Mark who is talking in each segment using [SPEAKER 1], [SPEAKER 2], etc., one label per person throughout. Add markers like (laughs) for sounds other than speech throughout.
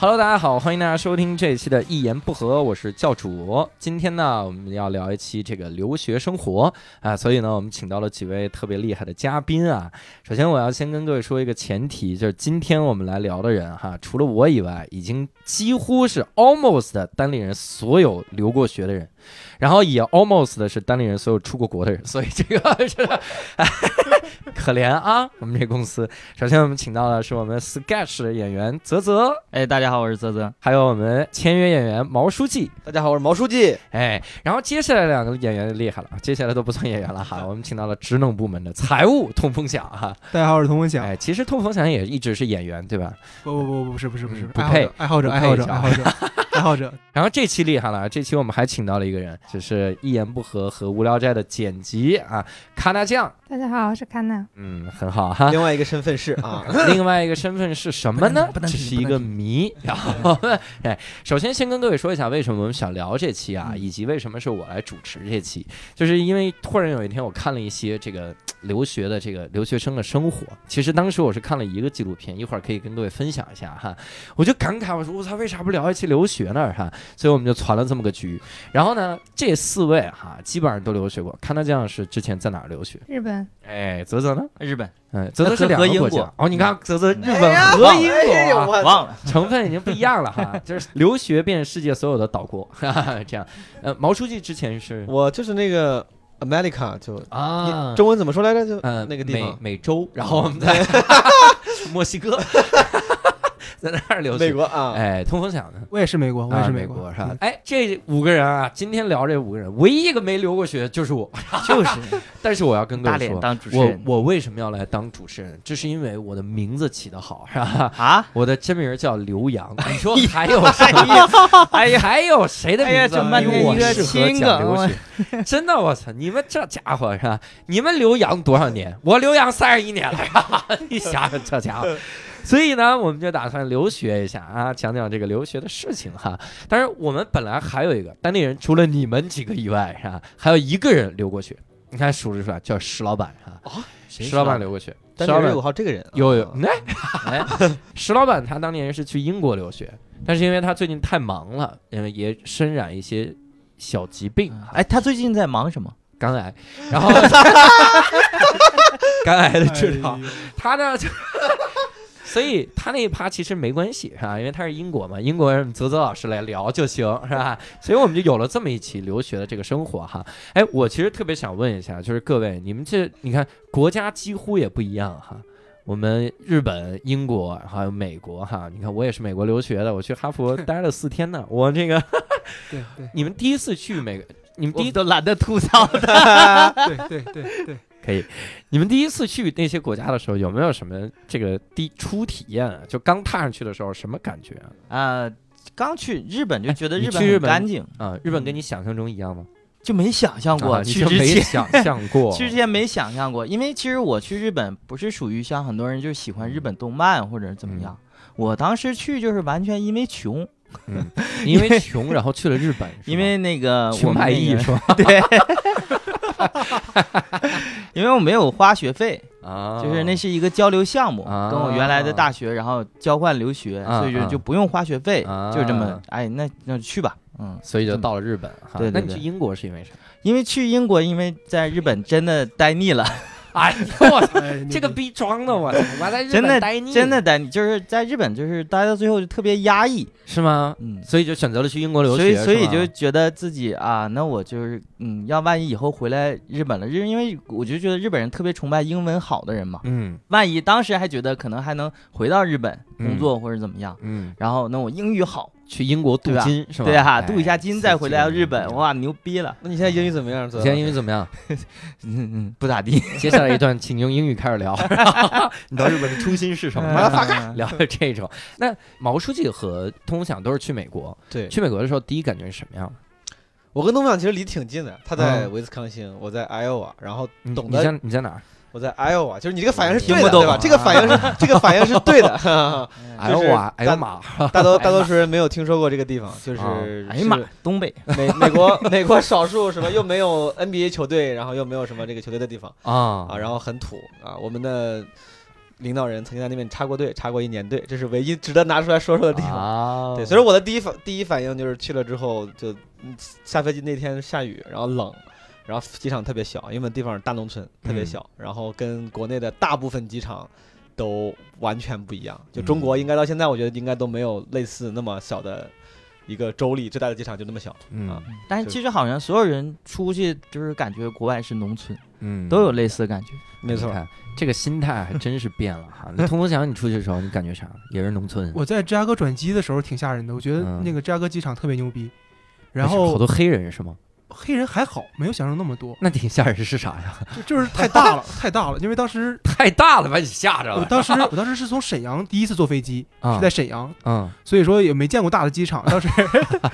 [SPEAKER 1] Hello，大家好，欢迎大家收听这一期的《一言不合》，我是教主。今天呢，我们要聊一期这个留学生活啊，所以呢，我们请到了几位特别厉害的嘉宾啊。首先，我要先跟各位说一个前提，就是今天我们来聊的人哈，除了我以外，已经几乎是 almost 单立人所有留过学的人，然后也 almost 是单立人所有出过国的人，所以这个是、 (laughs) 哎、可怜啊，我们这公司。首先，我们请到的是我们 Sketch 的演员泽泽。
[SPEAKER 2] 哎，大家好，我是泽泽。
[SPEAKER 1] 还有我们签约演员毛书记，
[SPEAKER 3] 大家好，我是毛书记。
[SPEAKER 1] 哎，然后接下来两个演员就厉害了，接下来都不算演员了哈，我们请到了职能部门的财务通风响哈。
[SPEAKER 4] 大家好，我是童文响。
[SPEAKER 1] 哎，其实通风响也一直是演员对吧？
[SPEAKER 4] 不不不不，不是不是不是
[SPEAKER 1] 嗯，不配
[SPEAKER 4] 爱好者
[SPEAKER 1] 不
[SPEAKER 4] 爱
[SPEAKER 1] 配
[SPEAKER 4] 好者
[SPEAKER 1] 讲
[SPEAKER 4] 爱好者
[SPEAKER 1] (laughs)
[SPEAKER 4] 爱好者。
[SPEAKER 1] 然后这期厉害了，这期我们还请到了一个人，就是一言不合和无聊斋的剪辑啊，咔大酱，
[SPEAKER 5] 大家好，我是康娜。
[SPEAKER 1] 嗯，很好哈。
[SPEAKER 3] 另外一个身份是啊，
[SPEAKER 4] (laughs)
[SPEAKER 1] 另外一个身份是什么呢？
[SPEAKER 4] 不
[SPEAKER 1] 这
[SPEAKER 4] 能提不能提
[SPEAKER 1] 是一个
[SPEAKER 4] (laughs)
[SPEAKER 1] 谜。然后，哎，首先先跟各位说一下，为什么我们想聊这期
[SPEAKER 4] 嗯
[SPEAKER 1] 啊，以及为什么是我来主持这期，就是因为突然有一天我看了一些这个呃留学的这个留学生的生活。其实当时我是看了一个纪录片，一会儿可以跟各位分享一下哈。我就感慨，我说我操，为啥不聊一期留学呢？哈，所以我们就攒了这么个局。然后呢，这四位哈，基本上都留学过。看他这样是之前在哪儿留学？
[SPEAKER 5] 日本
[SPEAKER 1] 哎，泽泽呢？
[SPEAKER 2] (laughs) 日本
[SPEAKER 1] 嗯，泽泽是
[SPEAKER 2] 和
[SPEAKER 1] 两
[SPEAKER 2] 和
[SPEAKER 1] 个
[SPEAKER 2] 英
[SPEAKER 1] 国
[SPEAKER 2] 国
[SPEAKER 1] 家哦。你看，泽泽日
[SPEAKER 3] 哎
[SPEAKER 1] 本
[SPEAKER 3] 呀
[SPEAKER 1] 和英
[SPEAKER 3] 哎
[SPEAKER 1] 国
[SPEAKER 3] 呦
[SPEAKER 1] 啊、
[SPEAKER 3] 我
[SPEAKER 2] 忘了，
[SPEAKER 1] (laughs) 成分已经不一样了哈， (laughs) 就是留学遍世界所有的岛国，哈哈，这样。呃，毛书记之前是
[SPEAKER 3] 我就是那个 America 就
[SPEAKER 1] 啊，
[SPEAKER 3] 中文怎么说来着？就
[SPEAKER 1] 呃
[SPEAKER 3] 那个地
[SPEAKER 1] 美
[SPEAKER 3] 方，
[SPEAKER 1] 美洲，然后我们
[SPEAKER 3] (laughs)
[SPEAKER 1] 在墨西哥， (laughs) 在那儿留
[SPEAKER 3] 美
[SPEAKER 1] 学。
[SPEAKER 3] 国啊，
[SPEAKER 1] 哎，通风响的。
[SPEAKER 4] 我也是美国，
[SPEAKER 3] 哦
[SPEAKER 4] 我也
[SPEAKER 1] 啊
[SPEAKER 4] 是
[SPEAKER 1] 美
[SPEAKER 4] 国，
[SPEAKER 1] 是吧
[SPEAKER 4] 嗯？
[SPEAKER 1] 哎，这五个人啊，今天聊这五个人，唯一一个没留过学就是我。
[SPEAKER 2] 就是
[SPEAKER 1] 但是我要跟各
[SPEAKER 2] 大
[SPEAKER 1] 位
[SPEAKER 2] 脸
[SPEAKER 1] 说，
[SPEAKER 2] 当主持
[SPEAKER 1] 我
[SPEAKER 2] 人
[SPEAKER 1] 我为什么要来当主持人？这是因为我的名字起得好，是吧？
[SPEAKER 2] 啊！
[SPEAKER 1] 我的真名叫刘洋，你
[SPEAKER 2] (laughs)
[SPEAKER 1] 说还有谁？ (laughs)
[SPEAKER 2] 哎呀，
[SPEAKER 1] 还有谁的
[SPEAKER 2] 哎呀
[SPEAKER 1] 名字
[SPEAKER 2] 整半
[SPEAKER 1] 比
[SPEAKER 2] 天
[SPEAKER 1] 我
[SPEAKER 2] 一个
[SPEAKER 1] 适合
[SPEAKER 2] 亲
[SPEAKER 1] 讲
[SPEAKER 2] 梗啊
[SPEAKER 1] 刘雪？真的，我操！你们这家伙是吧？你们留洋多少年？我留洋三十一年了， (laughs) 是吧你想想这家伙。所以呢，我们就打算留学一下啊，讲讲这个留学的事情哈。当然，我们本来还有一个当地人，除了你们几个以外，是吧？还有一个人留过学，你看数了出来，叫石老板啊。
[SPEAKER 2] 哦
[SPEAKER 1] 石老板留过学，石
[SPEAKER 3] 单
[SPEAKER 1] 老
[SPEAKER 3] 立
[SPEAKER 1] 板
[SPEAKER 3] 人五号这个人啊
[SPEAKER 1] 有有，那、哎， (laughs) 石老板他当年是去英国留学，但是因为他最近太忙了，因为也身染一些小疾病，
[SPEAKER 2] 哎，他最近在忙什么？
[SPEAKER 1] 肝癌，然后 (laughs) 肝
[SPEAKER 4] 哎
[SPEAKER 1] 癌的 (laughs)
[SPEAKER 4] 嗯
[SPEAKER 1] 治疗，他呢就。所以他那一趴其实没关系，是吧？因为他是英国嘛，英国人泽泽老师来聊就行，是吧？所以我们就有了这么一期留学的这个生活哈。哎，我其实特别想问一下，就是各位，你们这你看国家几乎也不一样哈。我们日本、英国还有美国哈，你看我也是美国留学的，我去哈佛待了四天呢。我这个，
[SPEAKER 4] 哎对对
[SPEAKER 1] 你们第一次去美，你们
[SPEAKER 2] 我
[SPEAKER 1] 第一
[SPEAKER 2] 都懒得吐槽了。 (laughs)
[SPEAKER 4] 对对对对，
[SPEAKER 1] 可以，你们第一次去那些国家的时候，有没有什么这个第初体验啊？就刚踏上去的时候什么感觉啊？
[SPEAKER 2] 啊，刚去日本就觉得
[SPEAKER 1] 哎你
[SPEAKER 2] 日
[SPEAKER 1] 去
[SPEAKER 2] 本
[SPEAKER 1] 日
[SPEAKER 2] 很
[SPEAKER 1] 本
[SPEAKER 2] 干净，
[SPEAKER 1] 啊，日本跟你想象中一样吗？
[SPEAKER 2] 就没想象过
[SPEAKER 1] 啊你
[SPEAKER 2] 嗯去
[SPEAKER 1] 就
[SPEAKER 2] 之
[SPEAKER 1] 没
[SPEAKER 2] (laughs) 前。
[SPEAKER 1] 想象过
[SPEAKER 2] 去之前没想象过，因为其实我去日本不是属于像很多人就喜欢日本动漫或者怎么样，我当时去就是完全因为穷，
[SPEAKER 1] 你因为穷，然后去了日本，是吗
[SPEAKER 2] (laughs) 因为那个我
[SPEAKER 1] 穷
[SPEAKER 2] 们
[SPEAKER 1] 百
[SPEAKER 2] 那
[SPEAKER 1] 亿
[SPEAKER 2] 个
[SPEAKER 1] 是吧？
[SPEAKER 2] 对， (laughs) 因为我没有花学费，
[SPEAKER 1] 啊
[SPEAKER 2] 就是那是一个交流项目，
[SPEAKER 1] 啊
[SPEAKER 2] 跟我原来的大学然后交换留学，
[SPEAKER 1] 啊
[SPEAKER 2] 所以就
[SPEAKER 1] 啊
[SPEAKER 2] 就不用花学费，
[SPEAKER 1] 啊
[SPEAKER 2] 就这么哎，那那就去吧，嗯，
[SPEAKER 1] 所以就到了日本哈。
[SPEAKER 2] 对对
[SPEAKER 1] 那你去
[SPEAKER 2] 对
[SPEAKER 1] 英国是因为啥？
[SPEAKER 2] 因为去英国，因为在日本真的待腻了，
[SPEAKER 1] (laughs) 哎，我操，
[SPEAKER 4] 哎
[SPEAKER 1] 这个逼装的我，我在日
[SPEAKER 2] 真
[SPEAKER 1] 本
[SPEAKER 2] 的
[SPEAKER 1] 待腻，
[SPEAKER 2] 真的待腻，就是在日本就是待到最后就特别压抑，
[SPEAKER 1] 是吗？
[SPEAKER 2] 嗯。
[SPEAKER 1] 所以就选择了去英国留
[SPEAKER 2] 所以，
[SPEAKER 1] 学，
[SPEAKER 2] 所以
[SPEAKER 1] 是
[SPEAKER 2] 就
[SPEAKER 1] 吗
[SPEAKER 2] 觉得自己啊，那我就是，嗯，要万一以后回来日本了，日因为我就觉得日本人特别崇拜英文好的人嘛，
[SPEAKER 1] 嗯
[SPEAKER 2] 万一当时还觉得可能还能回到日本工作或者怎么样，
[SPEAKER 1] 嗯，
[SPEAKER 2] 然后那我英语好，
[SPEAKER 1] 去英国镀
[SPEAKER 2] 对吧
[SPEAKER 1] 金是吧？
[SPEAKER 2] 对啊，
[SPEAKER 1] 哎
[SPEAKER 2] 镀一下金再回来到日本，
[SPEAKER 1] 刺激
[SPEAKER 2] 哇，牛逼了，
[SPEAKER 3] 那你现在英语怎么样？泽
[SPEAKER 1] 你现在英语怎么样？
[SPEAKER 2] 嗯嗯，不咋地，
[SPEAKER 1] 接下来一段，请用英语开
[SPEAKER 2] (laughs)
[SPEAKER 1] 始聊。 (laughs) 你到日本的初心是
[SPEAKER 3] 啊
[SPEAKER 1] 什么？
[SPEAKER 2] 麻
[SPEAKER 1] 呢？
[SPEAKER 2] 烦
[SPEAKER 1] (laughs)
[SPEAKER 2] 干，
[SPEAKER 1] 聊的这种。那毛书记和通想都是去美国，
[SPEAKER 3] 对
[SPEAKER 1] 去美国的时候第一感觉是什么样的？
[SPEAKER 3] 我跟东方其实离挺近的，他在
[SPEAKER 1] 嗯
[SPEAKER 3] 威斯康星，我在 Iowa，然后
[SPEAKER 1] 你
[SPEAKER 3] 懂
[SPEAKER 1] 你
[SPEAKER 3] 得
[SPEAKER 1] 在你在哪儿？
[SPEAKER 3] 我在 Iowa，就是你这个反应是
[SPEAKER 2] 听
[SPEAKER 3] 对
[SPEAKER 2] 不
[SPEAKER 3] 的，
[SPEAKER 2] 懂
[SPEAKER 1] 啊
[SPEAKER 3] 对吧？这个反
[SPEAKER 1] (laughs)
[SPEAKER 3] 应是这个反应是对的，哈哈
[SPEAKER 1] 哎呦
[SPEAKER 3] 就是
[SPEAKER 1] 哇，哎呦妈！
[SPEAKER 3] 大多大多数人没有听说过这个地方，就是
[SPEAKER 1] 啊
[SPEAKER 2] 哎呀妈，东北，
[SPEAKER 3] 是美美国 (laughs) 美国少数什么又没有 NBA 球队，然后又没有什么这个球队的地方。
[SPEAKER 1] 啊
[SPEAKER 3] 啊，然后很土啊，我们的领导人曾经在那边插过队，插过一年队，这是唯一值得拿出来说说的地方。
[SPEAKER 1] 啊，
[SPEAKER 3] 对，所以说我的第一反第一反应就是去了之后就嗯下飞机那天下雨，然后冷，然后机场特别小，因为地方是大农村，特别
[SPEAKER 1] 嗯
[SPEAKER 3] 小，然后跟国内的大部分机场都完全不一样。就中
[SPEAKER 1] 嗯
[SPEAKER 3] 国应该到现在，我觉得应该都没有类似那么小的一个州里最大的机场就那么小。
[SPEAKER 1] 嗯
[SPEAKER 3] 啊
[SPEAKER 2] 但是
[SPEAKER 3] 就
[SPEAKER 2] 其实好像所有人出去就是感觉国外是农村，
[SPEAKER 1] 嗯，
[SPEAKER 2] 都有类似的感觉。
[SPEAKER 3] 没
[SPEAKER 1] 你
[SPEAKER 3] 错，
[SPEAKER 1] 看这个心态还真是变了哈。那童国强，你出去的时候你感觉啥？也是农村，哎
[SPEAKER 4] 我在芝加哥转机的时候挺吓人的，我觉得
[SPEAKER 1] 嗯
[SPEAKER 4] 那个芝加哥机场特别牛逼。然
[SPEAKER 1] 好
[SPEAKER 4] 后
[SPEAKER 1] 多黑人是吗？
[SPEAKER 4] 黑人还好，没有想象中那么多，
[SPEAKER 1] 那挺吓人是啥呀？ (laughs)
[SPEAKER 4] 就就是太大了，太大了。因为当时
[SPEAKER 1] 太大了，把你吓着
[SPEAKER 4] 我
[SPEAKER 1] 了
[SPEAKER 4] 当时我当时是从沈阳第一次坐飞机，
[SPEAKER 1] 啊
[SPEAKER 4] 是在沈阳，
[SPEAKER 1] 嗯，
[SPEAKER 4] 所以说也没见过大的机场。当时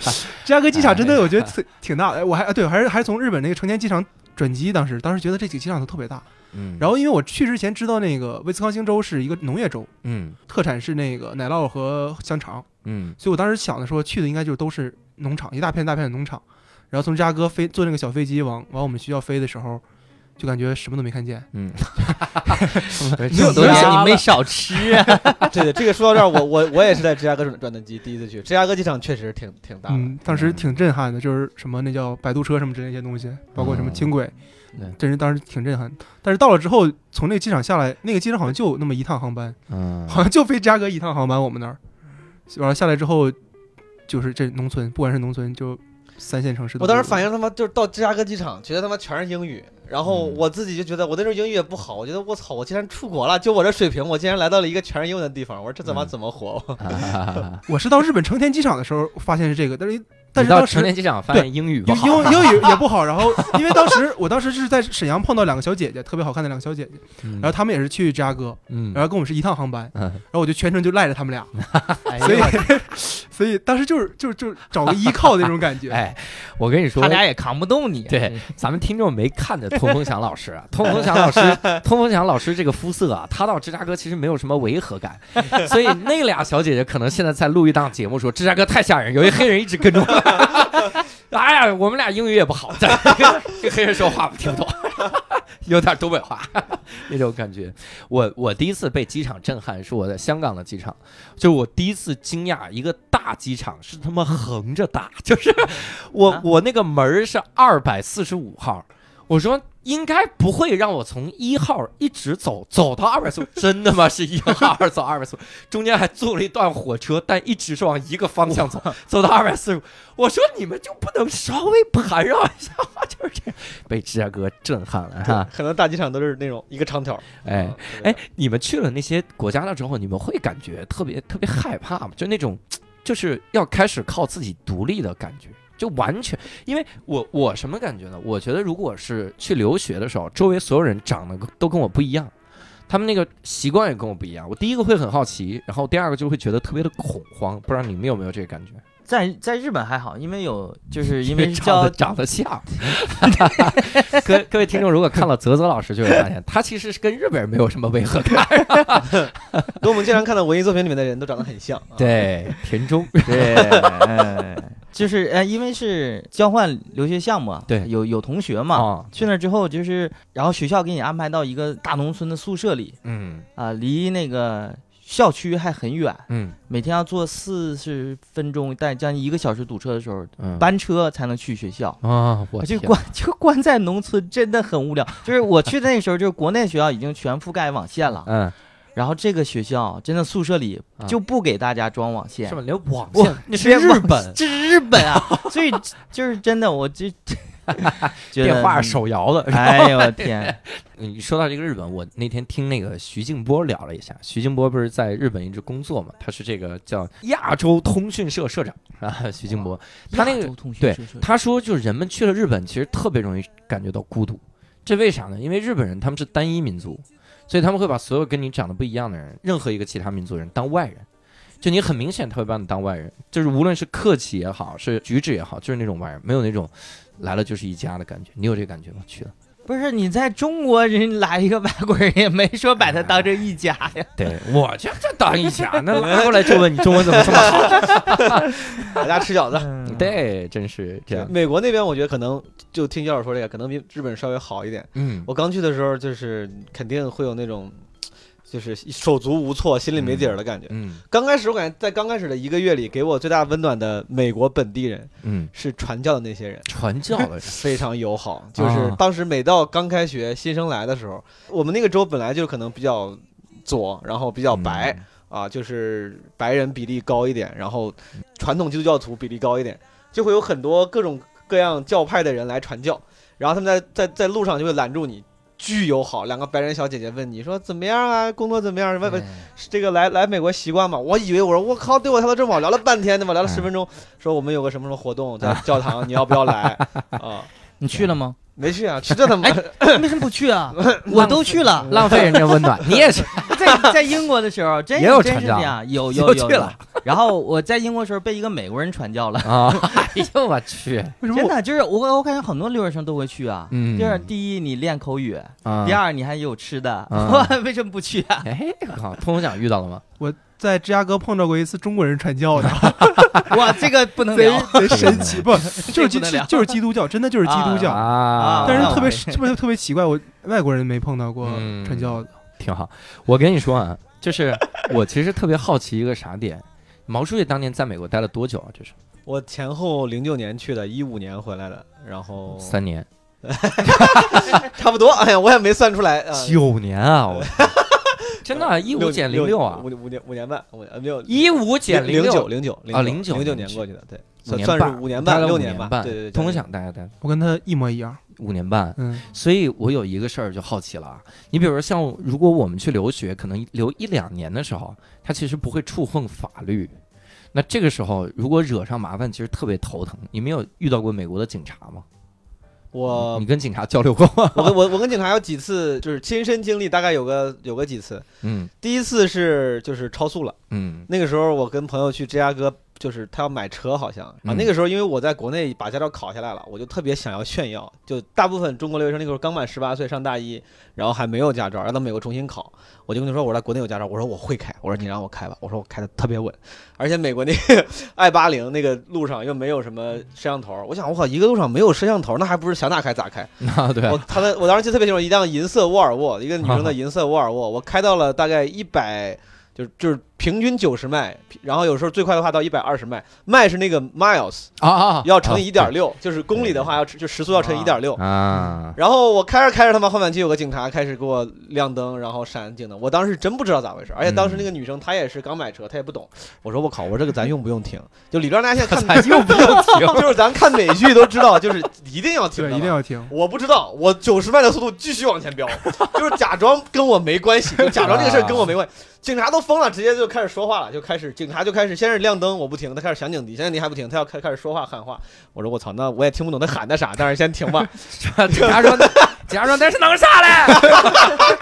[SPEAKER 4] 芝加哥机场真的我觉得挺挺大的，哎我还啊对，还是还是从日本那个成田机场转机，当时当时觉得这几个机场都特别大。
[SPEAKER 1] 嗯
[SPEAKER 4] 然
[SPEAKER 1] 后
[SPEAKER 4] 后因为我去之前知道那个威斯康星州是一个农业州，
[SPEAKER 1] 嗯
[SPEAKER 4] 特产是那个奶酪和香肠，
[SPEAKER 1] 嗯
[SPEAKER 4] 所以我当时想的说去的应该就都是农场，一大片大片的农场。然后从芝加哥飞坐那个小飞机往往我们学校飞的时候，就感觉什么都没看见。
[SPEAKER 1] 嗯，
[SPEAKER 4] 这么多年
[SPEAKER 1] (laughs)
[SPEAKER 2] 你没 (laughs) 少吃啊！
[SPEAKER 3] 对对，这个说到这儿，我我我也是在芝加哥转转的机，第一次去芝加哥机场确实挺挺大的。
[SPEAKER 4] 嗯，当时挺震撼的，就是什么那叫摆渡车什么之类的一些东西，包括什么轻轨，
[SPEAKER 1] 嗯对
[SPEAKER 4] 真是当时挺震撼。但是到了之后，从那个机场下来，那个机场好像就那么一趟航班，
[SPEAKER 1] 嗯，(laughs)
[SPEAKER 4] (laughs) 好像就飞芝加哥一趟航班，我们那儿。完了下来之后，就是这农村，不管是农村就三线城市都有，
[SPEAKER 3] 我当时反应他妈就是到芝加哥机场，觉得他妈全是英语，然后
[SPEAKER 1] 嗯
[SPEAKER 3] 我自己就觉得我那时候英语也不好，我觉得我操，我竟然出国了，就我这水平，我竟然来到了一个全是英文的地方，我说这怎么
[SPEAKER 1] 嗯
[SPEAKER 3] 怎么活？
[SPEAKER 1] 啊
[SPEAKER 4] 我是到日本成田机场的时候发现是这个，但是但
[SPEAKER 1] 你
[SPEAKER 4] 是
[SPEAKER 1] 到
[SPEAKER 4] 当
[SPEAKER 1] 成
[SPEAKER 4] 时
[SPEAKER 1] 田机场发现英语不
[SPEAKER 4] 英
[SPEAKER 1] 好，啊
[SPEAKER 4] 英英语也不好，然后因为当时我当时是在沈阳碰到两个小姐姐，特别好看的两个小姐姐，
[SPEAKER 1] 嗯
[SPEAKER 4] 然后她们也是去芝加哥，
[SPEAKER 1] 嗯，
[SPEAKER 4] 然后跟我们是一趟航班，
[SPEAKER 1] 嗯
[SPEAKER 4] 然后我就全程就赖着她们俩，
[SPEAKER 2] 哎呦
[SPEAKER 4] 所以 (laughs) 所以当时就是就是就是找个依靠的那种感觉。
[SPEAKER 1] (laughs) 哎，我跟你说
[SPEAKER 2] (laughs) 他，俩也扛不动你。
[SPEAKER 1] 对， (laughs) 咱们听众没看着通风祥老师啊， (laughs) 通风祥老师，通风祥老师这个肤色啊，他到芝加哥其实没有什么违和感， (laughs) 所以那俩小姐姐可能现在在录一档节目说芝加哥太吓人，有一黑人一直跟着我， (laughs) 哎呀，我们俩英语也不好， (laughs) 咱跟黑人说话我听不懂， (laughs) 有点东北话 (laughs) 那种感觉。我我第一次被机场震撼是我在香港的机场，就是我第一次惊讶一个大机场是他妈横着大，就是我、
[SPEAKER 2] 啊
[SPEAKER 1] 我那个门儿是二百四十五号，我说。应该不会让我从一号一直走走到二百四十五，真的吗？是一号走二百四十五，中间还坐了一段火车，但一直是往一个方向走，走到二百四十五。我说你们就不能稍微盘绕一下吗？就是这样，被芝加哥震撼了哈。
[SPEAKER 3] 可能大机场都是那种一个长条。
[SPEAKER 1] 哎
[SPEAKER 3] 嗯，
[SPEAKER 1] 哎，你们去了那些国家了之后，你们会感觉特别特别害怕吗？就那种，就是要开始靠自己独立的感觉，就完全，因为我我什么感觉呢？我觉得如果是去留学的时候，周围所有人长得都跟我不一样，他们那个习惯也跟我不一样。我第一个会很好奇，然后第二个就会觉得特别的恐慌。不知道你们有没有这个 (laughs) 感觉？
[SPEAKER 2] 在在日本还好，因为有就是
[SPEAKER 1] (laughs)
[SPEAKER 2] 因为
[SPEAKER 1] 长
[SPEAKER 2] 叫
[SPEAKER 1] 得长得像。 (laughs) 各各位听众如果看了泽泽老师，就会发现他其实是跟日本人没有什么违和感。
[SPEAKER 3] 跟我们经常看到文艺作品里面的人都长得很像。啊，
[SPEAKER 1] 对，田中，
[SPEAKER 2] 对，哎 (laughs) 就是呃，因为是交换留学项目啊，
[SPEAKER 1] 对
[SPEAKER 2] 有有同学嘛，
[SPEAKER 1] 啊，
[SPEAKER 2] 去那之后就是，然后学校给你安排到一个大农村的宿舍里
[SPEAKER 1] 嗯
[SPEAKER 2] 啊、离那个校区还很远，
[SPEAKER 1] 嗯
[SPEAKER 2] 每天要坐四十分钟，但将近一个小时堵车的时候，
[SPEAKER 1] 嗯，
[SPEAKER 2] 班车才能去学校。
[SPEAKER 1] 啊，我
[SPEAKER 2] 就
[SPEAKER 1] 天
[SPEAKER 2] 关 (laughs) 就关在农村真的很无聊。就是我去的那时候，就是国内学校已经全覆盖网
[SPEAKER 1] (laughs)
[SPEAKER 2] 线了，
[SPEAKER 1] 嗯，
[SPEAKER 2] 然后这个学校真的宿舍里
[SPEAKER 1] 啊
[SPEAKER 2] 就不给大家装网线
[SPEAKER 1] 是，吧？连网
[SPEAKER 2] 我
[SPEAKER 1] 线，那是
[SPEAKER 2] 连
[SPEAKER 1] 日
[SPEAKER 2] 网
[SPEAKER 1] 本
[SPEAKER 2] 这是日本
[SPEAKER 1] (laughs)
[SPEAKER 2] 啊，所以就是真的，我这觉得嗯
[SPEAKER 1] 电话，手摇的。
[SPEAKER 2] 哎呦我天，
[SPEAKER 1] 你说到这个日本，我那天听那个徐静波聊了一下，徐静波不是在日本一直工作嘛？他是这个叫亚洲通讯社社长 (laughs) 啊，徐静波。 (laughs) 他那个
[SPEAKER 2] 亚洲通讯
[SPEAKER 1] 对
[SPEAKER 2] 社社
[SPEAKER 1] 他说，就是人们去了日本，其实特别容易感觉到孤独。这为啥呢？因为日本人他们是单一民族，所以他们会把所有跟你长得不一样的人，任何一个其他民族人当外人。就你很明显，他会把你当外人，就是无论是客气也好，是举止也好，就是那种外人，没有那种来了就是一家的感觉。你有这感觉吗？去了，
[SPEAKER 2] 不是你在中国人来一个外国人，也没说把他当成一
[SPEAKER 1] (laughs)
[SPEAKER 2] 家呀。
[SPEAKER 1] 对我这这当一家，那拉过来就问你中文怎么这么 (laughs) 好？
[SPEAKER 3] 大家吃饺子。
[SPEAKER 2] 嗯，
[SPEAKER 1] 对，真是啊这样。
[SPEAKER 3] 美国那边我觉得可能就听教授说这个，可能比日本稍微好一点。
[SPEAKER 1] 嗯
[SPEAKER 3] 我刚去的时候，就是肯定会有那种，就是手足无措、心里没底儿的感觉。
[SPEAKER 1] 嗯
[SPEAKER 3] 刚开始我感觉在刚开始的一个月里，给我最大温暖的美国本地人
[SPEAKER 1] 嗯，
[SPEAKER 3] 是传教的那些人。
[SPEAKER 1] 传教 (laughs) 的人，
[SPEAKER 3] 非常友好，就是
[SPEAKER 1] 啊
[SPEAKER 3] 当时每到刚开学新生来的时候，我们那个州本来就可能比较左，然后比较白、
[SPEAKER 1] 嗯
[SPEAKER 3] 啊，就是白人比例高一点，然后传统基督教徒比例高一点，就会有很多各种各样教派的人来传教，然后他们在在在路上就会拦住你。巨友好，两个白人小姐姐问你说怎么样啊？工作怎么样？问问这个来来美国习惯吗？我以为我说我靠，对我态度这么好，聊了半天对吧？聊了十
[SPEAKER 1] 哎
[SPEAKER 3] 分钟，说我们有个什么什么活动
[SPEAKER 1] 啊
[SPEAKER 3] 在教堂，你要不
[SPEAKER 1] (laughs)
[SPEAKER 3] 要来啊？
[SPEAKER 2] 你去了吗？
[SPEAKER 3] 没去啊，去这他妈！
[SPEAKER 1] 哎
[SPEAKER 2] 为什么不去啊？
[SPEAKER 1] (laughs)
[SPEAKER 2] 我都去了。
[SPEAKER 1] 浪费人家温暖，你也去，
[SPEAKER 2] 在在英国的时候，真
[SPEAKER 1] 也有
[SPEAKER 2] 真
[SPEAKER 1] 传
[SPEAKER 2] 是
[SPEAKER 1] 教
[SPEAKER 2] 这样，
[SPEAKER 1] (laughs)
[SPEAKER 2] 有
[SPEAKER 1] 又
[SPEAKER 2] 有有
[SPEAKER 1] 去
[SPEAKER 2] 有
[SPEAKER 1] 了。
[SPEAKER 2] 然后我在英国的时候被一个美国人传教了，
[SPEAKER 1] 啊！ (laughs) 哎呦我去，
[SPEAKER 4] 为什么
[SPEAKER 2] 真
[SPEAKER 4] 我
[SPEAKER 2] 的就是我我感觉很多留学生都会去啊。
[SPEAKER 1] 嗯
[SPEAKER 2] 就是第一你练口语，
[SPEAKER 1] 啊
[SPEAKER 2] 第，二你还有吃的， (laughs)
[SPEAKER 1] 嗯
[SPEAKER 2] 为什么不去
[SPEAKER 1] (laughs)
[SPEAKER 2] 啊？
[SPEAKER 1] 哎，好，通风奖遇到了吗？
[SPEAKER 4] 我在芝加哥碰到过一次中国人传教的，
[SPEAKER 2] 哇，这个不能
[SPEAKER 4] 贼
[SPEAKER 2] 聊。
[SPEAKER 4] 贼神奇，不就是基
[SPEAKER 2] 不能聊
[SPEAKER 4] 就是基督教，真的就是基督教，
[SPEAKER 1] 啊，
[SPEAKER 4] 但
[SPEAKER 2] 啊
[SPEAKER 4] 是特别特别特别奇怪，我外国人没碰到过
[SPEAKER 1] 嗯
[SPEAKER 4] 传教的。
[SPEAKER 1] 挺好。我跟你说啊，就是我其实特别好奇一个啥点，毛书记当年在美国待了多久啊？这是
[SPEAKER 3] (laughs) 我前后零九年去的，一五年回来的，然后
[SPEAKER 1] 三年、
[SPEAKER 3] 差不多。哎呀，我也没算出来。呃
[SPEAKER 1] 九年啊！我真的啊，一五减零六啊
[SPEAKER 3] 五，五年五年半，五年呃没有
[SPEAKER 1] 一五减
[SPEAKER 3] 零
[SPEAKER 1] 六
[SPEAKER 3] 九，零九零
[SPEAKER 1] 啊
[SPEAKER 3] 零
[SPEAKER 1] 09
[SPEAKER 3] 零九年
[SPEAKER 1] 09
[SPEAKER 3] 过去的，对，
[SPEAKER 1] 五
[SPEAKER 3] 算
[SPEAKER 1] 年
[SPEAKER 3] 算
[SPEAKER 1] 半，
[SPEAKER 3] 是五年
[SPEAKER 1] 待
[SPEAKER 3] 半
[SPEAKER 1] 了
[SPEAKER 3] 六
[SPEAKER 1] 五年
[SPEAKER 3] 吧，对对对，
[SPEAKER 1] 通
[SPEAKER 3] 对
[SPEAKER 1] 想大家待
[SPEAKER 4] 我跟他一模一样，
[SPEAKER 1] 五年半，
[SPEAKER 4] 嗯，
[SPEAKER 1] 所以我有一个事儿就好奇了啊。你比如说像如果我们去留学，可能留一两年的时候，他其实不会触碰法律。那这个时候，如果惹上麻烦，其实特别头疼。你没有遇到过美国的警察吗？
[SPEAKER 3] 我
[SPEAKER 1] 你跟警察交流过吗？
[SPEAKER 3] 我跟我我跟警察有几次就是亲身经历，大概有个有个几次。
[SPEAKER 1] 嗯
[SPEAKER 3] 第一次是就是超速了，
[SPEAKER 1] 嗯
[SPEAKER 3] 那个时候我跟朋友去芝加哥，就是他要买车，好像啊。
[SPEAKER 1] 嗯
[SPEAKER 3] 那个时候因为我在国内把驾照考下来了，我就特别想要炫耀。就大部分中国留学生那个时候刚满十八岁，上大一，然后还没有驾照，要到美国重新考。我就跟他说，我在国内有驾照，我说我会开，我说你让我开吧，我说我开的特别稳，而且美国那个 I 八零那个路上又没有什么摄像头，我想我靠，一个路上没有摄像头，那还不是想咋开咋开？
[SPEAKER 1] 啊，对
[SPEAKER 3] (laughs) 我他的我当时记得特别清楚，一辆银色沃尔沃，一个女生的银色沃尔沃，我开到了大概一百，就是就是平均九十迈，然后有时候最快的话到一百二十迈，迈是那个 miles
[SPEAKER 1] 啊啊，
[SPEAKER 2] (laughs)
[SPEAKER 3] 要乘以一点六，就是公里的话要就时速要乘一点六。 (laughs)
[SPEAKER 1] 啊，
[SPEAKER 3] 然后我开着开着，他妈后面就有个警察开始给我亮灯，然后闪警灯。我当时真不知道咋回事，而且当时
[SPEAKER 1] 嗯
[SPEAKER 3] 那个女生她也是刚买车，她也不懂。我说我靠，我这个咱用不用停？就理论上大家现
[SPEAKER 1] (laughs)
[SPEAKER 3] 在看，
[SPEAKER 1] 又不用停，
[SPEAKER 3] (laughs) 就是咱看美剧都知道，就是一定要停
[SPEAKER 4] 对，
[SPEAKER 3] 的
[SPEAKER 4] 一
[SPEAKER 3] 嘛，
[SPEAKER 4] 定要听。
[SPEAKER 3] 我不知道，我九十迈的速度继续往前飙，就是假装跟我没关系，就假装这个事儿跟我没关系。警察都疯了，直接就开始说话了，就开始警察就开始先是亮灯，我不停，他开始响警笛，响警笛还不停，他要开开始说话喊话。我说我操，那我也听不懂他喊的啥，但是先停吧。
[SPEAKER 1] 警察说，警察说那是能啥嘞？
[SPEAKER 2] 哎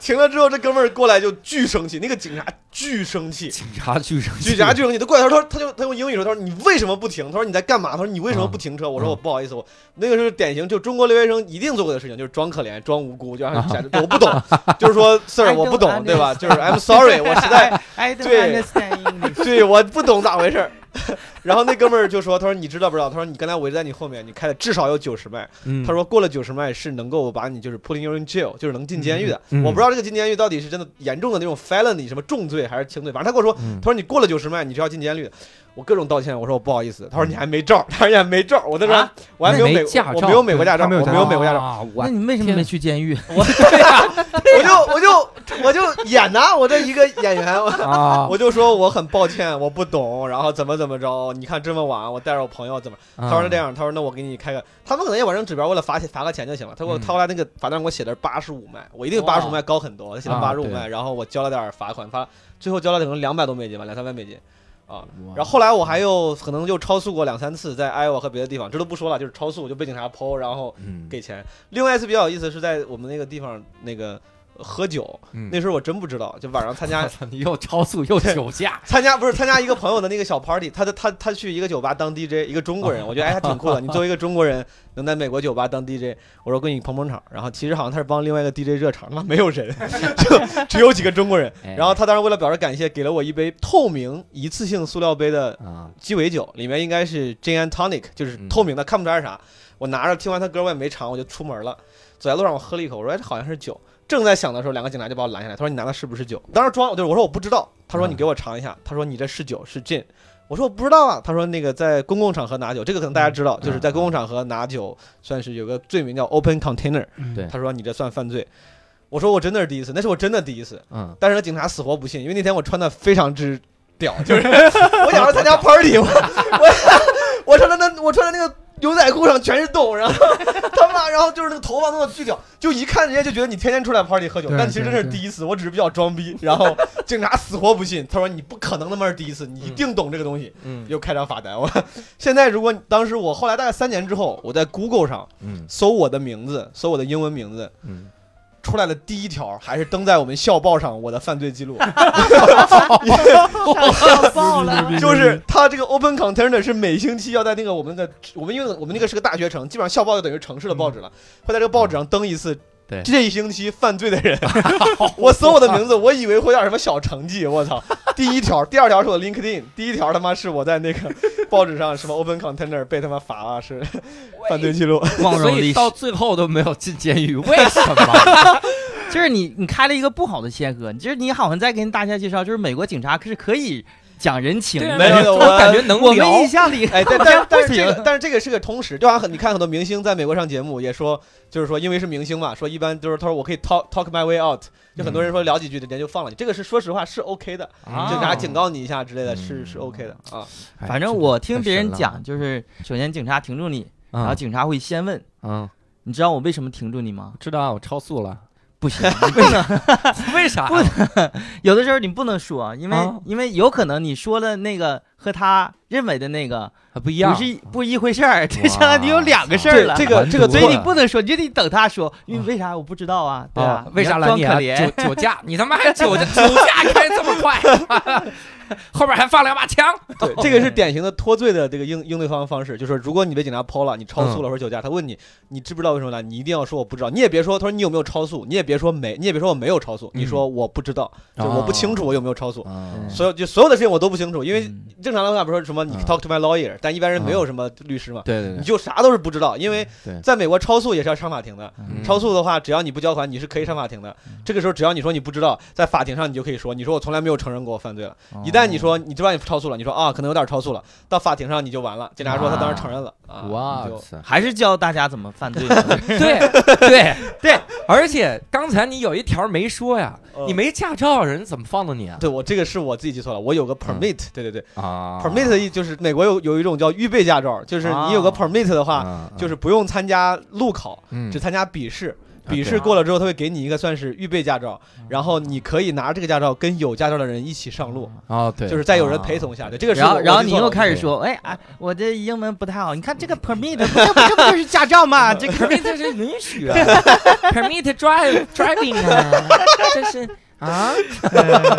[SPEAKER 3] 停了之后，这哥们儿过来就巨生气，那个警察巨生气。
[SPEAKER 1] 警察巨生气，
[SPEAKER 3] 警察巨生气，他过来，他说，他就他用英语说，他说你为什么不停？他说你在干嘛？他说你为什么
[SPEAKER 1] 啊
[SPEAKER 3] 不停车？我
[SPEAKER 1] 嗯
[SPEAKER 3] 说我不好意思，我那个是典型就中国留学生一定做过的事情，就是装可怜、装无辜，就让
[SPEAKER 1] 啊
[SPEAKER 3] 假装我不懂，就是说 sir 我不懂，对吧？就是 I'm sorry，我
[SPEAKER 2] (laughs)
[SPEAKER 3] 实在
[SPEAKER 2] 哎 I don't
[SPEAKER 3] 对
[SPEAKER 2] understand English。
[SPEAKER 3] 对我不懂咋回事儿。 (laughs) 然后那哥们儿就说，他说你知道不知道？他说你刚才围在你后面，你开的至少有九十迈。
[SPEAKER 1] 嗯，
[SPEAKER 3] 他说过了九十迈是能够把你就是 putting you in jail，就是能进监狱的。
[SPEAKER 1] 嗯嗯
[SPEAKER 3] 我不知道这个进监狱到底是真的严重的那种 felony 什么重罪还是轻罪，反正他跟我说
[SPEAKER 1] 嗯
[SPEAKER 3] 他说你过了九十迈，你就要进监狱的。我各种道歉，我说我不好意思。他说你还没照，他说你还没照。我在这儿
[SPEAKER 2] 啊
[SPEAKER 3] 我还没有
[SPEAKER 1] 你没
[SPEAKER 3] 美，
[SPEAKER 1] 驾
[SPEAKER 3] 我
[SPEAKER 1] 照
[SPEAKER 3] 没有美国驾照，
[SPEAKER 4] 他没有
[SPEAKER 3] 我
[SPEAKER 4] 驾
[SPEAKER 3] 没
[SPEAKER 4] 照
[SPEAKER 3] 有美国驾照。
[SPEAKER 1] 啊，
[SPEAKER 2] 那
[SPEAKER 1] 我
[SPEAKER 2] 你为什么
[SPEAKER 1] 天
[SPEAKER 2] 没去监狱？
[SPEAKER 3] 我对呀、我就我就我就演呐、我这一个演员，我
[SPEAKER 1] 啊，
[SPEAKER 3] 我就说我很抱歉，我不懂，然后怎么怎么着？你看这么晚，我带着我朋友怎么？
[SPEAKER 1] 啊
[SPEAKER 3] 他说那这样，他说那我给你开个，他们可能也完成指标，为了罚钱罚个钱就行了。他给我
[SPEAKER 1] 嗯
[SPEAKER 3] 他后来那个罚单给我写的是八十五迈，我一定
[SPEAKER 2] 哇
[SPEAKER 3] 八十五迈高很多，他写的
[SPEAKER 1] 啊
[SPEAKER 3] 八十五迈，然后我交了点儿罚款，罚最后交了可能两百多美金吧，两三百美金啊。
[SPEAKER 2] 哇
[SPEAKER 3] 然后后来我还又可能又超速过两三次，在艾奥和别的地方，这都不说了，就是超速就被警察剖，然后
[SPEAKER 1] 嗯
[SPEAKER 3] 给钱。另外一次比较有意思是在我们那个地方那个呃喝酒，
[SPEAKER 1] 嗯
[SPEAKER 3] 那时候我真不知道，就晚上参加
[SPEAKER 1] 我操你又超速又酒驾，
[SPEAKER 3] 参加不是参加一个朋友的那个小 party，他的他他去一个酒吧当 DJ，一个中国人，我觉得哎还挺酷的。你作为一个中国人能在美国酒吧当 DJ，我说给你捧捧场。然后其实好像他是帮另外一个 DJ 热场，他妈没有人， (laughs) 就只有几个中国人。
[SPEAKER 1] 哎
[SPEAKER 3] 然后他当时为了表示感谢，给了我一杯透明一次性塑料杯的
[SPEAKER 1] 啊，
[SPEAKER 3] 鸡尾酒，里面应该是 gin and tonic，就是
[SPEAKER 1] 嗯
[SPEAKER 3] 透明的，看不出来是啥。我拿着听完他歌我也没尝，我就出门了。走在路上我喝了一口，我说哎这好像是酒。正在想的时候，两个警察就把我拦下来。他说：“你拿的是不是酒？”当时装，我就是我说我不知道。他说：“
[SPEAKER 1] 嗯
[SPEAKER 3] 你给我尝一下。”他说：“你这是酒是 gin。”我说：“我不知道啊。”他说：“那个在公共场合拿酒，这个可能大家知道，就是在公共场合拿酒算是有个罪名叫 open container。
[SPEAKER 4] 嗯
[SPEAKER 1] 对”
[SPEAKER 3] 他说：“你这算犯罪。”我说：“我真的是第一次，那是我真的第一次。”
[SPEAKER 1] 嗯，
[SPEAKER 3] 但是那警察死活不信，因为那天我穿的非常之屌，就是
[SPEAKER 4] (laughs)
[SPEAKER 3] 我想要参加 party，我 (laughs) 我我穿的那我穿的那个牛仔裤上全是洞，然后他妈，然后就是那个头发弄的巨屌，就一看人家就觉得你天天出来 party 喝酒，
[SPEAKER 4] 对
[SPEAKER 3] 但其实这是
[SPEAKER 4] 对
[SPEAKER 3] 第一次，我只是比较装逼。然后警察死活不信，他说你不可能他妈是第一次，你一定懂这个东西，
[SPEAKER 1] 嗯
[SPEAKER 3] 又开张罚单。我 (laughs) 现在如果当时我后来大概三年之后，我在 Google 上
[SPEAKER 1] 嗯
[SPEAKER 3] 搜我的名字，搜我的英文名字，
[SPEAKER 1] 嗯，
[SPEAKER 3] 出来的第一条还是登在我们校报上我的犯罪记录，
[SPEAKER 2] 上报了，
[SPEAKER 4] 嗯
[SPEAKER 3] 就是他这个 open container 是每星期要在那个我们的我们因为我们那个是个大学城，基本上校报就等于城市的报纸了，会在这个报纸上登一次。
[SPEAKER 1] 对
[SPEAKER 3] 这一星期犯罪的人，我搜我的名字，我以为会有点什么小成绩，我操！第一条，第二条是我的 LinkedIn，第一条他妈是我在那个报纸上什么 open container 被他妈罚了，是犯罪记录。
[SPEAKER 2] 光
[SPEAKER 1] 所
[SPEAKER 2] 荣
[SPEAKER 1] 以
[SPEAKER 2] 历史。
[SPEAKER 1] 到最后都没有进监
[SPEAKER 2] (laughs)
[SPEAKER 1] 狱，为什么？
[SPEAKER 2] 就是你你开了一个不好的先河，就是你好像在跟大家介绍，就是美国警察是可以讲人情的。
[SPEAKER 3] 没有
[SPEAKER 1] (laughs) 我感觉能
[SPEAKER 2] 哎我
[SPEAKER 1] 聊
[SPEAKER 2] 们印象里，
[SPEAKER 3] (laughs) 哎，但但但是这
[SPEAKER 2] 不
[SPEAKER 3] 个
[SPEAKER 2] 行
[SPEAKER 3] 但是这个是个通识，就好像很你看很多明星在美国上节目也说，就是说因为是明星嘛，说一般就是他说我可以 talk talk my way out，就很多
[SPEAKER 1] 嗯
[SPEAKER 3] 人说聊几句人家就放了你，这个是说实话是 OK 的，
[SPEAKER 2] 啊
[SPEAKER 1] 警
[SPEAKER 3] 就警察
[SPEAKER 1] 察
[SPEAKER 3] 警告你一下之类的，
[SPEAKER 1] 嗯
[SPEAKER 3] 是是 OK 的
[SPEAKER 1] (laughs)
[SPEAKER 3] 啊。
[SPEAKER 1] 哎
[SPEAKER 2] 反正我听别人
[SPEAKER 1] 太
[SPEAKER 2] 讲，
[SPEAKER 1] 神了
[SPEAKER 2] 就是首先警察停住你，然后
[SPEAKER 1] 嗯
[SPEAKER 2] 警察会先问，
[SPEAKER 1] 嗯，
[SPEAKER 2] 你知道我为什么停住你吗？
[SPEAKER 1] 知道啊，我超速
[SPEAKER 2] (laughs)
[SPEAKER 1] 了，
[SPEAKER 2] 不行，你不能。
[SPEAKER 1] 为啥？
[SPEAKER 2] 有的时候你不能说，因为、
[SPEAKER 1] 啊
[SPEAKER 2] 因为有可能你说了那个和他认为的那个
[SPEAKER 1] 还不一
[SPEAKER 2] 不
[SPEAKER 1] 样，嗯
[SPEAKER 2] 是一不是一回事儿，这
[SPEAKER 1] 哇
[SPEAKER 2] 相当于有两个事儿了。
[SPEAKER 3] 这个
[SPEAKER 1] 完犊
[SPEAKER 3] 这个
[SPEAKER 1] 子
[SPEAKER 2] 所以你
[SPEAKER 1] 了
[SPEAKER 2] 不能说，你就得等他说，因为为啥我不知道啊？对吧
[SPEAKER 1] 啊？，嗯为啥
[SPEAKER 2] 来
[SPEAKER 1] 拦你啊？
[SPEAKER 2] 可怜
[SPEAKER 1] 酒酒驾， (laughs) 你他妈还酒酒驾开这么快， (laughs) 后边还放两把枪，
[SPEAKER 3] 对，这个是典型的脱罪的这个应应对方方式，就是说如果你被警察抛了，你超
[SPEAKER 1] 嗯
[SPEAKER 3] 速了或者酒驾，他问你你知不知道为什么来，你一定要说我不知道，你也别说他说你有没有超速，你也别说没，你也别说我没有超速，
[SPEAKER 1] 嗯哦
[SPEAKER 3] 你说我不知道，就我不清楚我有没有超速，
[SPEAKER 1] 啊嗯
[SPEAKER 3] 所有就所有的事情我都不清楚，因为
[SPEAKER 2] 嗯
[SPEAKER 3] 正常的话，比如说什么你
[SPEAKER 1] 嗯
[SPEAKER 3] talk to my lawyer，、但一般人没有什么律师嘛，
[SPEAKER 1] 对对
[SPEAKER 3] 你
[SPEAKER 1] 对，
[SPEAKER 3] 就啥都是不知道，因为
[SPEAKER 1] 嗯对
[SPEAKER 3] 在美国超速也是要上法庭的。
[SPEAKER 1] 嗯
[SPEAKER 3] 超速的话，只要你不交款，你是可以上法庭的。这个时候，只要你说你不知道，在法庭上你就可以说，你说我从来没有承认过我犯罪了。
[SPEAKER 1] 哦
[SPEAKER 3] 一旦你说你知道你超速了，你说啊可能有点超速了，到法庭上你就完了。警察说他当时承认了啊，
[SPEAKER 1] 哇
[SPEAKER 3] 你
[SPEAKER 2] (laughs)
[SPEAKER 3] 就
[SPEAKER 1] 塞，
[SPEAKER 2] 还是教大家怎么犯罪，
[SPEAKER 3] (laughs)
[SPEAKER 1] 对对对，而且刚才你有一条没说呀，
[SPEAKER 2] 嗯
[SPEAKER 3] 呃
[SPEAKER 1] 你没驾照，人怎么放的你啊？
[SPEAKER 3] 对我这个是我自己记错了，我有
[SPEAKER 1] 嗯
[SPEAKER 3] 个 permit，、对对对、
[SPEAKER 1] 啊
[SPEAKER 3] p e r m i t 的意就是美国有有一种叫预备驾照，就是你有个
[SPEAKER 2] 啊
[SPEAKER 3] permit 的话，
[SPEAKER 1] 啊
[SPEAKER 3] 就是不用参加路考，
[SPEAKER 1] 嗯
[SPEAKER 3] 只参加笔试。
[SPEAKER 1] 啊对
[SPEAKER 3] 笔试过了之后，他会给你一个算是预备驾照，
[SPEAKER 2] 嗯
[SPEAKER 3] 然后你可以拿这个驾照跟有驾照的人一起上路，
[SPEAKER 1] 哦对，
[SPEAKER 3] 就是在有人陪同下。对，这个
[SPEAKER 2] 嗯
[SPEAKER 3] 是
[SPEAKER 2] 啊然后
[SPEAKER 3] 我
[SPEAKER 2] 然后你又开
[SPEAKER 3] 始
[SPEAKER 2] 始说，哎哎，我这英文不太好，你看这个 permit，这不这不就是驾照
[SPEAKER 3] (laughs)
[SPEAKER 2] 吗？这
[SPEAKER 1] permit 是允许啊，permit
[SPEAKER 3] (laughs)
[SPEAKER 1] drive driving 啊，这是啊，
[SPEAKER 2] (laughs)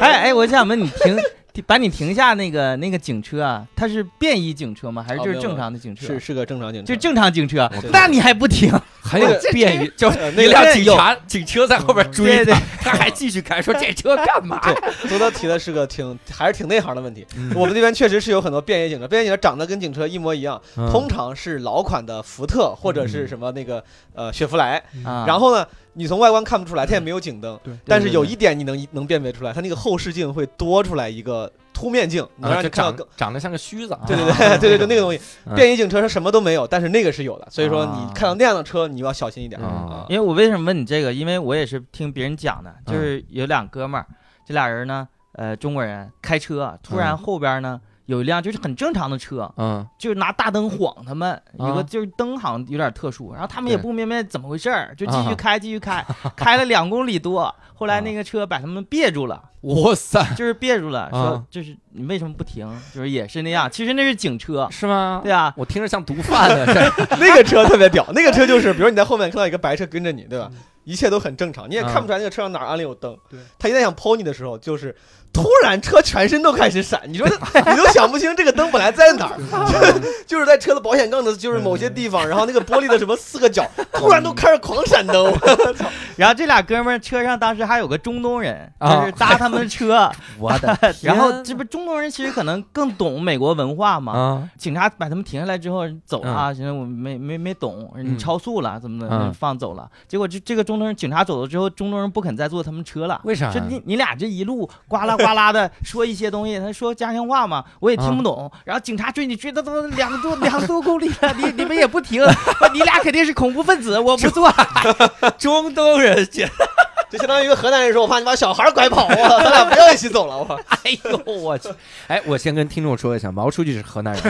[SPEAKER 2] 哎哎，我想问你停。停把你停下那个那个警车啊，它是便衣警车吗？还是
[SPEAKER 3] 哦
[SPEAKER 2] 就是
[SPEAKER 3] 没有
[SPEAKER 2] 正常的警车？啊
[SPEAKER 3] 是是个正常警察，
[SPEAKER 2] 就正常警车啊
[SPEAKER 1] 对，
[SPEAKER 2] 那你还不停？
[SPEAKER 1] 还有
[SPEAKER 2] 这
[SPEAKER 1] 便于就是
[SPEAKER 2] (laughs)
[SPEAKER 3] 呃那嗯
[SPEAKER 1] 一
[SPEAKER 3] 个
[SPEAKER 1] 哎辆
[SPEAKER 2] 对
[SPEAKER 1] 警
[SPEAKER 2] 有
[SPEAKER 1] 察警车在后边追
[SPEAKER 3] 啊
[SPEAKER 1] 他，他还继续开，说这车干嘛呀？
[SPEAKER 3] (laughs) 多多提的是个挺还是挺内行的问题。
[SPEAKER 2] 嗯
[SPEAKER 3] (laughs) 我们那边确实是有很多便衣警车，便衣警车长得跟警车一模一样，
[SPEAKER 1] 嗯
[SPEAKER 2] 嗯
[SPEAKER 1] 啊
[SPEAKER 3] 通常是老款的福特或者是什么那个呃雪佛兰。
[SPEAKER 2] 啊
[SPEAKER 3] 然后呢，你从外观看不出来，它也没有警灯
[SPEAKER 4] 对，
[SPEAKER 3] 但是有一点你能能辨别出来，它那个后视镜会多出来一个凸面镜，能
[SPEAKER 1] 啊，
[SPEAKER 3] 让
[SPEAKER 1] 就
[SPEAKER 3] 你看到
[SPEAKER 1] 长
[SPEAKER 3] 更。
[SPEAKER 1] 长得像个须子啊，
[SPEAKER 3] 对对对 (laughs) 对对对，那个东西
[SPEAKER 1] 嗯，
[SPEAKER 3] 便衣警车它什么都没有，但是那个是有的，所以说你
[SPEAKER 2] 啊
[SPEAKER 3] 看到那样的车，你要小心一点
[SPEAKER 1] (laughs) 嗯
[SPEAKER 3] 啊。
[SPEAKER 2] 因为我为什么问你这个？因为我也是听别人讲的，
[SPEAKER 1] 嗯
[SPEAKER 2] 就是有两哥们儿，这俩人呢，呃，中国人开车，突然
[SPEAKER 1] 嗯
[SPEAKER 2] 后边呢有一辆就是很正常的车，
[SPEAKER 1] 嗯
[SPEAKER 2] 就是拿大灯晃他们，有
[SPEAKER 1] 啊
[SPEAKER 2] 个就是灯好像有点特殊，然后他们也
[SPEAKER 1] 对
[SPEAKER 2] 不明白怎么回事儿，就继
[SPEAKER 1] 啊
[SPEAKER 2] 续开，继
[SPEAKER 1] (laughs)
[SPEAKER 2] 续开，开了两公里多，后来那个车把他们憋住了，
[SPEAKER 1] 哇塞，
[SPEAKER 2] 就是憋住
[SPEAKER 1] (laughs)
[SPEAKER 2] 了，
[SPEAKER 1] 啊
[SPEAKER 2] 说就是你为什么不停？就是也是那样，其实那是警车，
[SPEAKER 1] 是吗？
[SPEAKER 2] 对啊，
[SPEAKER 1] 我听着像毒贩的，这
[SPEAKER 3] (laughs) 那个车特别屌，那个车就是，比如你在后面看到一个白车跟着你，对吧？一切都很正常，你也看不出来那个车上哪儿安了有灯
[SPEAKER 4] 对。
[SPEAKER 3] 他一旦想抛你的时候，就是突然车全身都开始闪，你说 (laughs) 你都想不清这个灯本来在哪儿，就是在车的保险杠的，就是某些地方，然后那个玻璃的什么四个角，突然都开始狂闪灯，
[SPEAKER 2] 然后这俩哥们儿车上当时还有个中东人，
[SPEAKER 1] 啊
[SPEAKER 2] 就是搭他们的车，
[SPEAKER 1] (laughs) 我的天
[SPEAKER 2] (laughs) 然后这不中东人其实可能更懂美国文化
[SPEAKER 3] (laughs)
[SPEAKER 2] 嘛。
[SPEAKER 1] 啊，
[SPEAKER 2] 警察把他们停下来之后走了啊，现在我没没没懂，
[SPEAKER 1] 嗯
[SPEAKER 2] 你超速了怎么怎
[SPEAKER 1] 嗯
[SPEAKER 2] 么放走了？结果这这个中东人警察走了之后，中东人不肯再坐他们车了。
[SPEAKER 1] 为啥
[SPEAKER 2] 这？你你俩这一路呱啦呱啦的说一些东西，他说家乡话嘛，我也
[SPEAKER 1] 啊
[SPEAKER 2] 听不懂。然后警察追你追到都两多 (laughs) 两多公里了，你你们也不停，你俩肯定是恐怖分子，我不做。
[SPEAKER 1] 中东人简
[SPEAKER 3] 就相当于一个河南人说：“我怕你把小孩拐跑啊，咱俩不要一起走了。”我
[SPEAKER 1] (laughs) 哎呦我去！哎，我先跟听众说一下，毛书记是河
[SPEAKER 4] (laughs)
[SPEAKER 1] 南人，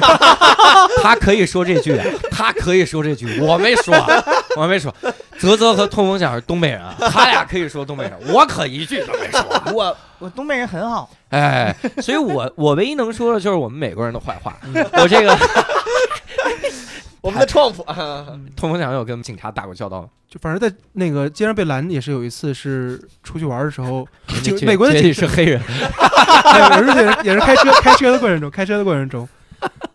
[SPEAKER 1] 他可以说这句，啊他可以说这句，我没说啊，我没说。泽泽和通风响是东北人啊，他俩可以说东北人，我可一句都没说。啊
[SPEAKER 2] 我我东北人很好，
[SPEAKER 1] 哎，所以我我唯一能说的就是我们美国人的坏话。
[SPEAKER 4] 嗯
[SPEAKER 1] 我这个
[SPEAKER 3] 我们的创普啊，
[SPEAKER 1] 通风响有跟警察打过交道吗？
[SPEAKER 4] (laughs) 就反正在那个街上被拦也是有一次，是出去玩的时候，警
[SPEAKER 1] 你觉
[SPEAKER 4] 美国的
[SPEAKER 1] 觉
[SPEAKER 4] 警
[SPEAKER 1] 得你是黑人，
[SPEAKER 4] (laughs) 哎，也是也是开车开车的过程中，开车的过程中，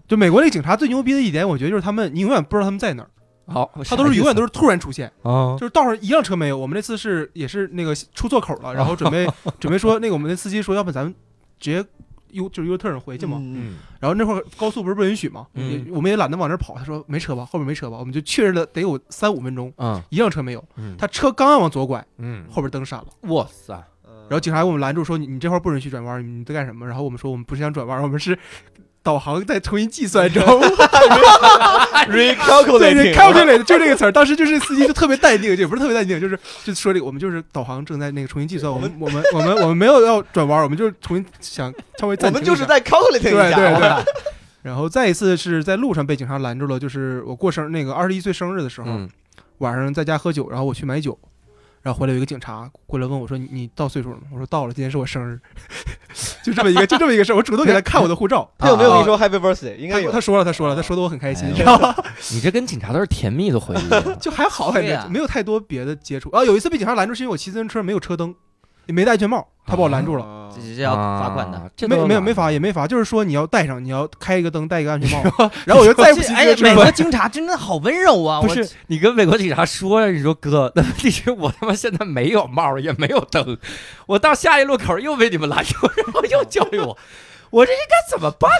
[SPEAKER 4] 就美国那警察最牛逼的一点，我觉得就是他们，你永远不知道他们在哪儿，
[SPEAKER 1] 好，
[SPEAKER 4] 他都是永远都是突然出现，
[SPEAKER 1] 啊
[SPEAKER 4] 就是道上一辆车没有。我们那次是也是那个出错口了，然后准备准备说那个我们那司机说，要不咱们直接 U 就是 U turn 回去嘛。
[SPEAKER 3] 嗯
[SPEAKER 1] 嗯
[SPEAKER 4] 然后那会儿高速不是不允许嘛，
[SPEAKER 1] 嗯
[SPEAKER 4] 也我们也懒得往那儿跑，他说没车吧，后面没车吧，我们就确认了得有三五分钟，
[SPEAKER 1] 嗯
[SPEAKER 4] 一辆车没有，
[SPEAKER 1] 嗯
[SPEAKER 4] 他车刚要往左拐，
[SPEAKER 1] 嗯，
[SPEAKER 4] 后边灯闪了。
[SPEAKER 1] 哇塞，
[SPEAKER 3] 然
[SPEAKER 4] 然后警察给我们拦住说：“你你这块儿不允许转弯，你在干什么？”然后我们说：“我们不是想转弯，我们是导航在重新计算中。 (laughs) 对 (laughs) 对
[SPEAKER 3] recalculating，
[SPEAKER 4] ，calculate 就这个词儿。当时就是司机就特别淡定，也不是特别淡定，就是就说这个我们就是导航正在那个重新计算，我们我们我们我们没有要转弯，我们就是重新想稍微
[SPEAKER 3] 我
[SPEAKER 4] 暂停
[SPEAKER 3] 们
[SPEAKER 4] 一
[SPEAKER 3] 就是
[SPEAKER 4] 下
[SPEAKER 3] 在
[SPEAKER 4] 对
[SPEAKER 3] calculating 一
[SPEAKER 4] 对
[SPEAKER 3] 下，
[SPEAKER 4] 对。 (laughs) 然后再一次是在路上被警察拦住了，就是我过生那个二十一岁生日的时候，
[SPEAKER 1] 嗯
[SPEAKER 4] 晚上在家喝酒，然后我去买酒，然后回来有一个警察过来问我说：“你你到岁数了吗？”我说：“到了，今天是我生日。” (laughs) 就这么一个，就这么一个事儿。我主动给他看我的护照，
[SPEAKER 3] 他有
[SPEAKER 1] 啊
[SPEAKER 3] 没有跟你说 Happy Birthday？应该
[SPEAKER 4] 他
[SPEAKER 3] 有
[SPEAKER 4] 他。说了，他说了，他说的我很开心
[SPEAKER 1] 哎，
[SPEAKER 4] 然后
[SPEAKER 1] 你这跟警察都是甜蜜的回忆。啊
[SPEAKER 4] (laughs) 就还好，感
[SPEAKER 2] 对
[SPEAKER 4] 觉
[SPEAKER 2] 呀
[SPEAKER 4] 没有太多别的接触。啊，有一次被警察拦住，是因为我骑自行车没有车灯，也没戴安全帽，他把我拦住了。
[SPEAKER 3] 啊
[SPEAKER 2] 这是要罚款的。
[SPEAKER 1] 啊，这
[SPEAKER 4] 没
[SPEAKER 1] 都
[SPEAKER 4] 没有没
[SPEAKER 1] 拿
[SPEAKER 4] 罚也没罚，就是说你要戴上，你要开一个灯，戴一个安全帽，然后我就再也不骑
[SPEAKER 2] 这
[SPEAKER 4] 自
[SPEAKER 2] 哎呀
[SPEAKER 4] 行，
[SPEAKER 2] 美
[SPEAKER 4] 车
[SPEAKER 2] 国
[SPEAKER 4] 了。
[SPEAKER 2] 警察真的好温柔啊！
[SPEAKER 1] 不
[SPEAKER 2] 我
[SPEAKER 1] 是你跟美国警察说，你说哥，那问题是我他妈现在没有帽儿，也没有灯，我到下一路口又被你们拦住，然后又教育我，我这应该怎么办？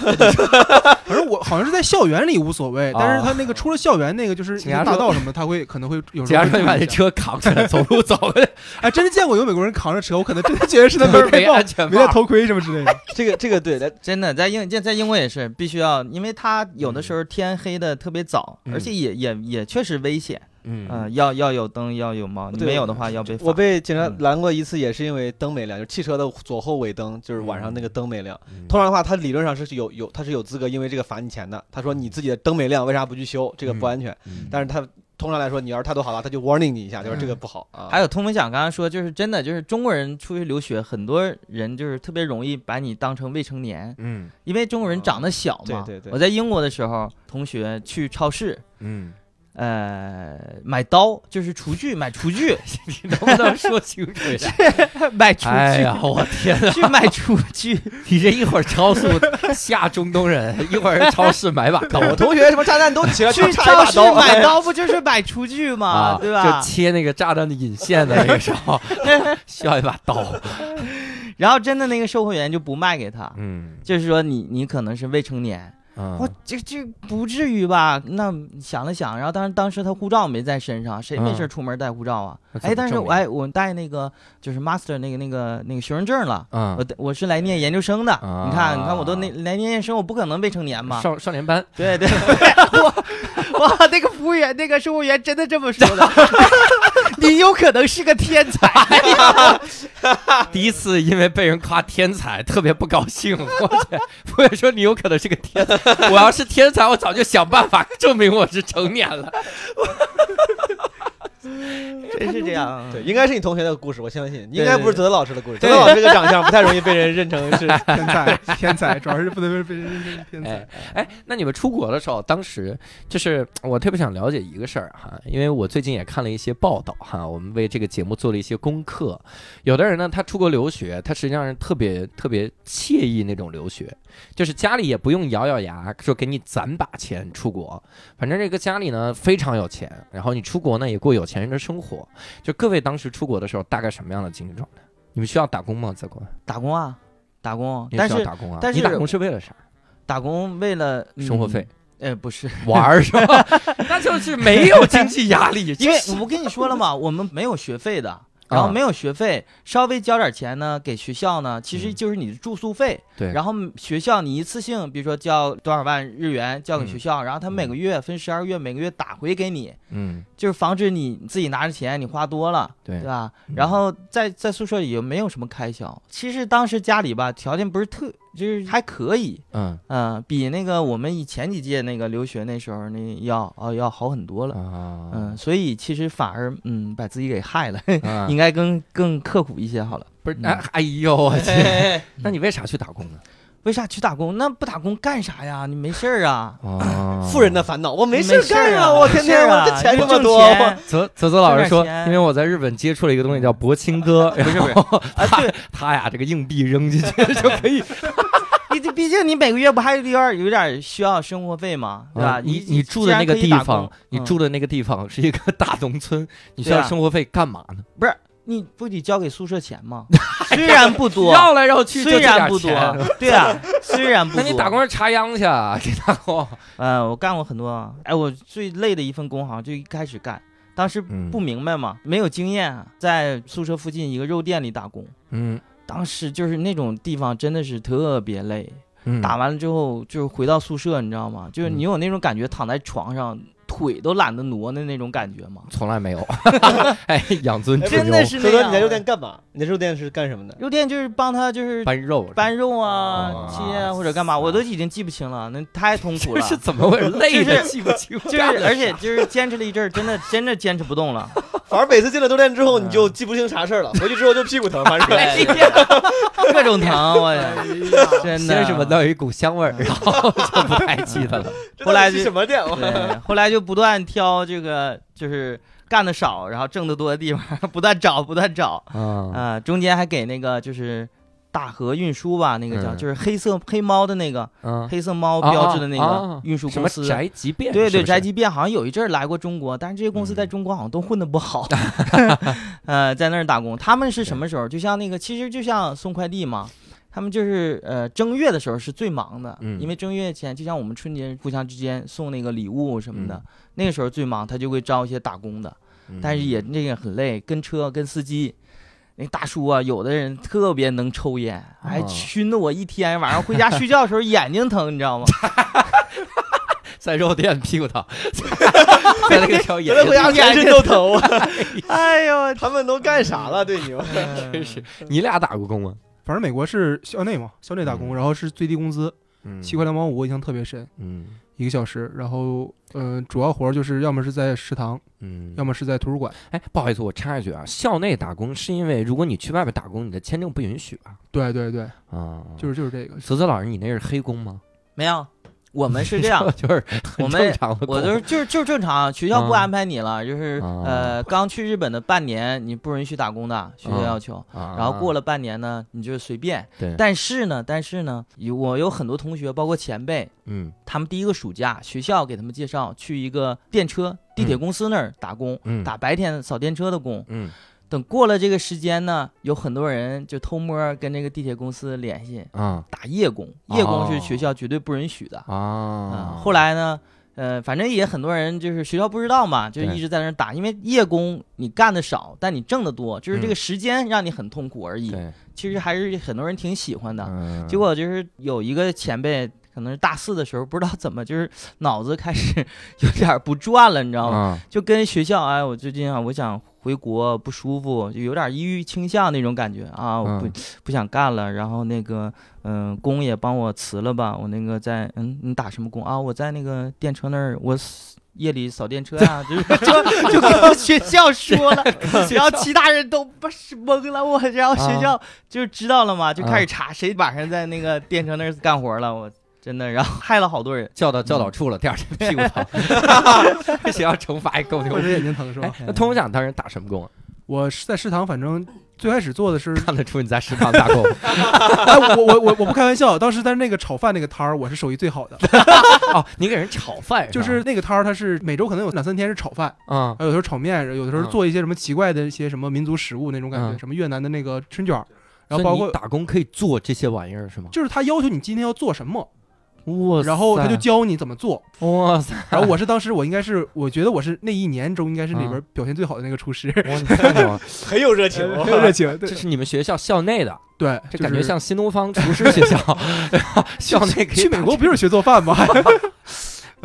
[SPEAKER 4] 反正我好像是在校园里无所谓，但是他那个出了校园那个就是一
[SPEAKER 1] 警
[SPEAKER 4] 些
[SPEAKER 1] 察说
[SPEAKER 4] 大道什么，他会可能会有时
[SPEAKER 1] 警察
[SPEAKER 4] 候会
[SPEAKER 1] 说你把
[SPEAKER 4] 注意
[SPEAKER 1] 这
[SPEAKER 4] 一下
[SPEAKER 1] 车扛起来，走路走过去，
[SPEAKER 4] (laughs) 哎，真的见过有美国人扛着车，我可能真的觉得是他没
[SPEAKER 1] (laughs) 没
[SPEAKER 4] 戴帽
[SPEAKER 1] 安、全
[SPEAKER 4] 没戴
[SPEAKER 1] 帽。
[SPEAKER 4] 头盔什么之类的。
[SPEAKER 3] 这个这个对，来
[SPEAKER 2] 真的在英在在英国也是必须要，因为他有的时候天黑的特别早，
[SPEAKER 1] 嗯
[SPEAKER 2] 而且也也也确实危险。嗯、
[SPEAKER 1] 嗯，
[SPEAKER 2] 要要有灯，要有猫，你
[SPEAKER 3] 对
[SPEAKER 2] 没有的话要被罚。
[SPEAKER 3] 我被警察
[SPEAKER 2] 嗯
[SPEAKER 3] 拦过一次，也是因为灯没亮，就是汽车的左后尾灯，就是晚上那个灯没亮。
[SPEAKER 1] 嗯
[SPEAKER 3] 通常的话，他理论上是有有他是有资格因为这个罚你钱的。他说你自己的灯没亮，为啥不去修？这个不安全。
[SPEAKER 1] 嗯
[SPEAKER 3] 但是他通常来说，你要是态度好了，他就 warning 你一下，就是这个不好啊。
[SPEAKER 2] 还有通文响刚刚说，就是真的，就是中国人出去留学，很多人就是特别容易把你当成未成年，
[SPEAKER 1] 嗯
[SPEAKER 2] 因为中国人长得小嘛。
[SPEAKER 3] 对对对
[SPEAKER 2] 我在英国的时候，同学去超市，
[SPEAKER 1] 嗯，
[SPEAKER 2] 呃，买刀，就是厨具，买厨具，
[SPEAKER 1] (laughs) 你能不能说清楚一 (laughs) 下？
[SPEAKER 2] 买厨具，
[SPEAKER 1] 哎呀，我天 (laughs) 哪！
[SPEAKER 2] 去买厨具。
[SPEAKER 1] 你这一会儿超速吓中东人，一会儿超市买把 (laughs) 刀，
[SPEAKER 3] 我同学什么炸弹都起来，
[SPEAKER 2] 去
[SPEAKER 3] 差一
[SPEAKER 2] 超
[SPEAKER 3] 把
[SPEAKER 2] 市
[SPEAKER 3] 刀，
[SPEAKER 2] (laughs) 买刀不就是买厨具吗？
[SPEAKER 1] (laughs) 啊，
[SPEAKER 2] 对吧
[SPEAKER 1] 就？切那个炸弹的引线的那个时 (laughs) 候，需要一把刀。
[SPEAKER 2] 然后真的那个售货员就不卖给他，
[SPEAKER 1] 嗯
[SPEAKER 2] 就是说你你可能是未成年，
[SPEAKER 1] 嗯
[SPEAKER 2] 我这这不至于吧？那想了想，然后当时当时他护照没在身上，谁没事
[SPEAKER 1] 嗯
[SPEAKER 2] 出门带护照啊？
[SPEAKER 1] 那怎
[SPEAKER 2] 哎，
[SPEAKER 1] 么
[SPEAKER 2] 但是
[SPEAKER 1] 证
[SPEAKER 2] 我
[SPEAKER 1] 明
[SPEAKER 2] 哎我带那个就是 master 那个那个那个学生证了。
[SPEAKER 1] 嗯
[SPEAKER 2] 我我是来念研究生的，
[SPEAKER 1] 啊
[SPEAKER 2] 你看，你看，我都那来念研究生，我不可能未成年嘛。
[SPEAKER 1] 少少年班，
[SPEAKER 2] 对对，我 (laughs) 哇，那个服务员，那个售货员真的这么说的， (laughs) 你有可能是个天才。
[SPEAKER 1] 第一次因为被人夸天才，特别不高兴。我去，服务员说你有可能是个天才，我要是天才，我早就想办法证明我是成年了。
[SPEAKER 2] (laughs) 真是这样。啊
[SPEAKER 3] 对，应该是你同学的故事，我相信，应
[SPEAKER 4] 对
[SPEAKER 3] 该
[SPEAKER 4] 对
[SPEAKER 3] 不是
[SPEAKER 4] 对
[SPEAKER 3] 泽泽老师的故事。泽
[SPEAKER 4] 对
[SPEAKER 3] 泽老师这个长相不太容易被人认成是
[SPEAKER 4] 天才，天才，主要是不能被人认成天才
[SPEAKER 1] 哎。
[SPEAKER 2] 嗯
[SPEAKER 1] 哎，那你们出国的时候，当时就是我特别想了解一个事儿哈，因为我最近也看了一些报道哈，我们为这个节目做了一些功课。有的人呢，他出国留学，他实际上是特别特别惬意那种留学，就是家里也不用咬咬牙说给你攒把钱出国，反正这个家里呢非常有钱，然后你出国呢也过有钱人的生活。就各位当时出国的时候，大概什么样的经济状态？你们需要打工吗？在国外，
[SPEAKER 2] 打工啊，打工，
[SPEAKER 1] 你们
[SPEAKER 2] 但
[SPEAKER 1] 需要
[SPEAKER 2] 是
[SPEAKER 1] 打工啊？
[SPEAKER 2] 但
[SPEAKER 1] 你
[SPEAKER 2] 是
[SPEAKER 1] 打工是为了啥？
[SPEAKER 2] 打工为了
[SPEAKER 1] 生活费，
[SPEAKER 2] 嗯哎，
[SPEAKER 1] (laughs)
[SPEAKER 2] 不是，
[SPEAKER 1] 玩儿是
[SPEAKER 2] (laughs)
[SPEAKER 1] 吧？那就是没有经济压力，
[SPEAKER 2] 因为
[SPEAKER 1] 就是
[SPEAKER 2] 我跟你说了嘛，我们没有学费的，
[SPEAKER 1] (laughs)
[SPEAKER 2] 然后
[SPEAKER 1] 啊
[SPEAKER 2] 没有学费，稍微交点钱呢给学校呢，其实
[SPEAKER 1] 嗯
[SPEAKER 2] 就是你的住宿费。
[SPEAKER 1] 对
[SPEAKER 2] 然后学校你一次性，比如说交多少万日元交给
[SPEAKER 1] 嗯
[SPEAKER 2] 学校，然后他每个月分十二个月，每个月打回给你，
[SPEAKER 1] 嗯，
[SPEAKER 2] 就是防止你自己拿着钱你花多了，
[SPEAKER 1] 对
[SPEAKER 2] 对吧
[SPEAKER 1] 嗯？
[SPEAKER 2] 然后在在宿舍里也没有什么开销。其实当时家里吧条件不是特，就是还可以，
[SPEAKER 1] 嗯
[SPEAKER 2] 嗯、比那个我们以前几届那个留学那时候那要啊、要好很多了。
[SPEAKER 1] 啊，
[SPEAKER 2] 嗯，所以其实反而嗯把自己给害了，
[SPEAKER 1] 啊
[SPEAKER 2] (laughs) 应该更更刻苦一些好了。
[SPEAKER 1] 不是
[SPEAKER 2] 嗯
[SPEAKER 1] 哎哎呦我去，
[SPEAKER 3] 哎
[SPEAKER 1] 那你为啥去打工呢？
[SPEAKER 2] (laughs) 为啥去打工？那不打工干啥呀？你没事
[SPEAKER 1] (laughs)
[SPEAKER 2] 儿啊？ (clears throat)
[SPEAKER 1] 哦
[SPEAKER 3] 富人的烦恼，我没事
[SPEAKER 2] 没
[SPEAKER 3] 儿
[SPEAKER 2] 事儿
[SPEAKER 3] 干
[SPEAKER 2] 啊，
[SPEAKER 3] 我天天
[SPEAKER 2] 没事儿
[SPEAKER 3] 我
[SPEAKER 2] 啊
[SPEAKER 3] 这钱
[SPEAKER 2] 你
[SPEAKER 3] 这
[SPEAKER 2] 就
[SPEAKER 3] 么
[SPEAKER 2] 挣
[SPEAKER 3] 多，啊
[SPEAKER 2] 钱
[SPEAKER 1] 泽泽泽老师说
[SPEAKER 2] 挣点，钱
[SPEAKER 1] 因为我在日本接触了一个东西叫铂金哥，然
[SPEAKER 2] 是不是
[SPEAKER 1] 后
[SPEAKER 2] (laughs) 啊，
[SPEAKER 1] 他
[SPEAKER 2] 对，
[SPEAKER 1] 他呀这个硬币扔进去就可以，
[SPEAKER 2] 你这毕竟你每个月不还有点儿有点儿需要生活费吗？对吧？
[SPEAKER 1] 啊你
[SPEAKER 2] 你
[SPEAKER 1] 你住的那个地方，你住
[SPEAKER 2] 的
[SPEAKER 1] 的那个地方是一个大农村，你需
[SPEAKER 2] 嗯对
[SPEAKER 1] 要
[SPEAKER 2] 啊
[SPEAKER 1] 生活费干嘛呢？
[SPEAKER 2] 你不得交给宿舍钱吗？虽然不多，
[SPEAKER 1] 绕来绕去就
[SPEAKER 2] 啊虽
[SPEAKER 1] 这
[SPEAKER 2] 然
[SPEAKER 1] 点
[SPEAKER 2] 不多
[SPEAKER 1] 钱，
[SPEAKER 2] 对啊，虽然不
[SPEAKER 1] 那
[SPEAKER 2] 多。
[SPEAKER 1] 你打工？是插秧去啊？给打工，
[SPEAKER 2] 呃，我干过很多。哎，我最累的一份工好像就一开始干，当时
[SPEAKER 1] 嗯
[SPEAKER 2] (laughs) 不明白嘛，没有经验，啊在宿舍附近一个肉店里打工。
[SPEAKER 1] 嗯
[SPEAKER 2] 当时就是那种地方真的是特别累，
[SPEAKER 1] 嗯
[SPEAKER 2] 打完了之后就是回到宿舍，你知道吗？就是你有那种感觉，躺在床上腿都懒得挪的那种感觉吗？
[SPEAKER 1] 从来没
[SPEAKER 2] (laughs)
[SPEAKER 1] 有。哎，养尊处优，
[SPEAKER 2] 真的是
[SPEAKER 3] 泽
[SPEAKER 2] 那
[SPEAKER 3] 泽
[SPEAKER 2] 样。啊
[SPEAKER 3] 你在肉店干嘛？你在肉店是干什么的？
[SPEAKER 2] 肉店就是帮他就是
[SPEAKER 1] 搬肉，
[SPEAKER 2] 搬肉啊
[SPEAKER 1] 哇、
[SPEAKER 2] 切啊或者干嘛，我都已经记不清了，那太痛
[SPEAKER 1] (laughs)
[SPEAKER 2] 苦
[SPEAKER 1] 这
[SPEAKER 2] 了。
[SPEAKER 1] 是怎么回事？累的
[SPEAKER 2] 就是
[SPEAKER 1] 记不清， (laughs)
[SPEAKER 2] 就是，而且就是坚持了一阵儿，真的真的坚持不动了。
[SPEAKER 3] 反正每次进了肉店之后，你就记不清啥事儿了，回去之后就屁股疼，反正
[SPEAKER 2] 哎 (laughs) 各种疼，我真的。
[SPEAKER 1] 先是闻到有一股香味儿，然后就不太记得了。
[SPEAKER 3] (laughs)
[SPEAKER 1] (laughs)
[SPEAKER 3] 真的
[SPEAKER 2] 后来
[SPEAKER 3] 是
[SPEAKER 2] 就
[SPEAKER 3] 什么店？我
[SPEAKER 2] 对，后来就不断挑这个，就是干的少，然后挣得多的地方， (laughs) 不断找，不断找。
[SPEAKER 1] 啊，
[SPEAKER 2] 啊、中间还给那个就是大河运输吧，那个叫、
[SPEAKER 1] 嗯
[SPEAKER 2] 就是黑色黑猫的那个、
[SPEAKER 1] 嗯，
[SPEAKER 2] 黑色猫标志的那
[SPEAKER 1] 啊啊
[SPEAKER 2] 个运输
[SPEAKER 1] 什
[SPEAKER 2] 公
[SPEAKER 1] 么
[SPEAKER 2] 司。
[SPEAKER 1] 宅急便？
[SPEAKER 2] 对
[SPEAKER 1] 是
[SPEAKER 2] 对，
[SPEAKER 1] 不是
[SPEAKER 2] 宅急便好像有一阵儿来过中国，但是这些公司在
[SPEAKER 1] 嗯
[SPEAKER 2] 中国好像都混得不
[SPEAKER 1] (laughs)
[SPEAKER 2] 好， (laughs) 呃，在那儿打工。他们是什么时候？就像那个，其实就像送快递嘛，他们就是呃正月的时候是最忙的，
[SPEAKER 1] 嗯
[SPEAKER 2] 因为正月前就像我们春节互相之间送那个礼物什么的，
[SPEAKER 1] 嗯
[SPEAKER 2] 那个时候最忙，他就会招一些打工的。
[SPEAKER 1] 嗯
[SPEAKER 2] 但是也那个很累，跟车跟司机。那大叔啊，有的人特别能抽烟，还
[SPEAKER 1] 哦
[SPEAKER 2] 熏得我一天，晚上回家睡觉的时候眼睛疼，你知道吗？
[SPEAKER 1] (laughs) 在肉店屁股 (laughs) 疼， (laughs) 在那个小野嗯
[SPEAKER 3] 原来回家全身都疼，
[SPEAKER 2] 哎呦，我
[SPEAKER 3] 他们都干啥了？对你们？
[SPEAKER 1] 真是。你俩打过工吗？
[SPEAKER 4] 嗯反正美国是校内嘛，校内打
[SPEAKER 1] 嗯
[SPEAKER 4] 工，然后是最低工资
[SPEAKER 1] 嗯
[SPEAKER 4] 七块，两毛五，我印象特别深，
[SPEAKER 1] 嗯
[SPEAKER 4] 一个小时。然后，嗯、主要活儿就是要么是在食堂，
[SPEAKER 1] 嗯
[SPEAKER 4] 要么是在图书馆。
[SPEAKER 1] 哎，不好意思，我插一句啊，校内打工是因为如果你去外边打工，你的签证不允许吧？
[SPEAKER 4] 对对对，
[SPEAKER 1] 啊，
[SPEAKER 4] 就是是就是这个。
[SPEAKER 1] 泽泽老师，你那是黑工吗？
[SPEAKER 2] (laughs) 没有，我们是这样，
[SPEAKER 1] (laughs) 就是很
[SPEAKER 2] 我们
[SPEAKER 1] 正常的工。
[SPEAKER 2] 我就是就是就是正常，学校不
[SPEAKER 1] 啊
[SPEAKER 2] 安排你了，就是
[SPEAKER 1] 啊
[SPEAKER 2] 呃，刚去日本的半年，你不允许打工的，学校
[SPEAKER 1] 啊
[SPEAKER 2] 要求。
[SPEAKER 1] 啊，
[SPEAKER 2] 然后过了半年呢，你就随便
[SPEAKER 1] 对。
[SPEAKER 2] 但是呢，但是呢，有我有很多同学，包括前辈，
[SPEAKER 1] 嗯
[SPEAKER 2] 他们第一个暑假，学校给他们介绍去一个电车地铁公司那儿打工，
[SPEAKER 1] 嗯
[SPEAKER 2] 打白天扫电车的工。
[SPEAKER 1] 嗯
[SPEAKER 2] 等过了这个时间呢，有很多人就偷摸儿跟这个地铁公司联系，
[SPEAKER 1] 啊
[SPEAKER 2] 打夜工，
[SPEAKER 1] 哦
[SPEAKER 2] 夜工是学校绝对不允许的。
[SPEAKER 1] 啊
[SPEAKER 2] 啊，后来呢？呃，反正也很多人就是学校不知道嘛，就是
[SPEAKER 1] 对
[SPEAKER 2] 一直在那儿打，因为夜工你干的少，但你挣的多，就是这
[SPEAKER 1] 嗯
[SPEAKER 2] 个时间让你很痛苦而已。
[SPEAKER 1] 对，
[SPEAKER 2] 其实还是很多人挺喜欢的，
[SPEAKER 1] 嗯
[SPEAKER 2] 结果就是有一个前辈可能是大四的时候，不知道怎么就是脑子开始 (laughs) 有点儿不转了，你知道吗？
[SPEAKER 1] 啊，
[SPEAKER 2] 就跟学校，哎，我最近啊，我想回国，不舒服，就有点抑郁倾向那种感觉啊，我不、
[SPEAKER 1] 嗯
[SPEAKER 2] 不想干了。然后那个，嗯、工也帮我辞了吧，我那个在，嗯，你打什么工啊？我在那个电车那儿，我扫夜里扫电车啊， (laughs) 就是就就跟学校说了，然后其他人都不是懵了我，然后学
[SPEAKER 3] 啊
[SPEAKER 2] 校就知道了嘛，就开始查谁晚上在那个电车那儿干活了，我真的，然后害了好多人。
[SPEAKER 1] 叫到教导处了，第二天 (laughs) 屁股疼， (laughs) 这学校惩罚还够牛
[SPEAKER 4] 或者
[SPEAKER 1] 逼。
[SPEAKER 4] 眼睛疼是吧
[SPEAKER 1] 哎？，那通红长当时打什么工啊？
[SPEAKER 4] 我是在食堂，反正最开始做的是， (laughs)
[SPEAKER 1] 看得出你在食堂打 (laughs) 工，
[SPEAKER 4] 哎，我我我我不开玩笑，当时在那个炒饭那个摊儿，我是手艺最好的，
[SPEAKER 1] 哦，你给人炒饭吧
[SPEAKER 4] 就是那个摊儿，它是每周可能有两三天是炒饭，
[SPEAKER 1] 啊
[SPEAKER 4] 还有时候炒面，有的时候
[SPEAKER 1] 嗯
[SPEAKER 4] 做一些什么奇怪的一些什么民族食物那种感觉，
[SPEAKER 1] 嗯
[SPEAKER 4] 什么越南的那个春卷儿，
[SPEAKER 1] 所
[SPEAKER 4] 然后
[SPEAKER 1] 以
[SPEAKER 4] 包
[SPEAKER 1] 你
[SPEAKER 4] 括
[SPEAKER 1] 打工可以做这些玩意儿是吗？
[SPEAKER 4] 就是他要求你今天要做什么，
[SPEAKER 1] 哇塞，
[SPEAKER 4] 然后他就教你怎
[SPEAKER 1] (laughs)
[SPEAKER 4] 么做。
[SPEAKER 1] 哇塞，
[SPEAKER 4] 然后我是当时我应该是我觉得我是那一年中应该是
[SPEAKER 1] 嗯
[SPEAKER 4] 里边表现最好的那个
[SPEAKER 1] (laughs)
[SPEAKER 4] 厨师，
[SPEAKER 1] 哇你太牛了
[SPEAKER 3] 很有热情哦
[SPEAKER 4] 很有热情。对
[SPEAKER 1] 这是你们学校校内的，
[SPEAKER 4] 对，
[SPEAKER 1] 这
[SPEAKER 4] 就
[SPEAKER 1] 感觉
[SPEAKER 4] 是
[SPEAKER 1] 像新东方厨师学 (laughs) 校，校内可以
[SPEAKER 4] 去美国
[SPEAKER 1] 打
[SPEAKER 4] 不就是学做
[SPEAKER 1] (laughs)
[SPEAKER 4] 饭吗？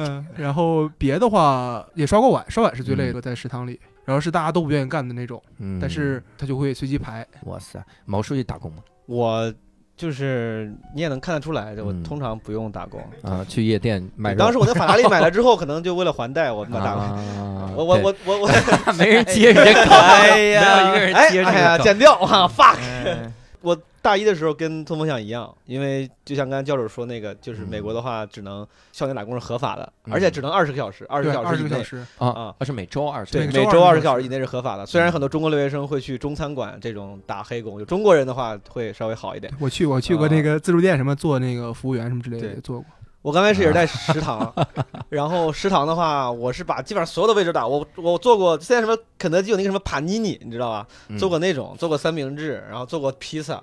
[SPEAKER 4] 嗯，然后别的话也刷过碗，刷碗是最累的，在食堂里。然后是大家都不愿意干的那种，
[SPEAKER 1] 嗯
[SPEAKER 4] 但是他就会随机排。
[SPEAKER 1] 哇塞，毛书记打工吗？
[SPEAKER 3] 我就是你也能看得出来，我
[SPEAKER 1] 嗯
[SPEAKER 3] 通常不用打工。
[SPEAKER 1] 啊，去夜店买
[SPEAKER 3] 对
[SPEAKER 1] 肉。
[SPEAKER 3] 当时我那法拉利买了之后，可能就为了还贷，我他妈打工。
[SPEAKER 1] 啊
[SPEAKER 3] 我我我我我，
[SPEAKER 1] 对 (laughs) 没人接
[SPEAKER 3] (laughs)
[SPEAKER 1] 你这梗，
[SPEAKER 3] 哎
[SPEAKER 1] 没有
[SPEAKER 3] 呀，
[SPEAKER 1] 一个人
[SPEAKER 3] 哎
[SPEAKER 1] 接这
[SPEAKER 3] 哎
[SPEAKER 1] 个
[SPEAKER 3] 呀，
[SPEAKER 1] 梗
[SPEAKER 3] 剪掉啊，fuck！
[SPEAKER 2] 哎
[SPEAKER 3] 我大一的时候跟通风想一样，因为就像刚才教主说那个，就是美国的话，只能校内打工是合法的，
[SPEAKER 1] 嗯
[SPEAKER 3] 而且只能二十个小时，二十
[SPEAKER 4] 对，
[SPEAKER 3] 小
[SPEAKER 4] 二
[SPEAKER 3] 时
[SPEAKER 4] 十
[SPEAKER 3] 以
[SPEAKER 4] 个小
[SPEAKER 3] 内。
[SPEAKER 4] 时，
[SPEAKER 1] 啊
[SPEAKER 3] 啊，
[SPEAKER 1] 啊是每周二十
[SPEAKER 3] 对，
[SPEAKER 4] 每
[SPEAKER 3] 每
[SPEAKER 4] 周
[SPEAKER 3] 周
[SPEAKER 4] 二
[SPEAKER 3] 二
[SPEAKER 4] 十
[SPEAKER 3] 十
[SPEAKER 4] 小
[SPEAKER 3] 小
[SPEAKER 4] 时
[SPEAKER 3] 时以内是合法的。虽然很多中国留学生会去中餐馆这种打黑工，就中国人的话会稍微好一点。
[SPEAKER 4] 我去我去过那个自助店什么做那个服务员什么之类的
[SPEAKER 3] 啊对
[SPEAKER 4] 也做过。
[SPEAKER 3] 我刚开始也是在食堂， (laughs) 然后食堂的话，我是把基本上所有的位置打。我我做过现在什么肯德基有那个什么帕尼尼，你知道吧？
[SPEAKER 1] 嗯
[SPEAKER 3] 做过那种，做过三明治，然后做过披萨、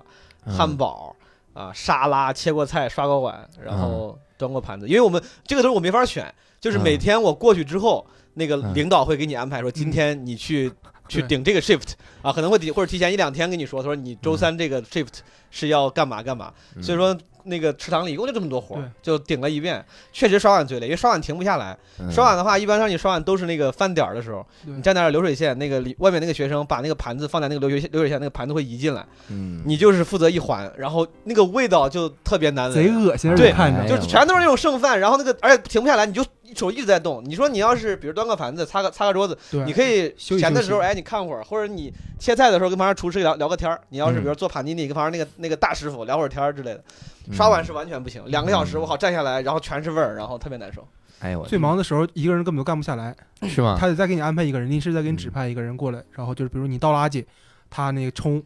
[SPEAKER 3] 汉
[SPEAKER 1] 嗯
[SPEAKER 3] 堡啊、沙拉，切过菜，刷过碗，然后端过盘子。因为我们这个东西我没法选，就是每
[SPEAKER 1] 嗯
[SPEAKER 3] 天我过去之后，那个
[SPEAKER 1] 嗯
[SPEAKER 3] 领导会给你安排说，今天你去去
[SPEAKER 4] 对
[SPEAKER 3] 顶这个 shift 啊，可能会提或者提前一两天跟你说，他说你周三这个 shift 是要干嘛干嘛。
[SPEAKER 1] 嗯
[SPEAKER 3] 所以说那个池塘里一共就这么多活
[SPEAKER 4] 对
[SPEAKER 3] 儿，就顶了一遍。确实刷碗最累，因为刷碗停不下来。
[SPEAKER 1] 嗯
[SPEAKER 3] 刷碗的话，一般让你刷碗都是那个饭点儿的时候，
[SPEAKER 4] 对
[SPEAKER 3] 你站在那儿流水线，那个里外面那个学生把那个盘子放在那个流水线流水线，那个盘子会移进来，
[SPEAKER 1] 嗯
[SPEAKER 3] 你就是负责一环，然后那个味道就特别难
[SPEAKER 4] 贼
[SPEAKER 3] 闻。
[SPEAKER 4] 恶心，
[SPEAKER 3] 啊对
[SPEAKER 4] 看
[SPEAKER 1] 哎
[SPEAKER 4] 着
[SPEAKER 1] 呀
[SPEAKER 3] 就全都是那种剩饭，然后那个而且停不下来，你就手一直在动。你说你要是比如端个盘子、擦个擦个桌子，
[SPEAKER 4] 对
[SPEAKER 3] 你可以
[SPEAKER 4] 休息
[SPEAKER 3] 闲的
[SPEAKER 4] 休息
[SPEAKER 3] 时候，哎，你看会儿，或者你切菜的时候跟旁边厨师聊聊个天儿。你要是
[SPEAKER 1] 嗯
[SPEAKER 3] 比如做帕尼尼，跟旁边那个那个大师傅聊会儿天儿之类的。
[SPEAKER 4] 嗯
[SPEAKER 3] 刷碗
[SPEAKER 1] 嗯
[SPEAKER 3] 是完全不行，两个小时我好站下来，然后全是味儿，然后特别难受。
[SPEAKER 1] 哎呦我
[SPEAKER 4] 最忙的时候，一个人根本都干不下来，
[SPEAKER 1] 是
[SPEAKER 3] 啊
[SPEAKER 1] 吗？
[SPEAKER 4] 他得再给你安排一个人，临时再给你
[SPEAKER 3] 嗯
[SPEAKER 4] 指派一个人过来，然后就是比如你倒垃圾，他那个冲，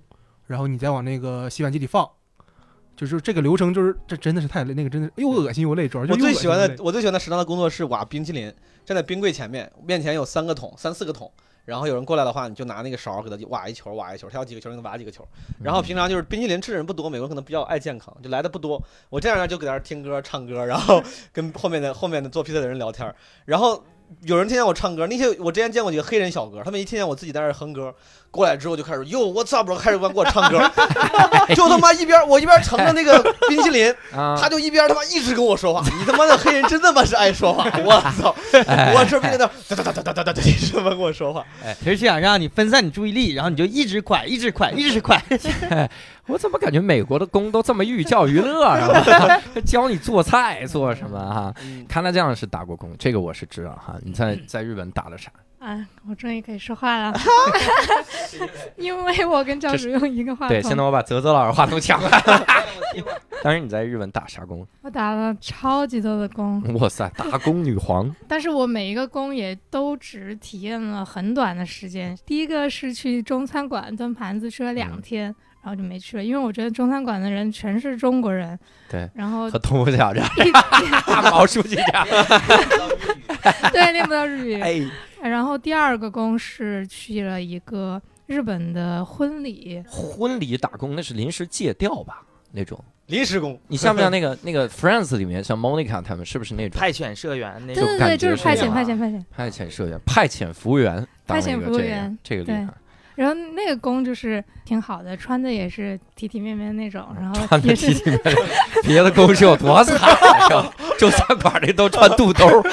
[SPEAKER 4] 然后你再往那个洗碗机里放，就是这个流程，就是这真的是太累，那个真的又恶心又累，主要就
[SPEAKER 3] 我
[SPEAKER 4] 是又
[SPEAKER 3] 最
[SPEAKER 4] 恶心
[SPEAKER 3] 喜欢的我最喜欢的食堂的工作是挖冰淇淋，站在冰柜前面，面前有三个桶，三四个桶。然后有人过来的话，你就拿那个勺给他挖一球，挖一球，他要几个球，你给他挖几个球。然后平常就是冰淇淋吃的人不多，美国人可能比较爱健康，就来的不多。我这样呢就搁那儿听歌唱歌，然
[SPEAKER 1] (laughs)
[SPEAKER 3] 后跟后面的后面的做披萨的人聊天儿。然后有人听见我唱歌，那些我之前见过几个黑人小哥，他们一听见我自己在那儿哼歌，过来之后就开始哟我操，bro，开始给我唱歌，
[SPEAKER 1] (laughs)
[SPEAKER 3] 就他妈一边我一边盛着那个冰淇淋，
[SPEAKER 1] 啊，
[SPEAKER 3] 他就一边他妈一直跟我说话，你他妈的黑人真他妈是爱说话，我操！
[SPEAKER 1] 哎
[SPEAKER 3] 我这边在那哒哒哒哒哒哒哒一直他妈跟我说话，
[SPEAKER 2] 其实就想让你分散你注意力，然后你就一直快，一直快，一直快。
[SPEAKER 1] 我怎么感觉美国的工都这么寓教于乐
[SPEAKER 3] (laughs)
[SPEAKER 1] 啊？教你做菜做什么啊？看他这样是打过工，这个我是知道哈。你
[SPEAKER 3] 嗯
[SPEAKER 1] 在在日本打了啥？
[SPEAKER 5] 啊，我终于可以说
[SPEAKER 1] (laughs)
[SPEAKER 5] 话了，因为我跟教主用一个话筒。
[SPEAKER 1] 对，现在我把泽泽老师话筒
[SPEAKER 3] (laughs)
[SPEAKER 1] 抢了。当时你在日本打啥工？
[SPEAKER 5] 我打了超级多的工，
[SPEAKER 1] 哇塞，打工女皇！
[SPEAKER 5] 但是我每一个工也都只体验了很短的时间。第一个是去中餐馆端盘子，吃了两
[SPEAKER 1] 嗯
[SPEAKER 5] 天。然后就没去了，因为我觉得中餐馆的人全是中国人。
[SPEAKER 1] 对，
[SPEAKER 5] 然后
[SPEAKER 1] 和东部小这样，
[SPEAKER 5] 一
[SPEAKER 1] 毛书记这样。
[SPEAKER 5] 对练不到日语。
[SPEAKER 1] 哎，
[SPEAKER 5] 然后第二个工是去了一个日本的婚礼，
[SPEAKER 1] 婚礼打工那是临时借调吧？那种，
[SPEAKER 3] 临时工，
[SPEAKER 1] 你像不像那个 (laughs) 那个 Friends 里面像 Monica 他们是不是那种
[SPEAKER 2] 派遣社员那
[SPEAKER 5] 对
[SPEAKER 1] 就
[SPEAKER 5] 对
[SPEAKER 1] 感
[SPEAKER 5] 对，就
[SPEAKER 1] 觉
[SPEAKER 5] 是派
[SPEAKER 1] 是这
[SPEAKER 5] 遣
[SPEAKER 1] 样啊
[SPEAKER 5] 派遣派遣。
[SPEAKER 1] 派遣社员、派遣服务员？当了一个
[SPEAKER 5] 派遣服务员
[SPEAKER 1] 这个这个厉害。
[SPEAKER 5] 然后那个工就是挺好的，穿的也是体体面面那种，然后
[SPEAKER 1] 穿的
[SPEAKER 5] 也
[SPEAKER 1] 体
[SPEAKER 5] 是
[SPEAKER 1] 体面面，别的公司有多惨啊！是吧中餐馆里都穿肚兜儿，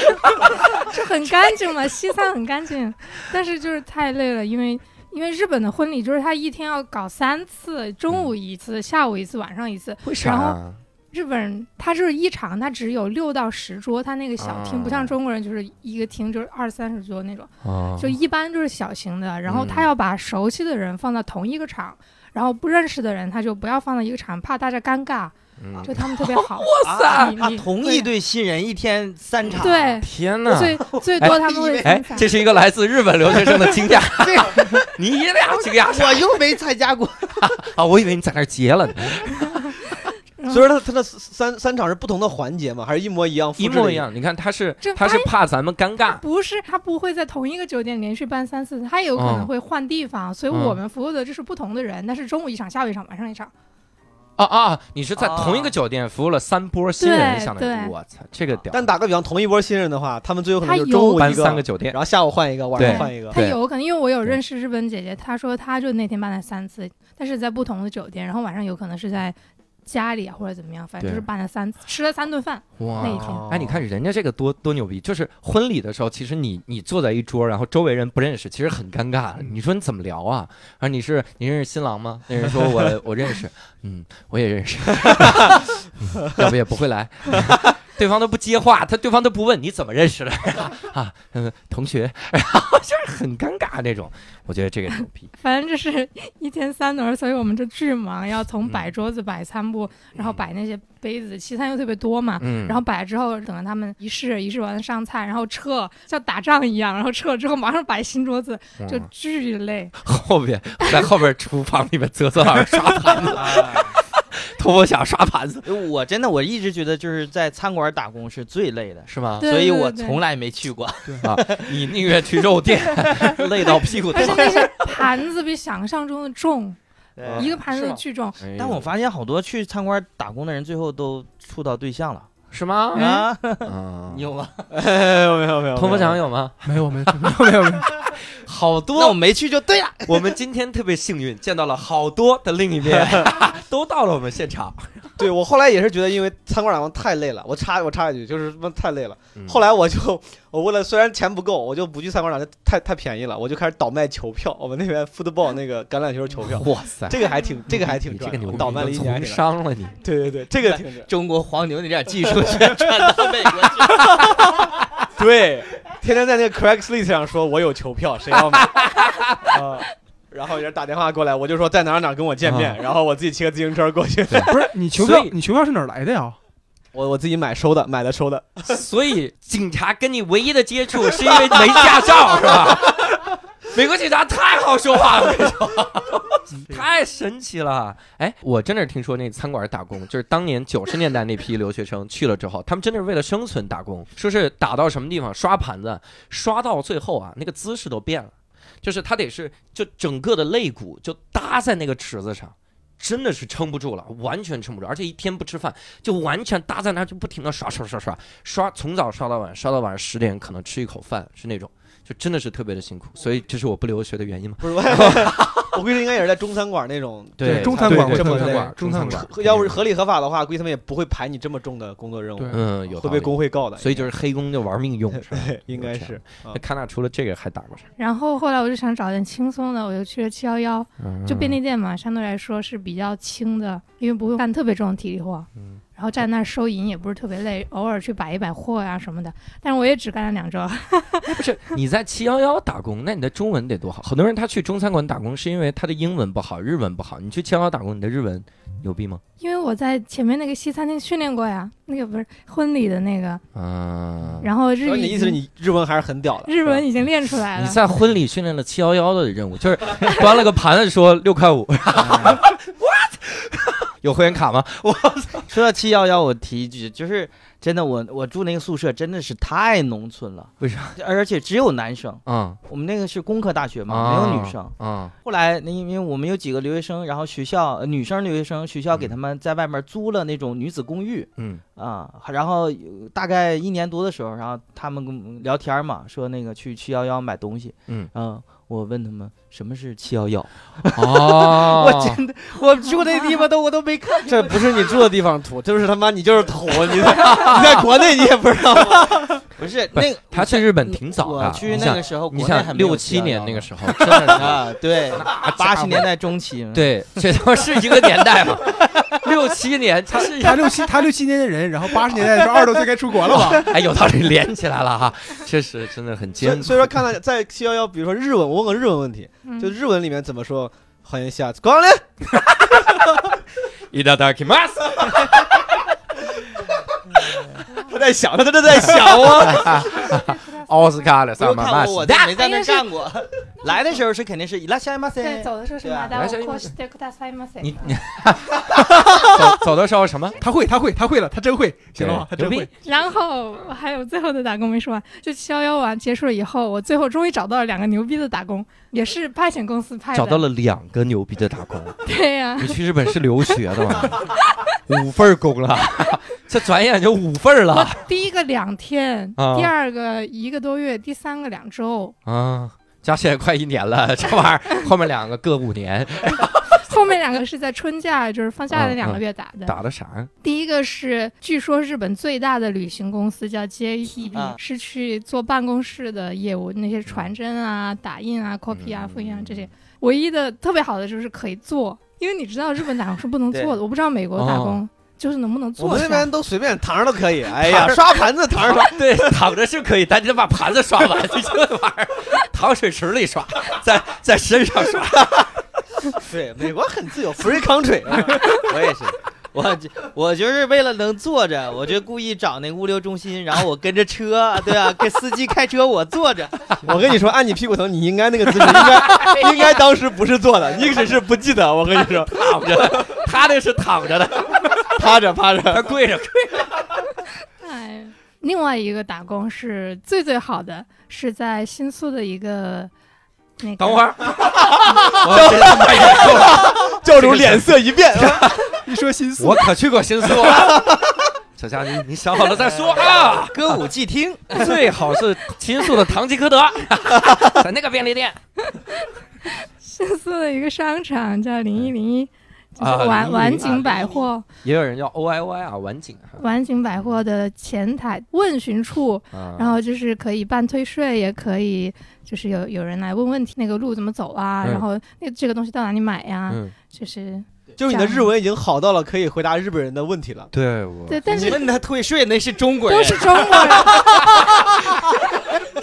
[SPEAKER 5] 就很干净嘛， (laughs) 西餐很干净，但是就是太累了，因为因为日本的婚礼就是他一天要搞三次，中午一次，下午一次，晚上一次。
[SPEAKER 1] 为啥
[SPEAKER 5] 然
[SPEAKER 1] 啊？
[SPEAKER 5] 日本人他就是一场，他只有六到十桌，他那个小厅、
[SPEAKER 1] 啊
[SPEAKER 5] 不像中国人就是一个厅就是二三十桌那种，
[SPEAKER 1] 啊
[SPEAKER 5] 就一般就是小型的。然后
[SPEAKER 1] 嗯
[SPEAKER 5] 他要把熟悉的人放到同一个场。然后不认识的人，他就不要放到一个场，怕大家尴尬。
[SPEAKER 1] 嗯
[SPEAKER 5] 就他们特别好，
[SPEAKER 2] 哇塞
[SPEAKER 5] 你
[SPEAKER 2] 啊，
[SPEAKER 5] 你
[SPEAKER 2] 同一对新人一天三场，
[SPEAKER 5] 对，啊
[SPEAKER 1] 天哪！
[SPEAKER 5] 最最多他们会
[SPEAKER 1] 哎
[SPEAKER 5] 分散。，
[SPEAKER 1] 这是一个来自日本留学生的惊讶，
[SPEAKER 2] 这个
[SPEAKER 1] (laughs) 你俩惊讶
[SPEAKER 2] 我又没参加 (laughs) 过，
[SPEAKER 1] 啊？我以为你在那儿结了呢，
[SPEAKER 5] 嗯
[SPEAKER 3] 所以说他他那三三场是不同的环节吗？还是一模一样？复
[SPEAKER 1] 一
[SPEAKER 3] 制的
[SPEAKER 1] 模一。样。你看，他是
[SPEAKER 5] 这
[SPEAKER 1] 他是怕咱们尴尬，
[SPEAKER 5] 不是，他不会在同一个酒店连续办三次，他也有可
[SPEAKER 1] 嗯
[SPEAKER 5] 能会换地方，所以
[SPEAKER 1] 嗯
[SPEAKER 5] 我们服务的就是不同的人，但是中午一场，下午一场，晚上一场，
[SPEAKER 1] 啊啊！你是在
[SPEAKER 2] 啊
[SPEAKER 1] 同一个酒店服务了三波新人，
[SPEAKER 5] 对
[SPEAKER 1] 相当于
[SPEAKER 5] 对
[SPEAKER 1] 我操，这个屌！
[SPEAKER 3] 但打个比方，同一波新人的话，他们最有可能
[SPEAKER 5] 他
[SPEAKER 3] 就是
[SPEAKER 5] 有
[SPEAKER 3] 中午
[SPEAKER 1] 搬
[SPEAKER 3] 一
[SPEAKER 1] 三个酒店
[SPEAKER 3] 然，后下午换一个，晚上
[SPEAKER 5] 对 (laughs)
[SPEAKER 3] 换一个。
[SPEAKER 5] 他
[SPEAKER 1] 对
[SPEAKER 5] 有可能，因为我有
[SPEAKER 1] 对
[SPEAKER 5] 认识日本姐姐，她说她就那天办了三次，但是在不同的酒店，然后晚上有可能是在家里啊或者怎么样，反正
[SPEAKER 1] 对
[SPEAKER 5] 就是办了三次，吃了三顿饭，那一天
[SPEAKER 2] 哦
[SPEAKER 1] 哇！哎，你看人家这个多多牛逼！就是婚礼的时候，其实你你坐在一桌，然后周围人不认识，其实很尴尬。
[SPEAKER 4] 嗯
[SPEAKER 1] 你说你怎么聊啊？啊，你是你认识新郎吗？那人说我 (laughs) 我认识，嗯，我也认识， (laughs) 嗯要不也不会来。对方都不接话，他对方都不问你怎么认识的 (laughs) 啊，嗯，同学， (laughs) 然后就是很尴尬那种。我觉得这个牛逼，
[SPEAKER 5] 反正就是 (laughs) 一天三轮，所以我们就巨忙，要从
[SPEAKER 1] 嗯
[SPEAKER 5] 摆桌子、摆餐布，然后摆那些杯子，西餐又特别多嘛，
[SPEAKER 1] 嗯，
[SPEAKER 5] 然后摆了之后，等着他们仪式，仪式完了上菜，然后撤，像打仗一样，然后撤了之后马上摆新桌子，
[SPEAKER 1] 嗯
[SPEAKER 5] 就巨累。
[SPEAKER 1] 后边在后边厨房
[SPEAKER 5] (laughs)
[SPEAKER 1] 里面啧啧耳刷盘子， (laughs) 头发想刷盘子
[SPEAKER 2] 哎我真的我一直觉得就是在餐馆打工是最累的，
[SPEAKER 1] 是吗？
[SPEAKER 5] 对
[SPEAKER 2] 所以我
[SPEAKER 5] 对对
[SPEAKER 2] 从来没去过， (laughs)
[SPEAKER 1] 你宁愿去肉店，
[SPEAKER 2] 累到屁股
[SPEAKER 5] 而且
[SPEAKER 2] 痛。
[SPEAKER 1] (laughs)
[SPEAKER 5] 那些盘子比想象中的重，
[SPEAKER 2] 对
[SPEAKER 5] 一个盘
[SPEAKER 1] 啊是
[SPEAKER 5] 子
[SPEAKER 1] 吗
[SPEAKER 5] 巨重。
[SPEAKER 2] 但我发现好多去餐馆打工的人，最后都处到对象了
[SPEAKER 1] 是吗？
[SPEAKER 2] 啊！
[SPEAKER 1] 嗯
[SPEAKER 2] 你有吗？ (laughs)
[SPEAKER 3] 哎没有没有
[SPEAKER 1] 通风墙有吗？
[SPEAKER 4] 没有没有没有没有没有，
[SPEAKER 1] 好
[SPEAKER 2] 那我
[SPEAKER 1] 多，
[SPEAKER 2] 没去就对了。
[SPEAKER 1] 我们今天特别幸运，见到了好多的另一 (laughs) 面，都到了我们现场。
[SPEAKER 3] 对我后来也是觉得，因为餐馆打工太累了。我插我插一句，就是他妈太累了。
[SPEAKER 1] 嗯
[SPEAKER 3] 后来我就 (laughs) 我为了虽然钱不够，我就不去餐馆打工，太太便宜了，我就开始倒卖球票。我们那边 football 那个橄榄球球票，
[SPEAKER 1] 哇塞，
[SPEAKER 3] 这个还挺这个还挺
[SPEAKER 1] 嗯你这
[SPEAKER 3] 赚
[SPEAKER 1] 个
[SPEAKER 3] 的，
[SPEAKER 1] 牛
[SPEAKER 3] 我
[SPEAKER 1] 逼，
[SPEAKER 3] 倒卖了一年
[SPEAKER 1] 从
[SPEAKER 3] 给他。
[SPEAKER 1] 商了你。
[SPEAKER 3] 对对对，这个挺赚。
[SPEAKER 2] 中国黄牛那点技术全传到美国 (laughs) 去，
[SPEAKER 3] (laughs) 对，天天在那个 Craigslist 上说我有球票，谁 (laughs) 要买？啊然后人打电话过来，我就说在哪儿哪儿跟我见面，然后我自己骑个自行车过去。
[SPEAKER 4] 不是你球票
[SPEAKER 1] 所以
[SPEAKER 4] 你球票是哪儿来的呀？
[SPEAKER 3] (laughs) 我我自己买收的，买的收的。
[SPEAKER 1] 所以警察跟你唯一的接触是因 (laughs) 为没驾照，是吧？ (laughs) 美国警察太好说话了，我跟你说，太神奇了。哎，我真的是听说那餐馆打工，就是当年九十年代那批留学生去了之后，他们真的是为了生存打工，说是打到什么地方刷盘子，刷到最后啊，那个姿势都变了，就是他得是就整个的肋骨就搭在那个池子上。真的是撑不住了，完全撑不住，而且一天不吃饭，就完全搭在那儿就不停的刷刷刷刷，刷从早刷到晚，刷到晚上十点，可能吃一口饭是那种，就真的是特别的辛苦，所以这是我不留学的原因嘛。
[SPEAKER 3] (laughs) 不是，我我估计应该也是在中餐馆那种，
[SPEAKER 4] 对中餐
[SPEAKER 1] 对
[SPEAKER 4] 馆
[SPEAKER 1] 对
[SPEAKER 4] 会
[SPEAKER 1] 中
[SPEAKER 4] 特
[SPEAKER 1] 餐
[SPEAKER 4] 别
[SPEAKER 1] 馆，
[SPEAKER 4] 累中餐
[SPEAKER 1] 馆
[SPEAKER 4] 馆，
[SPEAKER 1] 肯定
[SPEAKER 3] 要不是合理合法的话，估计他们也不会排你这么重的工作任务
[SPEAKER 4] 对，
[SPEAKER 1] 嗯有
[SPEAKER 3] 会
[SPEAKER 1] 道
[SPEAKER 3] 被
[SPEAKER 1] 理，
[SPEAKER 3] 工会告的。
[SPEAKER 1] 所以就是黑工就玩
[SPEAKER 3] (laughs)
[SPEAKER 1] 命用，是吧
[SPEAKER 3] 应该
[SPEAKER 1] 有这
[SPEAKER 3] 是
[SPEAKER 1] 样。那卡纳除了这个还打过啥？
[SPEAKER 5] 然后后来我就想找点轻松的，我就去了七幺幺，
[SPEAKER 1] 嗯
[SPEAKER 5] 就便利店嘛，相对来说是比较轻的，因为不会干特别重的体力活。
[SPEAKER 1] 嗯
[SPEAKER 5] 然后站那儿收银也不是特别累，偶尔去摆一摆货呀、什么的，但是我也只干了两周。 (laughs)
[SPEAKER 1] 哎不是你在七幺幺打工，那你的中文得多好？很多人他去中餐馆打工是因为他的英文不好，日文不好。你去七幺幺打工，你的日文牛逼吗？
[SPEAKER 5] 因为我在前面那个西餐厅训练过呀，那个不是婚礼的那个，
[SPEAKER 1] 嗯，
[SPEAKER 5] 然后日
[SPEAKER 3] 所
[SPEAKER 5] 语
[SPEAKER 3] 以你意思是
[SPEAKER 5] 已经
[SPEAKER 3] 你日文还是很屌的？
[SPEAKER 5] 日文已经练出来
[SPEAKER 1] 你
[SPEAKER 5] 了。
[SPEAKER 1] 在婚礼训练了七幺幺的任务，就是端了个盘子说六块五，what？有会员卡吗？我操，
[SPEAKER 2] 说到七幺幺，我提一句，就是真的我，我住那个宿舍真的是太农村了，
[SPEAKER 1] 为啥？
[SPEAKER 2] 而且只有男生，
[SPEAKER 1] 嗯
[SPEAKER 2] 我们那个是工科大学嘛，
[SPEAKER 1] 啊
[SPEAKER 2] 没有女生。
[SPEAKER 1] 嗯
[SPEAKER 2] 后来那因为我们有几个留学生，然后学校、呃女生留学生，学校给他们在外面租了那种女子公寓
[SPEAKER 1] 嗯
[SPEAKER 2] 啊、然后有大概一年多的时候，然后他们跟我们聊天嘛，说那个去七幺幺买东西，
[SPEAKER 1] 嗯，
[SPEAKER 2] 然后我问他们什么是七幺幺，
[SPEAKER 3] 啊
[SPEAKER 1] (laughs) 哦，
[SPEAKER 2] 我真的我住那地方都我都没看
[SPEAKER 3] 这不是你住的地方
[SPEAKER 5] (laughs)
[SPEAKER 3] 土，这是他妈你就是 (laughs) 土，你在你在国内你也不知道。
[SPEAKER 2] (laughs) 不是
[SPEAKER 1] 不
[SPEAKER 2] 那
[SPEAKER 1] 是
[SPEAKER 2] 个
[SPEAKER 1] 他去日本挺早的，
[SPEAKER 2] 嗯我去
[SPEAKER 1] 你
[SPEAKER 2] 那
[SPEAKER 1] 想
[SPEAKER 2] 个时候，
[SPEAKER 1] 你
[SPEAKER 2] 国内还
[SPEAKER 1] 想
[SPEAKER 2] 没有
[SPEAKER 1] 六七年
[SPEAKER 2] 711
[SPEAKER 1] 那个时候，真的是
[SPEAKER 2] (laughs) 啊，
[SPEAKER 1] (laughs)
[SPEAKER 2] 对，八十年代中期，嗯
[SPEAKER 1] 对，这他妈是一个年代嘛，六七年，他是
[SPEAKER 4] 他六七他六七年的人，然后八十年代的时候二十多岁该出国了吧？
[SPEAKER 1] 哎有道理，连起来了哈，确实真的很
[SPEAKER 3] 所
[SPEAKER 1] 艰
[SPEAKER 3] 以
[SPEAKER 1] 苦。
[SPEAKER 3] 所以说，看到在七幺幺，比如说日文，我问个日文问题，
[SPEAKER 5] 嗯
[SPEAKER 3] 就日文里面怎么说？欢迎下次光临。
[SPEAKER 1] いただきます。
[SPEAKER 3] 他在想，他真的在想我。
[SPEAKER 1] 奥斯卡的
[SPEAKER 2] 不
[SPEAKER 1] 萨
[SPEAKER 2] 用
[SPEAKER 1] 马
[SPEAKER 2] 看
[SPEAKER 1] 马
[SPEAKER 2] 我，
[SPEAKER 1] 西
[SPEAKER 2] 我都没在那儿
[SPEAKER 5] 哎呀是
[SPEAKER 1] (laughs)
[SPEAKER 2] 干过。来的时候是肯定是いらっしゃいま
[SPEAKER 5] 对，
[SPEAKER 2] せ。
[SPEAKER 5] 走的时候是
[SPEAKER 2] 对啊
[SPEAKER 5] 马达我
[SPEAKER 1] 来
[SPEAKER 5] こうしてくださいませ。
[SPEAKER 1] 你你走走的时候什么？
[SPEAKER 4] 他会，他会，他会了，他真会，行了吗？他
[SPEAKER 1] 对
[SPEAKER 4] 真
[SPEAKER 1] 牛
[SPEAKER 4] 会
[SPEAKER 1] 逼。
[SPEAKER 5] (laughs) 然后我还有最后的打工没说完，就七幺幺完结束了以后，我最后终于找到了两个牛逼的打工，也是派遣公司派的。
[SPEAKER 1] 找到了两个牛逼的打工。
[SPEAKER 5] 对呀、
[SPEAKER 1] 你去日本是留学的吗？五份儿工了， (laughs) 这转眼就五份儿了
[SPEAKER 5] 我第一个两天，
[SPEAKER 1] 啊
[SPEAKER 5] 第二个一个多月，第三个两周，
[SPEAKER 1] 啊！加起来快一年了，这玩意儿后面两个各五年，
[SPEAKER 5] 后面两个是在春假，就是放
[SPEAKER 1] 啊
[SPEAKER 5] 假的两个月打的。
[SPEAKER 1] 打的啥呀？
[SPEAKER 5] 第一个是据说日本最大的旅行公司叫
[SPEAKER 1] 嗯
[SPEAKER 5] JTB，、
[SPEAKER 2] 啊
[SPEAKER 5] 是去做办公室的业务，那些传真啊、打印啊、copy 啊、
[SPEAKER 1] 嗯
[SPEAKER 5] 复印啊这些。唯一的特别好的就是可以做，因为你知道日本打工是不能做的，我不知道美国打
[SPEAKER 1] 哦
[SPEAKER 5] 工就是能不能
[SPEAKER 3] 我
[SPEAKER 5] 做
[SPEAKER 3] 们
[SPEAKER 5] 出
[SPEAKER 3] 那
[SPEAKER 5] 来。
[SPEAKER 3] 边都随便躺着都可以。哎呀，刷盘子躺着刷。
[SPEAKER 1] (laughs) 对，躺着是可以，但你得把盘子刷完，你这玩意儿躺水池里刷，在在身上刷。
[SPEAKER 3] 对，美国很自由，free country。啊
[SPEAKER 2] 我也是，我就我就是为了能坐着，我就故意找那个物流中心，然后我跟着车，对啊，跟司机开车，我坐着。
[SPEAKER 3] (laughs) 我跟你说，按你屁股疼，你应 (laughs) 该那个姿势，应该应该当时不是坐的，你只是不记得。我跟你说，
[SPEAKER 1] 躺着，他那是躺着的，
[SPEAKER 3] 趴着趴着，
[SPEAKER 1] 他跪着。
[SPEAKER 5] 哎，另外一个打工是最最好的，是在新宿的一个那个。
[SPEAKER 1] 等 (laughs) 会儿，我真他妈也够了 (laughs)
[SPEAKER 3] 教主脸色一变。
[SPEAKER 4] 一说新宿
[SPEAKER 1] 我，可去过新宿了。 (laughs) 小佳，你你想好了再说啊！
[SPEAKER 2] 歌舞伎厅，
[SPEAKER 1] 哎最好是新宿的唐吉诃 (laughs) 德，在那个便利店
[SPEAKER 5] 新宿的一个商场叫零一零一，就是
[SPEAKER 1] 啊
[SPEAKER 5] 晚
[SPEAKER 1] 0101
[SPEAKER 5] 晚景百货，
[SPEAKER 1] 也有人叫 O I Y 啊，晚景啊
[SPEAKER 5] 晚景百货的前台问询处，
[SPEAKER 1] 啊。
[SPEAKER 5] 然后就是可以办退税，也可以就是有有人来问问题，那个路怎么走啊，
[SPEAKER 1] 嗯
[SPEAKER 5] 然后那这个东西到哪里买呀，
[SPEAKER 1] 嗯，
[SPEAKER 5] 就是
[SPEAKER 3] (laughs) 就是你的日文已经好到了可以回答日本人的问题了。
[SPEAKER 1] 对我
[SPEAKER 5] 对， (laughs) 但
[SPEAKER 2] 你
[SPEAKER 5] 是
[SPEAKER 2] 问他退税那是中国
[SPEAKER 5] 都
[SPEAKER 2] 人，
[SPEAKER 5] 是中国人，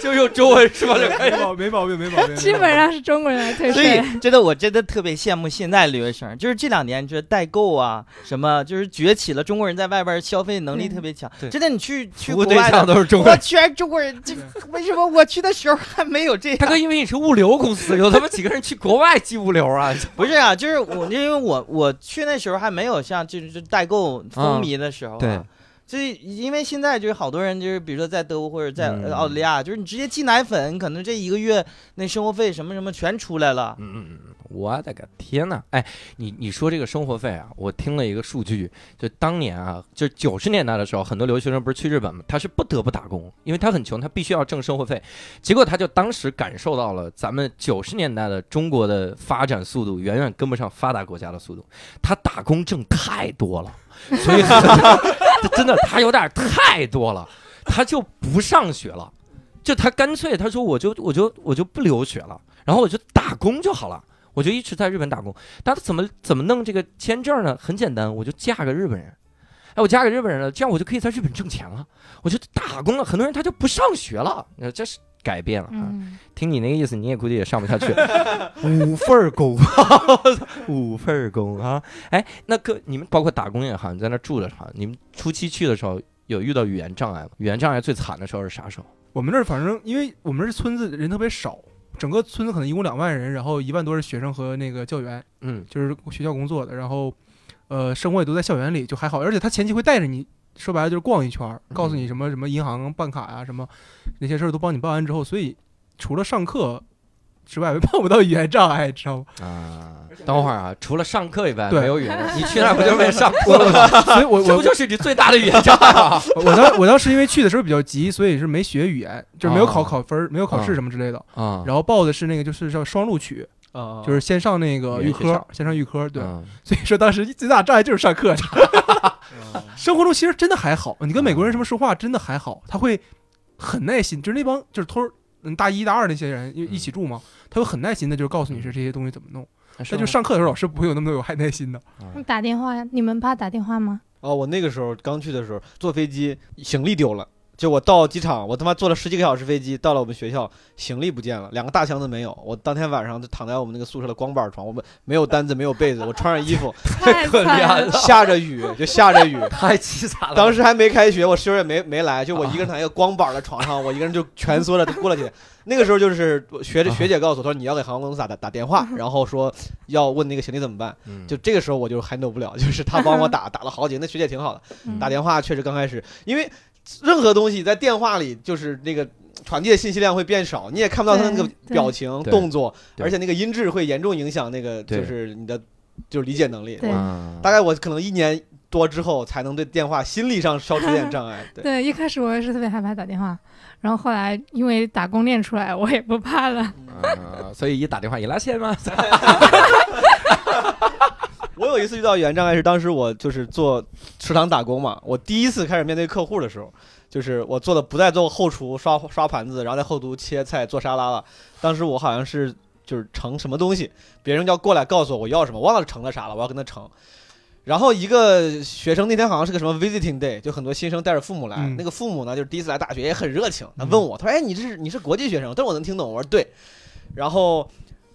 [SPEAKER 1] 就用中文说就可以
[SPEAKER 4] 没。毛没毛病，没毛病。
[SPEAKER 5] 基本上是中国人来退
[SPEAKER 2] 所
[SPEAKER 5] 税
[SPEAKER 2] 以。啊真的我真的特别羡慕现在留学生，就是这两年就是代购啊什么，就是崛起了，中国人在外边消费能力特别强
[SPEAKER 1] 对。
[SPEAKER 2] 真的，你去去
[SPEAKER 1] 服
[SPEAKER 2] 国
[SPEAKER 1] 务对
[SPEAKER 2] 外
[SPEAKER 1] 象
[SPEAKER 2] 的。
[SPEAKER 1] 都是中国
[SPEAKER 2] 我
[SPEAKER 1] 人。
[SPEAKER 2] 全中国人，这为什么我去的时候还没有这样？
[SPEAKER 1] 大哥，因为你是物流公司，有他妈几个人去国外寄物流啊？
[SPEAKER 2] 不是啊，就是我，因为我我去那时候还没有像就是代购风靡的时候、啊
[SPEAKER 1] 嗯对，
[SPEAKER 2] 就是因为现在就是好多人就是比如说在德国或者在
[SPEAKER 1] 嗯
[SPEAKER 2] 呃澳大利亚，就是你直接寄奶粉，可能这一个月那生活费什么什么全出来了。
[SPEAKER 1] 嗯 (laughs) 嗯嗯，我的个天呐！哎，你你说这个生活费啊，我听了一个数据，就当年啊，就九十年代的时候，很多留学生不是去日本嘛，他是不得不打工，因为他很穷，他必须要挣生活费。结果他就当时感受到了咱们九十年代的中国的发展速度远远跟不上发达国家的速度，他打工挣太多了，所以 (laughs) 真的他有点太多了，他就不上学了。就他干脆他说我就我就我就不留学了，然后我就打工就好了，我就一直在日本打工。但他怎么怎么弄这个签证呢？很简单，我就嫁个日本人。哎，我嫁给日本人了，这样我就可以在日本挣钱了，我就打工了。很多人他就不上学了，呃这是改变了。啊。
[SPEAKER 5] 嗯，
[SPEAKER 1] 听你那个意思，你也估计也上不
[SPEAKER 4] (laughs)
[SPEAKER 1] 下去。五份儿工， (laughs) 五份儿工啊！哎，那个你们包括打工也好，你在那住的好，你们初期去的时候有遇到语言障碍吗？语言障碍最惨的时候是啥时候？
[SPEAKER 4] 我们那儿反正因为我们这村子人特别少，整个村子可能一共两万人，然后一万多是学生和那个教员，
[SPEAKER 1] 嗯
[SPEAKER 4] 就是学校工作的，然后。呃，生活也都在校园里，就还好。而且他前期会带着你，说白了就是逛一圈儿，告诉
[SPEAKER 3] 嗯
[SPEAKER 4] 你什么什么银行办卡呀、什么那些事儿都帮你办完之后，所以除了上课之外，碰不到语言障碍，知
[SPEAKER 1] (laughs)
[SPEAKER 4] 道吗？
[SPEAKER 1] 啊，等会儿啊，除了上课以外，
[SPEAKER 4] 对
[SPEAKER 1] 没有语言障碍，你去那儿不就是为了上课吗？
[SPEAKER 4] 所 (laughs) 以我
[SPEAKER 1] 这不
[SPEAKER 4] 我
[SPEAKER 1] 就是你最大的语言障碍吗？
[SPEAKER 4] 我当我当时因为去的时候比较急，所以是没学语言，就是没有考
[SPEAKER 1] 哦
[SPEAKER 4] 考分儿，没有考
[SPEAKER 1] 哦
[SPEAKER 4] 试什么之类的。
[SPEAKER 1] 啊，
[SPEAKER 4] (laughs) 然后报的是那个就是叫双录取，
[SPEAKER 3] 啊
[SPEAKER 4] 就是先上那个
[SPEAKER 1] 语言
[SPEAKER 4] 预
[SPEAKER 1] 学
[SPEAKER 4] 科
[SPEAKER 1] 校，
[SPEAKER 4] 先上预科，对。
[SPEAKER 1] 嗯
[SPEAKER 4] 所以说当时最大障碍就是上课，
[SPEAKER 3] 哦
[SPEAKER 4] 生活中其实真的还好，你跟美国人什么说话真的还好，他会很耐心，就是那帮就是偷嗯大一大二那些人因为一起住嘛，他会很耐心的就是告诉你是这些东西怎么弄。但就上课的时候，老师不会有那么多有害耐心的。
[SPEAKER 5] 打电话，你们怕打电话吗？
[SPEAKER 3] (laughs) 哦，我那个时候刚去的时候，坐飞机行李丢了，就我到机场，我他妈坐了十几个小时飞机，到了我们学校，行李不见了，两个大箱子没有。我当天晚上就躺在我们那个宿舍的光板床，我们没有单子，没有被子，我穿上衣服，
[SPEAKER 5] 太
[SPEAKER 1] 可
[SPEAKER 5] 惨
[SPEAKER 1] 怜
[SPEAKER 5] 了，
[SPEAKER 1] 了，
[SPEAKER 3] 下着雨就下
[SPEAKER 1] (laughs)
[SPEAKER 3] 着雨。
[SPEAKER 1] 太凄惨了。
[SPEAKER 3] 当时还没开学，我室友也没没来，
[SPEAKER 1] 啊
[SPEAKER 3] 就我一个人躺在一个光板的床上，我一个人就蜷缩着过了去。那个时候就是我学学姐告诉我，她说你要给航空公司打打打电话，然后说要问那个行李怎么办。
[SPEAKER 1] 嗯
[SPEAKER 3] 就这个时候我就 handle 不了，就是 (laughs) 她帮我打打了好几个，那学姐挺好的。
[SPEAKER 5] 嗯
[SPEAKER 3] 打电话确实刚开始，因为任何东西在电话里就是那个传递的信息量会变少，你也看不到他那个
[SPEAKER 5] 对对
[SPEAKER 3] 表情、
[SPEAKER 1] 对
[SPEAKER 3] 动作，
[SPEAKER 1] 对
[SPEAKER 3] 而且那个音质会严重影响那个
[SPEAKER 1] 对
[SPEAKER 3] 就是你的就是理解能力。
[SPEAKER 5] 对
[SPEAKER 3] 我
[SPEAKER 1] 嗯
[SPEAKER 3] 大概我可能一年多之后才能对电话心理上消除一点障碍。对，
[SPEAKER 5] 对，一开始我也是特别害怕打电话，然后后来因为打工练出来，我也不怕了。
[SPEAKER 1] 啊所以一打电话，你拉线吗？
[SPEAKER 3] 我有一次遇到语言障碍是当时我就是做食堂打工嘛，我第一次开始面对客户的时候，就是我做的不再做后厨刷刷盘子，然后在后厨切菜做沙拉了。当时我好像是就是盛什么东西，别人要过来告诉我我要什么，忘了盛了啥了，我要跟他盛。然后一个学生那天好像是个什么 visiting day，就很多新生带着父母来，
[SPEAKER 4] 嗯
[SPEAKER 3] 那个父母呢就是第一次来大学也很热情，他问我，他说：“哎，你这是你是国际学生？”但是我能听懂，我说对。然后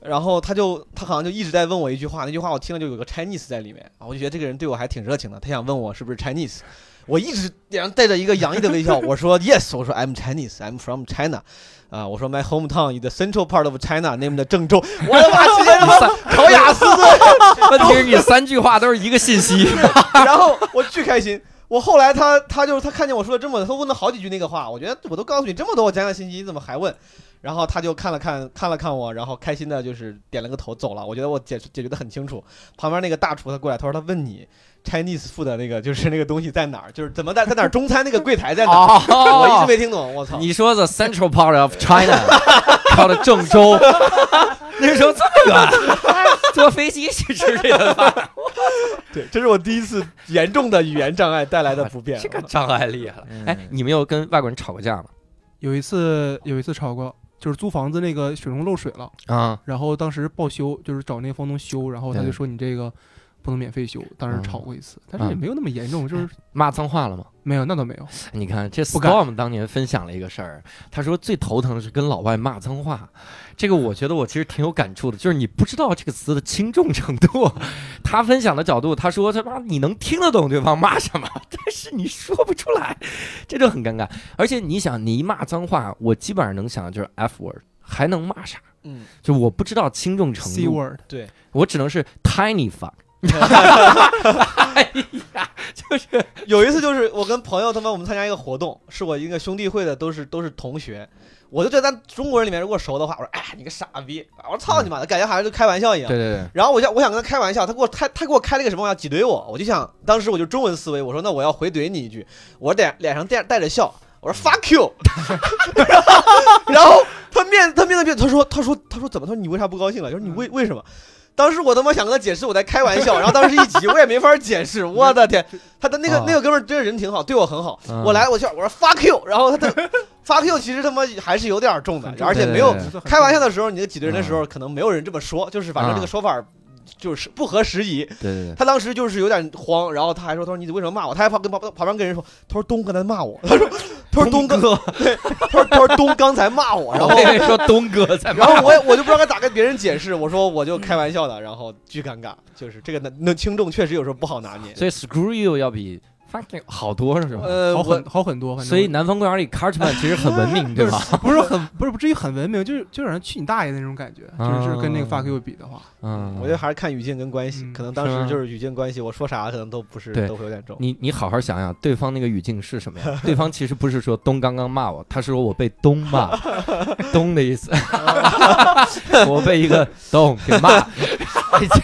[SPEAKER 3] 然后他就他好像就一直在问我一句话，那句话我听了就有个 Chinese 在里面啊，我就觉得这个人对我还挺热情的，他想问我是不是 Chinese，我一直脸上带着一个洋溢的微笑，我说 Yes，我说 I'm Chinese，I'm from China，啊，我说 My hometown is the central part of China，named 郑州，我他妈直接他妈考雅思，
[SPEAKER 1] (laughs) 问题是你三句话都是一个信
[SPEAKER 3] (laughs)
[SPEAKER 1] 息。
[SPEAKER 3] 然后我巨开心。我后来他他就是他看见我说了这么，他问了好几句那个话，我觉得我都告诉你这么多，我讲讲信息，你怎么还问？然后他就看了看看了看我，然后开心的就是点了个头走了。我觉得我解解决的很清楚。旁边那个大厨他过来，他说他问你
[SPEAKER 1] (laughs)
[SPEAKER 3] Chinese food 的那个就是那个东西在哪儿，就是怎么在在哪儿中餐那个柜台在哪儿，
[SPEAKER 1] 哦
[SPEAKER 3] 我一直没听懂。我操！
[SPEAKER 1] 你说 the central part of China，靠着郑
[SPEAKER 3] (laughs)
[SPEAKER 1] 州，那时候这么远，坐飞机去吃这顿
[SPEAKER 3] (laughs)
[SPEAKER 1] 饭，
[SPEAKER 3] 对，这是我第一次严重的语言障碍带来的不便。啊
[SPEAKER 1] 这个障碍厉害了。哎
[SPEAKER 2] 嗯，
[SPEAKER 1] 你们有跟外国人吵过架吗？
[SPEAKER 4] 有一次有一次吵过，就是租房子那个水龙头漏水了，
[SPEAKER 1] 啊，
[SPEAKER 4] 然后当时报修，就是找那个房东修，然后他就说你这个不能免费修，当时吵过一次，但是也没有那么严重，就是
[SPEAKER 1] 骂脏话了吗？
[SPEAKER 4] 没有那倒没有。
[SPEAKER 1] 你看这
[SPEAKER 4] 不敢
[SPEAKER 1] Storm 当年分享了一个事儿，他说最头疼的是跟老外骂脏话，这个我觉得我其实挺有感触的，就是你不知道这个词的轻重程度。 (laughs) 他分享的角度，他说他妈你能听得懂对方骂什么， (laughs) 但是你说不出来，这就很尴尬。而且你想，你一骂脏话，我基本上能想的就是 F word，还能骂啥？
[SPEAKER 3] 嗯，
[SPEAKER 1] 就我不知道轻重程
[SPEAKER 4] C
[SPEAKER 1] 度，
[SPEAKER 4] word，
[SPEAKER 3] 对，
[SPEAKER 1] 我只能是 tiny fuck。
[SPEAKER 3] (laughs) 有一次就是我跟朋友他们我们参加一个活动，是我一个兄弟会的，都是都是同学。我就觉得咱中国人里面如果熟的话，我说哎你个傻逼，我说操你妈的，感觉好像就开玩笑一样。
[SPEAKER 1] 对对，
[SPEAKER 3] 然后我想我想跟他开玩笑，他给我他他给我开了个什么玩笑，挤兑我，我就想当时我就中文思维，我说那我要回怼你一句，我脸脸上带带着笑，我说 (laughs) fuck you，然后他面他面对面他说他说他说怎么他说你为啥不高兴了？就是你为为什么？当时我他妈想跟他解释我在开玩笑，然后当时一急我也没法解释，我的天，他的那个、
[SPEAKER 1] 啊
[SPEAKER 3] 那个哥们儿真的人挺好，对我很好，
[SPEAKER 1] 嗯
[SPEAKER 3] 我来我去我说 fuck you，然后他的 fuck you 其实他妈还是有点重的，而且
[SPEAKER 1] 对
[SPEAKER 3] 没有
[SPEAKER 1] 对
[SPEAKER 3] 开玩笑的时候，你的挤兑人的时候，可能没有人这么说，就是反正这个说法儿就是不合时宜。
[SPEAKER 1] 对对对。
[SPEAKER 3] 他当时就是有点慌，然后他还说：“他说你为什么骂我？”他还旁跟旁旁边跟人说：“他说东哥在骂我。”他 (laughs) 说：“他说东哥，对， (laughs) 他说他说东刚才骂我。”然
[SPEAKER 1] 然 (laughs)
[SPEAKER 3] 后
[SPEAKER 1] 后 (laughs) 我以为说东哥在骂
[SPEAKER 3] 然后我也我就不知道该咋跟别人解释，我说我就开玩笑的，然后巨尴尬，就是这个那那轻重确实有时候不好拿捏。
[SPEAKER 1] 所以 screw you 要比 fuck you，好多是吧？
[SPEAKER 3] 呃，
[SPEAKER 4] 好
[SPEAKER 3] 我
[SPEAKER 4] 很好很多，反正
[SPEAKER 1] 所以南方公园里
[SPEAKER 4] (laughs)
[SPEAKER 1] Cartman 其实很文明，对吧？
[SPEAKER 4] 不是很不是不至于很文明，就是就让人去你大爷的那种感
[SPEAKER 3] 啊
[SPEAKER 4] 觉，就是就是跟那个 fuck you 比的话，
[SPEAKER 1] 嗯，
[SPEAKER 3] 我觉得还是看语境跟关系，
[SPEAKER 4] 嗯
[SPEAKER 3] 可能当
[SPEAKER 1] 是吗
[SPEAKER 3] 时就是语境关系，我说啥可能都不是
[SPEAKER 1] 对，
[SPEAKER 3] 都会有点重。
[SPEAKER 1] 你你好好想想，对方那个语境是什么
[SPEAKER 4] (laughs)
[SPEAKER 1] 呀？对方其实不是说东刚刚骂我，他是说我被东
[SPEAKER 4] (laughs)
[SPEAKER 1] 骂，东的意思，我被一个东给骂，
[SPEAKER 2] (laughs)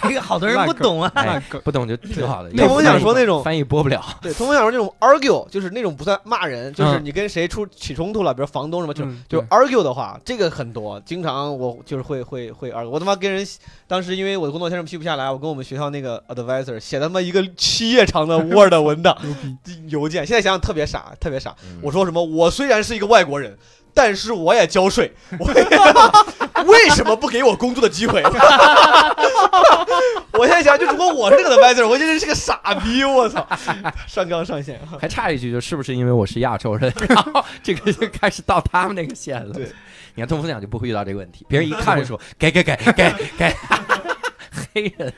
[SPEAKER 2] 这个好多人不懂啊。
[SPEAKER 1] 哎
[SPEAKER 4] (laughs) 那个
[SPEAKER 1] 不懂就挺好的。
[SPEAKER 4] 那
[SPEAKER 1] 要
[SPEAKER 4] 我
[SPEAKER 1] 不
[SPEAKER 4] 想
[SPEAKER 1] 翻译
[SPEAKER 3] 说那种
[SPEAKER 1] 翻译播不了，
[SPEAKER 3] 对，通常讲这种 argue 就是那种不算骂人，就是
[SPEAKER 1] 嗯
[SPEAKER 3] 你跟谁出起冲突了，比如房东什么，就
[SPEAKER 4] 嗯
[SPEAKER 3] 就啊
[SPEAKER 4] 对
[SPEAKER 3] argue 的话，这个很多，经常我就是会会会 argue。我他妈跟人当时因为我的工作签证批不下来，我跟我们学校那个 advisor 写他妈一个七页长的 (laughs) Word 文档
[SPEAKER 4] 牛逼，
[SPEAKER 3] 邮件，现在想想特别傻，特别傻。
[SPEAKER 4] 嗯
[SPEAKER 3] 我说什么？我虽然是一个外国人。但是我也 (laughs) 交税，我也为什么不给我工作的机会？ (laughs) 我现在想，就如果我是个 advisor，我真是个傻逼，我操！ (laughs) 上纲上线， (laughs)
[SPEAKER 1] 还差一句，就是不是因为我是亚洲人， (laughs) 然后这个就开始到他们那个线了。
[SPEAKER 3] 对，
[SPEAKER 1] 你看通风奖就不会遇到这个问题，别人一看 (laughs) 就说给给给给给， (laughs) 黑 (laughs) 人。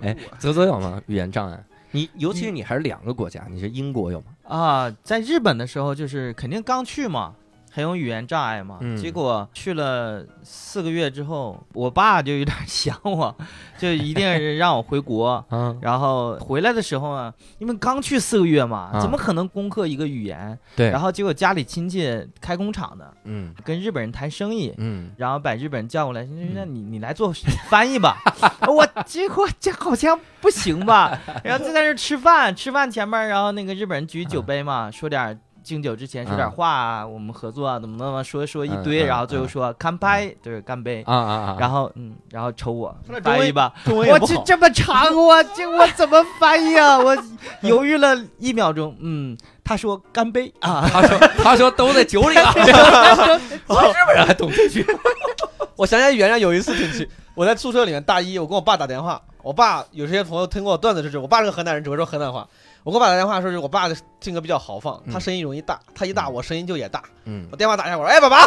[SPEAKER 1] 哎，泽泽有吗？语言障碍？你尤其是你还是两个国家，你是英国有吗？
[SPEAKER 2] 啊，在日本的时候，就是肯定刚去嘛，很有语言障碍嘛。
[SPEAKER 1] 嗯。
[SPEAKER 2] 结果去了四个月之后，我爸就有点想我， (laughs) 就一定是让我回国
[SPEAKER 1] 啊，
[SPEAKER 2] 然后回来的时候呢，因为刚去四个月嘛
[SPEAKER 1] 啊，
[SPEAKER 2] 怎么可能攻克一个语言？
[SPEAKER 1] 对，
[SPEAKER 2] 然后结果家里亲戚开工厂的，
[SPEAKER 1] 嗯
[SPEAKER 2] 跟日本人谈生意，
[SPEAKER 1] 嗯，
[SPEAKER 2] 然后把日本人叫过来，
[SPEAKER 3] 嗯
[SPEAKER 2] 那你你来做翻译吧。 (laughs) 我结果这好像不行吧？然后就在那儿吃饭，吃饭前面，然后那个日本人举酒
[SPEAKER 3] 嗯
[SPEAKER 2] 杯嘛，说点敬酒之前说点话啊，我们合作啊，怎么怎么说说一
[SPEAKER 1] 嗯
[SPEAKER 2] 堆，
[SPEAKER 1] 嗯
[SPEAKER 2] 然后最后说干杯，就是干杯。
[SPEAKER 1] 啊啊啊，
[SPEAKER 2] 然后嗯，然后瞅我
[SPEAKER 3] 嗯他那中文
[SPEAKER 2] 翻译吧，
[SPEAKER 3] 中文也
[SPEAKER 2] 我
[SPEAKER 3] 不
[SPEAKER 2] 这
[SPEAKER 3] 好。
[SPEAKER 2] 这么长，我这我怎么翻译啊？我犹豫了一秒钟，嗯，他说干杯啊，
[SPEAKER 1] 他说他说都在酒里 (laughs) 了，日本人还懂这句，
[SPEAKER 3] 我想起来原来有一次挺奇，我在宿舍里面大一，我跟我爸打电话，我爸有些朋友听过段子，就是我爸是个河南人，只会说河南话。我跟我爸打电话说，是我爸的性格比较豪放，
[SPEAKER 1] 嗯
[SPEAKER 3] 他声音容易大，他一大我声音就也大。
[SPEAKER 1] 嗯
[SPEAKER 3] 我电话打一下，我说哎爸爸，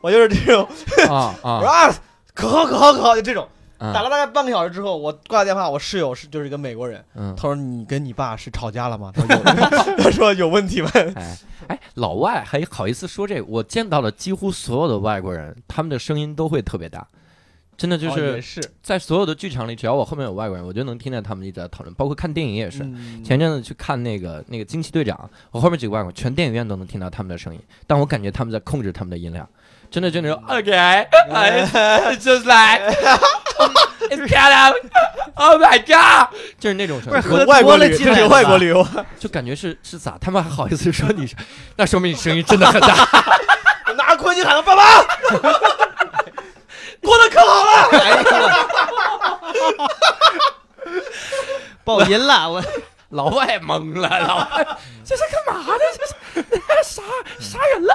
[SPEAKER 3] 我就是这种，
[SPEAKER 1] 啊
[SPEAKER 3] 我
[SPEAKER 1] 啊
[SPEAKER 3] 说啊可好可好可好，就这种。
[SPEAKER 1] 啊，
[SPEAKER 3] 打了大概半个小时之后，我挂了电话，我室友是就是一个美国人，
[SPEAKER 1] 嗯
[SPEAKER 3] 他，说你跟你爸是吵架了吗？他说有，他说有问题吗？
[SPEAKER 1] 哎哎，老外还好意思说这个？我见到了几乎所有的外国人，他们的声音都会特别大，真的就
[SPEAKER 3] 哦也
[SPEAKER 1] 是
[SPEAKER 3] 是
[SPEAKER 1] 在所有的剧场里，只要我后面有外国人，我就能听见他们一直在讨论，包括看电影也是。
[SPEAKER 3] 嗯
[SPEAKER 1] 前阵子去看那个那个惊奇队长，我后面几个外国人，全电影院都能听到他们的声音，但我感觉他们在控制他们的音量，真的真的哎 OK，just like it's kind of oh 哎 my god，就是那种声
[SPEAKER 2] 不是
[SPEAKER 1] 音，
[SPEAKER 2] 喝
[SPEAKER 3] 外
[SPEAKER 2] 多
[SPEAKER 3] 国
[SPEAKER 2] 了
[SPEAKER 3] 旅
[SPEAKER 2] 进来
[SPEAKER 3] 这是
[SPEAKER 2] 了
[SPEAKER 3] 外国
[SPEAKER 2] 吧
[SPEAKER 3] 旅游，
[SPEAKER 1] 就感觉是是咋，他们还好意思说你 (laughs) 是，那说明你声音真的很 (laughs) 大。
[SPEAKER 3] 拿着扩音喊爸爸，过得可好了。
[SPEAKER 2] (laughs) 爆音了我。
[SPEAKER 1] 老外懵了，老外这是干嘛呢？这是这是杀杀人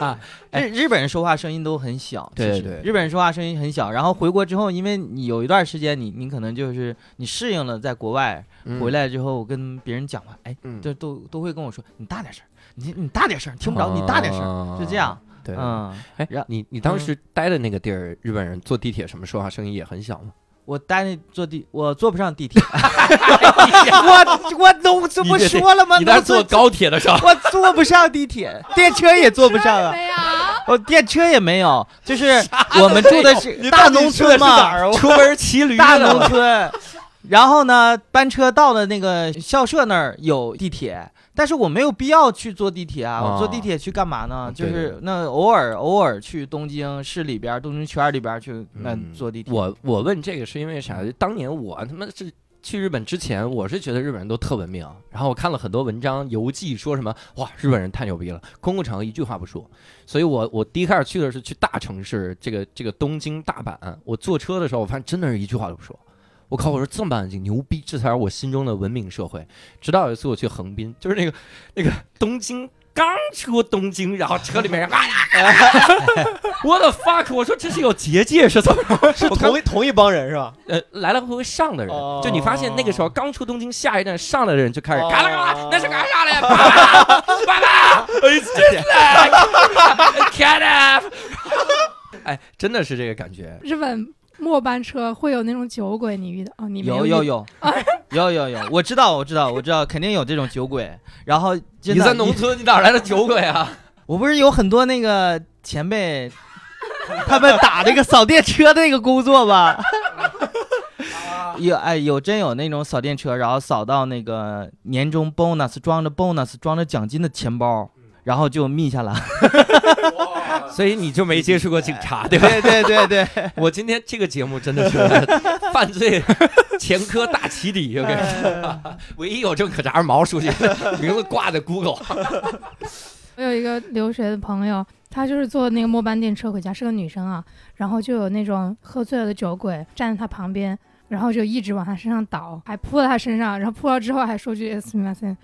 [SPEAKER 1] 了？哎
[SPEAKER 2] 日日本人说话声音都很小，
[SPEAKER 1] 对
[SPEAKER 2] 其实
[SPEAKER 1] 对
[SPEAKER 2] 日本人说话声音很小。然后回国之后，因为你有一段时间你，你可能就是你适应了在国外，回
[SPEAKER 1] 来，
[SPEAKER 2] 来之后跟别人讲话，哎，
[SPEAKER 1] 嗯
[SPEAKER 2] 就都都会跟我说你大点声儿，你你大点声儿，听不着，你大点声儿，
[SPEAKER 1] 声
[SPEAKER 2] 就这样。。
[SPEAKER 1] 啊哦对，
[SPEAKER 2] 嗯，
[SPEAKER 1] 哎
[SPEAKER 2] 然，
[SPEAKER 1] 你你当时待的那个地儿，日本人坐地铁什么说话声音也很小吗？
[SPEAKER 2] 我待那坐地，我坐不上
[SPEAKER 1] (laughs)
[SPEAKER 2] 地铁，我我都这不
[SPEAKER 1] 你这得
[SPEAKER 2] 说了吗？
[SPEAKER 1] 你当时坐
[SPEAKER 2] 我
[SPEAKER 1] 高铁的时候，
[SPEAKER 2] 我坐不上地铁，
[SPEAKER 1] (laughs)
[SPEAKER 2] 电车也坐不上啊。
[SPEAKER 5] (laughs) 没有，
[SPEAKER 2] (laughs) 我电车也没有，就是我们住的是
[SPEAKER 3] 你
[SPEAKER 2] 大
[SPEAKER 3] 到底
[SPEAKER 2] 农
[SPEAKER 3] 去
[SPEAKER 2] 村
[SPEAKER 3] 的是哪
[SPEAKER 2] 嘛
[SPEAKER 3] 儿，
[SPEAKER 1] 出门骑驴
[SPEAKER 2] 大农村。然后呢，班车到了那个校舍那儿有地铁，但是我没有必要去坐地铁啊，
[SPEAKER 1] 啊
[SPEAKER 2] 我坐地铁去干嘛呢？就
[SPEAKER 1] 对
[SPEAKER 2] 是那偶尔偶尔去东京市里边儿、东京圈儿里边儿去那
[SPEAKER 1] 嗯
[SPEAKER 2] 坐地铁。
[SPEAKER 1] 我我问这个是因为啥？当年我他妈是去日本之前，我是觉得日本人都特文明。然后我看了很多文章游记，说什么哇，日本人太牛逼了，公共场合一句话不说。所以我我第一开始去的是去大城市，这个这个东京、大阪。我坐车的时候，我发现真的是一句话都不说。我靠！我说这么安静，牛逼！这才是我心中的文明社会。直到有一次我去横滨，就是那个那个东京刚出东京，然后车里面人啊我的 fuck！我说这是有结界是怎么
[SPEAKER 3] 是同一同一帮人是吧？
[SPEAKER 1] 呃，来来回回上的人，
[SPEAKER 3] 哦
[SPEAKER 1] 就你发现那个时候刚出东京，下一站上来的人就开始嘎啦嘎啦
[SPEAKER 3] 哦，
[SPEAKER 1] 那是干啥嘞？ (laughs) 爸爸，爸爸，哎，真 (laughs) 的，天呐！哎，真的是这个感觉。
[SPEAKER 5] 日本末班车会有那种酒鬼，你遇到哦，你没
[SPEAKER 2] 有
[SPEAKER 5] 遇
[SPEAKER 2] 有有 (laughs) 有有有，我知道我知道我知道，肯定有这种酒鬼。然后真
[SPEAKER 1] 你
[SPEAKER 2] 的
[SPEAKER 1] 在农村，你哪来的酒鬼啊？
[SPEAKER 2] 我不是有很多那个前辈， (laughs) 他们打那个扫电车的那个工作 (laughs) 吧？有哎，有真有那种扫电车，然后扫到那个年终 bonus 装着 bonus 装着奖金的钱包，然后就密下了。
[SPEAKER 1] (laughs) 所以你就没接触过警察，对吧？
[SPEAKER 2] 对对对对，
[SPEAKER 1] 哎 (laughs) 我今天这个节目真的 (laughs) 觉得犯罪前科大起底，我跟你说， (laughs) 唯一有证可查是毛书记名字挂在 Google。
[SPEAKER 5] 我有一个留学的朋友，她就是坐那个末班电车回家，是个女生啊，然后就有那种喝醉了的酒鬼站在她旁边，然后就一直往她身上倒，还扑到她身上，然后扑到之后还说句 “excuse me”，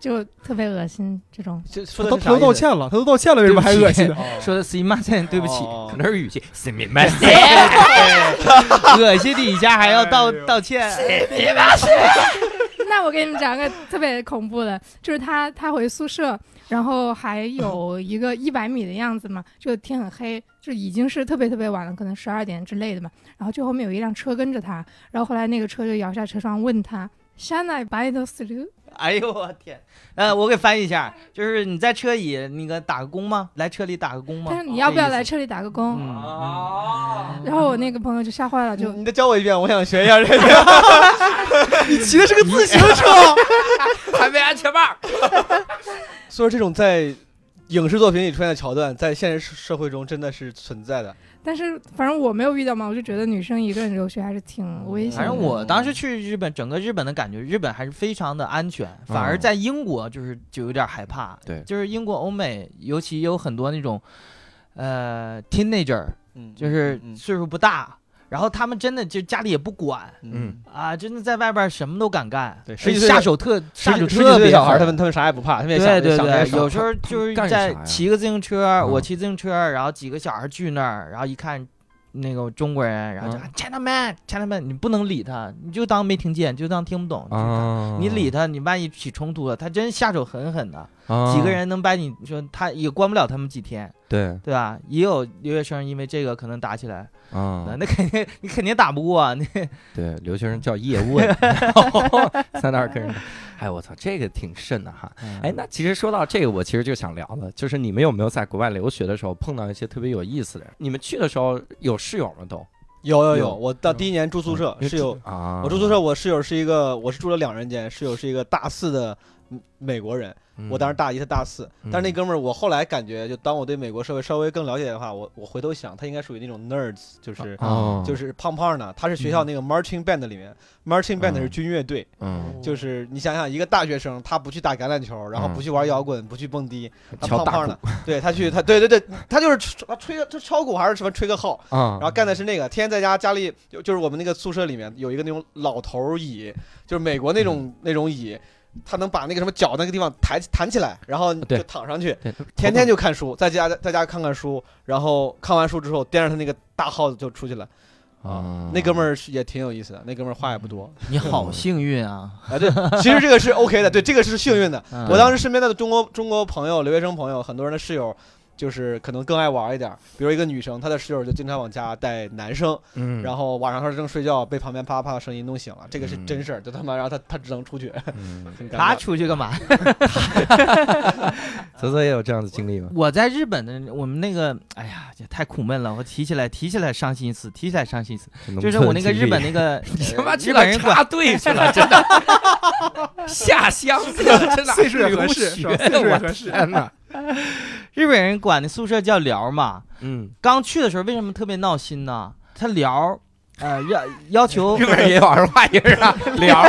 [SPEAKER 5] 就特别恶心这种。
[SPEAKER 3] 就说
[SPEAKER 4] 他都
[SPEAKER 3] 的是
[SPEAKER 4] 他
[SPEAKER 3] 啥
[SPEAKER 4] 都道
[SPEAKER 3] 意思？
[SPEAKER 4] 歉了，他都道歉了，为什么还恶心呢？
[SPEAKER 2] (laughs) 说的 s i m a s 对不起， (laughs)
[SPEAKER 3] 哦
[SPEAKER 1] 可能是语 (laughs) 气，死明白？
[SPEAKER 2] (laughs) 恶心你一下还要道道歉。
[SPEAKER 5] (laughs) 那我给你们讲个特别恐怖的，就是他他回宿舍，然后还有一个一百米的样子嘛，就天很黑，就已经是特别特别晚了，可能十二点之类的嘛。然后就后面有一辆车跟着他，然后后来那个车就摇下车窗问他。山奈白都死了，
[SPEAKER 2] 哎呦我天，呃，我给翻译一下，就是你在车里那个打个工吗？来车里打个工吗？
[SPEAKER 5] 但是你要不要
[SPEAKER 2] 这意
[SPEAKER 5] 来
[SPEAKER 2] 思？
[SPEAKER 5] 车里打个工？
[SPEAKER 2] 嗯
[SPEAKER 1] 哦
[SPEAKER 5] 然后我那个朋友就吓坏了，就
[SPEAKER 3] 你再教我一遍，我想学一下这个。
[SPEAKER 4] 嗯你骑的是个自行车，
[SPEAKER 1] 还没安全帽。
[SPEAKER 3] 所以说这种在影视作品里出现的桥段，在现实社会中真的是存在的。
[SPEAKER 5] 但是反正我没有遇到嘛，我就觉得女生一个人留学还是挺危险
[SPEAKER 2] 反
[SPEAKER 5] 的。
[SPEAKER 2] 正我当时去日本，整个日本的感觉，日本还是非常的安全，反
[SPEAKER 3] 嗯
[SPEAKER 2] 而在英国就是就有点害怕。
[SPEAKER 1] 对
[SPEAKER 2] 就是英国、欧美，尤其有很多那种，呃，teenager，
[SPEAKER 3] 嗯，
[SPEAKER 2] 就是
[SPEAKER 3] 嗯
[SPEAKER 2] 岁数不大，然后他们真的就家里也不管
[SPEAKER 1] 嗯，
[SPEAKER 2] 啊，真的在外边什么都敢干，
[SPEAKER 3] 对
[SPEAKER 2] 而且
[SPEAKER 3] 十几岁
[SPEAKER 2] 下手特
[SPEAKER 3] 十
[SPEAKER 2] 下手
[SPEAKER 3] 几十几
[SPEAKER 2] 特
[SPEAKER 3] 岁
[SPEAKER 2] 别
[SPEAKER 3] 的小孩儿，
[SPEAKER 2] 狠
[SPEAKER 3] 他们他们啥也不怕，他们也想
[SPEAKER 2] 对对
[SPEAKER 3] 想这些
[SPEAKER 2] 对，
[SPEAKER 3] 事儿
[SPEAKER 2] 有时候
[SPEAKER 1] 他
[SPEAKER 2] 就
[SPEAKER 1] 们
[SPEAKER 2] 是
[SPEAKER 1] 干
[SPEAKER 2] 在
[SPEAKER 1] 啥呀
[SPEAKER 2] 骑个自行车，
[SPEAKER 1] 嗯
[SPEAKER 2] 我骑自行车，然后几个小孩聚那儿，然后一看那个中国人，然后就
[SPEAKER 1] 嗯
[SPEAKER 2] 喊 China man China man，你不能理他，你就当没听见，就当听不懂。
[SPEAKER 1] 啊
[SPEAKER 2] 你理他，你万一起冲突了，他真下手狠狠的，
[SPEAKER 1] 啊
[SPEAKER 2] 几个人能把你说他也关不了他们几天，
[SPEAKER 1] 对
[SPEAKER 2] 对吧？也有留学生因为这个可能打起来，
[SPEAKER 1] 啊
[SPEAKER 2] 那肯定你肯定打不过，那
[SPEAKER 1] 对，留学生叫叶
[SPEAKER 2] (laughs)
[SPEAKER 1] 问，在那儿跟人打。哎，我操，这个挺瘆的哈。
[SPEAKER 2] 嗯
[SPEAKER 1] 哎，那其实说到这个，我其实就想聊了，就是你们有没有在国外留学的时候碰到一些特别有意思的人？你们去的时候有室友吗？都
[SPEAKER 3] 有有有，
[SPEAKER 1] 有
[SPEAKER 3] 我到第一年住宿舍
[SPEAKER 1] 嗯
[SPEAKER 3] 室友，
[SPEAKER 1] 啊，
[SPEAKER 3] 我住宿舍，我室友是一个，我是住了两人间，室友是一个大四的嗯美国人，
[SPEAKER 1] 嗯，
[SPEAKER 3] 我当时大一，他大四，但是那
[SPEAKER 1] 嗯
[SPEAKER 3] 哥们儿，我后来感觉，就当我对美国社会稍微更了解的话，我我回头想，他应该属于那种 nerds，就是。
[SPEAKER 1] 哦，
[SPEAKER 2] 嗯
[SPEAKER 3] 就是胖胖的，他是学校那个 marching band 里面、m a r c h i n g band
[SPEAKER 1] 嗯
[SPEAKER 3] 是军乐队，
[SPEAKER 1] 嗯，
[SPEAKER 3] 就是你想想，一个大学生，他不去打橄榄球，然后
[SPEAKER 1] 嗯
[SPEAKER 3] 不去玩摇滚，不去蹦迪，他
[SPEAKER 1] 敲
[SPEAKER 3] 胖
[SPEAKER 1] 大
[SPEAKER 3] 胖
[SPEAKER 1] 鼓
[SPEAKER 3] 的，对他去，他对对对，他就是吹他吹个他敲鼓还是什么吹个号，
[SPEAKER 1] 啊，
[SPEAKER 3] 然后干的是那个，天天在家家里就就是我们那个宿舍里面有一个那种老头儿椅，就是美国那种、
[SPEAKER 1] 嗯
[SPEAKER 3] 那种椅，他能把那个什么脚那个地方抬弹起来，然后
[SPEAKER 1] 对
[SPEAKER 3] 就躺上去，
[SPEAKER 1] 对
[SPEAKER 3] 天天就看书，在家在家看看书，然后看完书之后颠着他那个大耗子就出去了。
[SPEAKER 1] 啊，
[SPEAKER 3] 那哥们儿是也挺有意思的，那哥们儿话也不多。
[SPEAKER 2] 你好幸运啊！
[SPEAKER 3] 啊，对，
[SPEAKER 1] 嗯
[SPEAKER 3] (laughs) 其实这个是 OK 的，对，这个是幸运的。
[SPEAKER 2] 嗯
[SPEAKER 3] 我当时身边的中国中国朋友、留学生朋友，很多人的室友。就是可能更爱玩一点儿，比如一个女生，她的室友就经常往家带男生，
[SPEAKER 1] 嗯，
[SPEAKER 3] 然
[SPEAKER 1] 后
[SPEAKER 3] 后晚上他正睡觉，被旁边啪啪的声音弄醒了，这个是
[SPEAKER 1] 嗯
[SPEAKER 3] 真事儿，就他妈，然后他他只能
[SPEAKER 1] (laughs)
[SPEAKER 3] 出去，很尴
[SPEAKER 2] 他
[SPEAKER 3] 尬。
[SPEAKER 2] 出去干嘛？
[SPEAKER 1] 泽泽也有这样的经历吗？
[SPEAKER 2] 我在日本的我们那个，哎呀，这太苦闷了。我提起来，提起来伤心死，提起来伤心死。就是我那个日本那个
[SPEAKER 1] (laughs) 他妈
[SPEAKER 2] 呃
[SPEAKER 1] 去
[SPEAKER 2] 日
[SPEAKER 1] 了
[SPEAKER 2] 本人管
[SPEAKER 1] 插队去了，真的 (laughs) 下乡去了，真的
[SPEAKER 4] 岁数也合适，是吧
[SPEAKER 1] 留学
[SPEAKER 4] 岁数也
[SPEAKER 1] 我
[SPEAKER 4] 合适。
[SPEAKER 1] 天哪！
[SPEAKER 2] 日本人管那宿舍叫寮嘛。
[SPEAKER 1] 嗯，
[SPEAKER 2] 刚去的时候为什么特别闹心呢？他寮，呃，要要
[SPEAKER 1] (laughs)
[SPEAKER 2] 求
[SPEAKER 1] 日本
[SPEAKER 2] (laughs)
[SPEAKER 1] 人也往上画一个啊，聊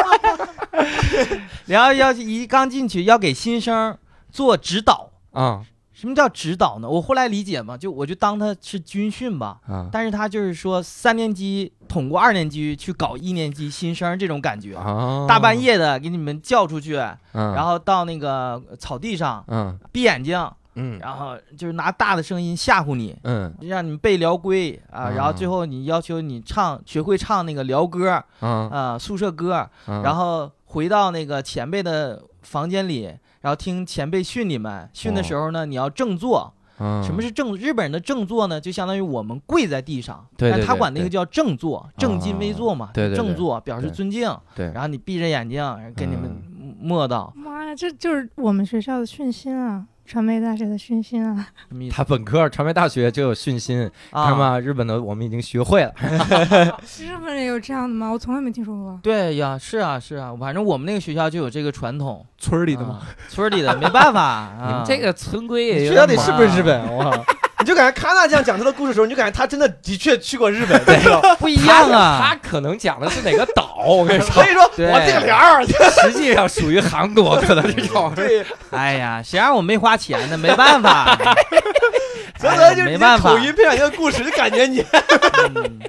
[SPEAKER 2] 寮要一刚进去要给新生做指导。
[SPEAKER 1] (laughs) 啊
[SPEAKER 2] 什么叫指导呢？我后来理解嘛，就我就当他是军训吧。
[SPEAKER 1] 啊
[SPEAKER 2] 但是他就是说三年级捅过二年级去搞一年级新生这种感觉，
[SPEAKER 1] 啊！
[SPEAKER 2] 大半，夜的给你们叫出去，
[SPEAKER 1] 然
[SPEAKER 2] 然后到那个草地上
[SPEAKER 1] 嗯
[SPEAKER 2] 闭眼睛，
[SPEAKER 1] 嗯
[SPEAKER 2] 然后就是拿大的声音吓唬你，
[SPEAKER 1] 嗯
[SPEAKER 2] 让你们背辽规啊，
[SPEAKER 1] 嗯
[SPEAKER 2] 然后最后你要求你唱，学会唱那个辽歌
[SPEAKER 1] 嗯，
[SPEAKER 2] 啊，宿舍歌，然
[SPEAKER 1] 后
[SPEAKER 2] 后回到那个前辈的房间里，然后听前辈训你们，训的时候呢，你要正坐，
[SPEAKER 1] 哦嗯
[SPEAKER 2] 什么是正？日本人的正坐呢，就相当于我们跪在地上，
[SPEAKER 1] 对对
[SPEAKER 2] 但他
[SPEAKER 1] 对
[SPEAKER 2] 管那
[SPEAKER 1] 对
[SPEAKER 2] 个叫正坐，正襟危
[SPEAKER 1] 啊
[SPEAKER 2] 坐嘛，
[SPEAKER 1] 对对对
[SPEAKER 2] 正坐表示
[SPEAKER 1] 对
[SPEAKER 2] 尊敬。
[SPEAKER 1] 对
[SPEAKER 2] 然后你闭着眼睛跟你们默叨，
[SPEAKER 5] 妈呀，这就是我们学校的训心啊，传媒大学的训心啊。
[SPEAKER 2] 什么意思
[SPEAKER 1] 他本科传媒大学就有训心，
[SPEAKER 2] 啊？
[SPEAKER 1] 看吧，日本的我们已经学会了。
[SPEAKER 5] 日本人有这样的吗？我从来没听说
[SPEAKER 3] (laughs)
[SPEAKER 5] 过。
[SPEAKER 2] 对呀，是啊是啊，反正我们那个学校就有这个传统，
[SPEAKER 4] 村儿里
[SPEAKER 2] 里
[SPEAKER 4] 的嘛，
[SPEAKER 3] 啊
[SPEAKER 2] 村儿里的没办法啊。
[SPEAKER 1] 你们这个村规也
[SPEAKER 3] (laughs) 你
[SPEAKER 1] 有
[SPEAKER 3] 学到
[SPEAKER 1] 点
[SPEAKER 3] 底
[SPEAKER 1] 猛
[SPEAKER 3] 是不是
[SPEAKER 1] (laughs)
[SPEAKER 3] 日本？我靠！你就感觉卡纳酱讲他的故事的时候，你就感觉他真的的确去过日本，你知
[SPEAKER 1] (laughs)
[SPEAKER 3] 道吗？
[SPEAKER 2] 不一样啊 (laughs)
[SPEAKER 1] 他，可能讲的是哪个岛？我跟你说
[SPEAKER 3] 所，以说我
[SPEAKER 2] 对
[SPEAKER 3] (laughs) 这
[SPEAKER 1] (laughs)
[SPEAKER 3] 个帘儿，
[SPEAKER 1] 实际上属于韩国，可能是这种。
[SPEAKER 3] 对，
[SPEAKER 2] 哎呀，谁让我没花钱呢？没办法，哎
[SPEAKER 3] 所以说就是
[SPEAKER 2] 没
[SPEAKER 3] 你
[SPEAKER 2] 办
[SPEAKER 3] 的
[SPEAKER 2] 法
[SPEAKER 3] 口音配上你的故事，就感觉
[SPEAKER 1] (laughs)
[SPEAKER 3] 你
[SPEAKER 2] 嗯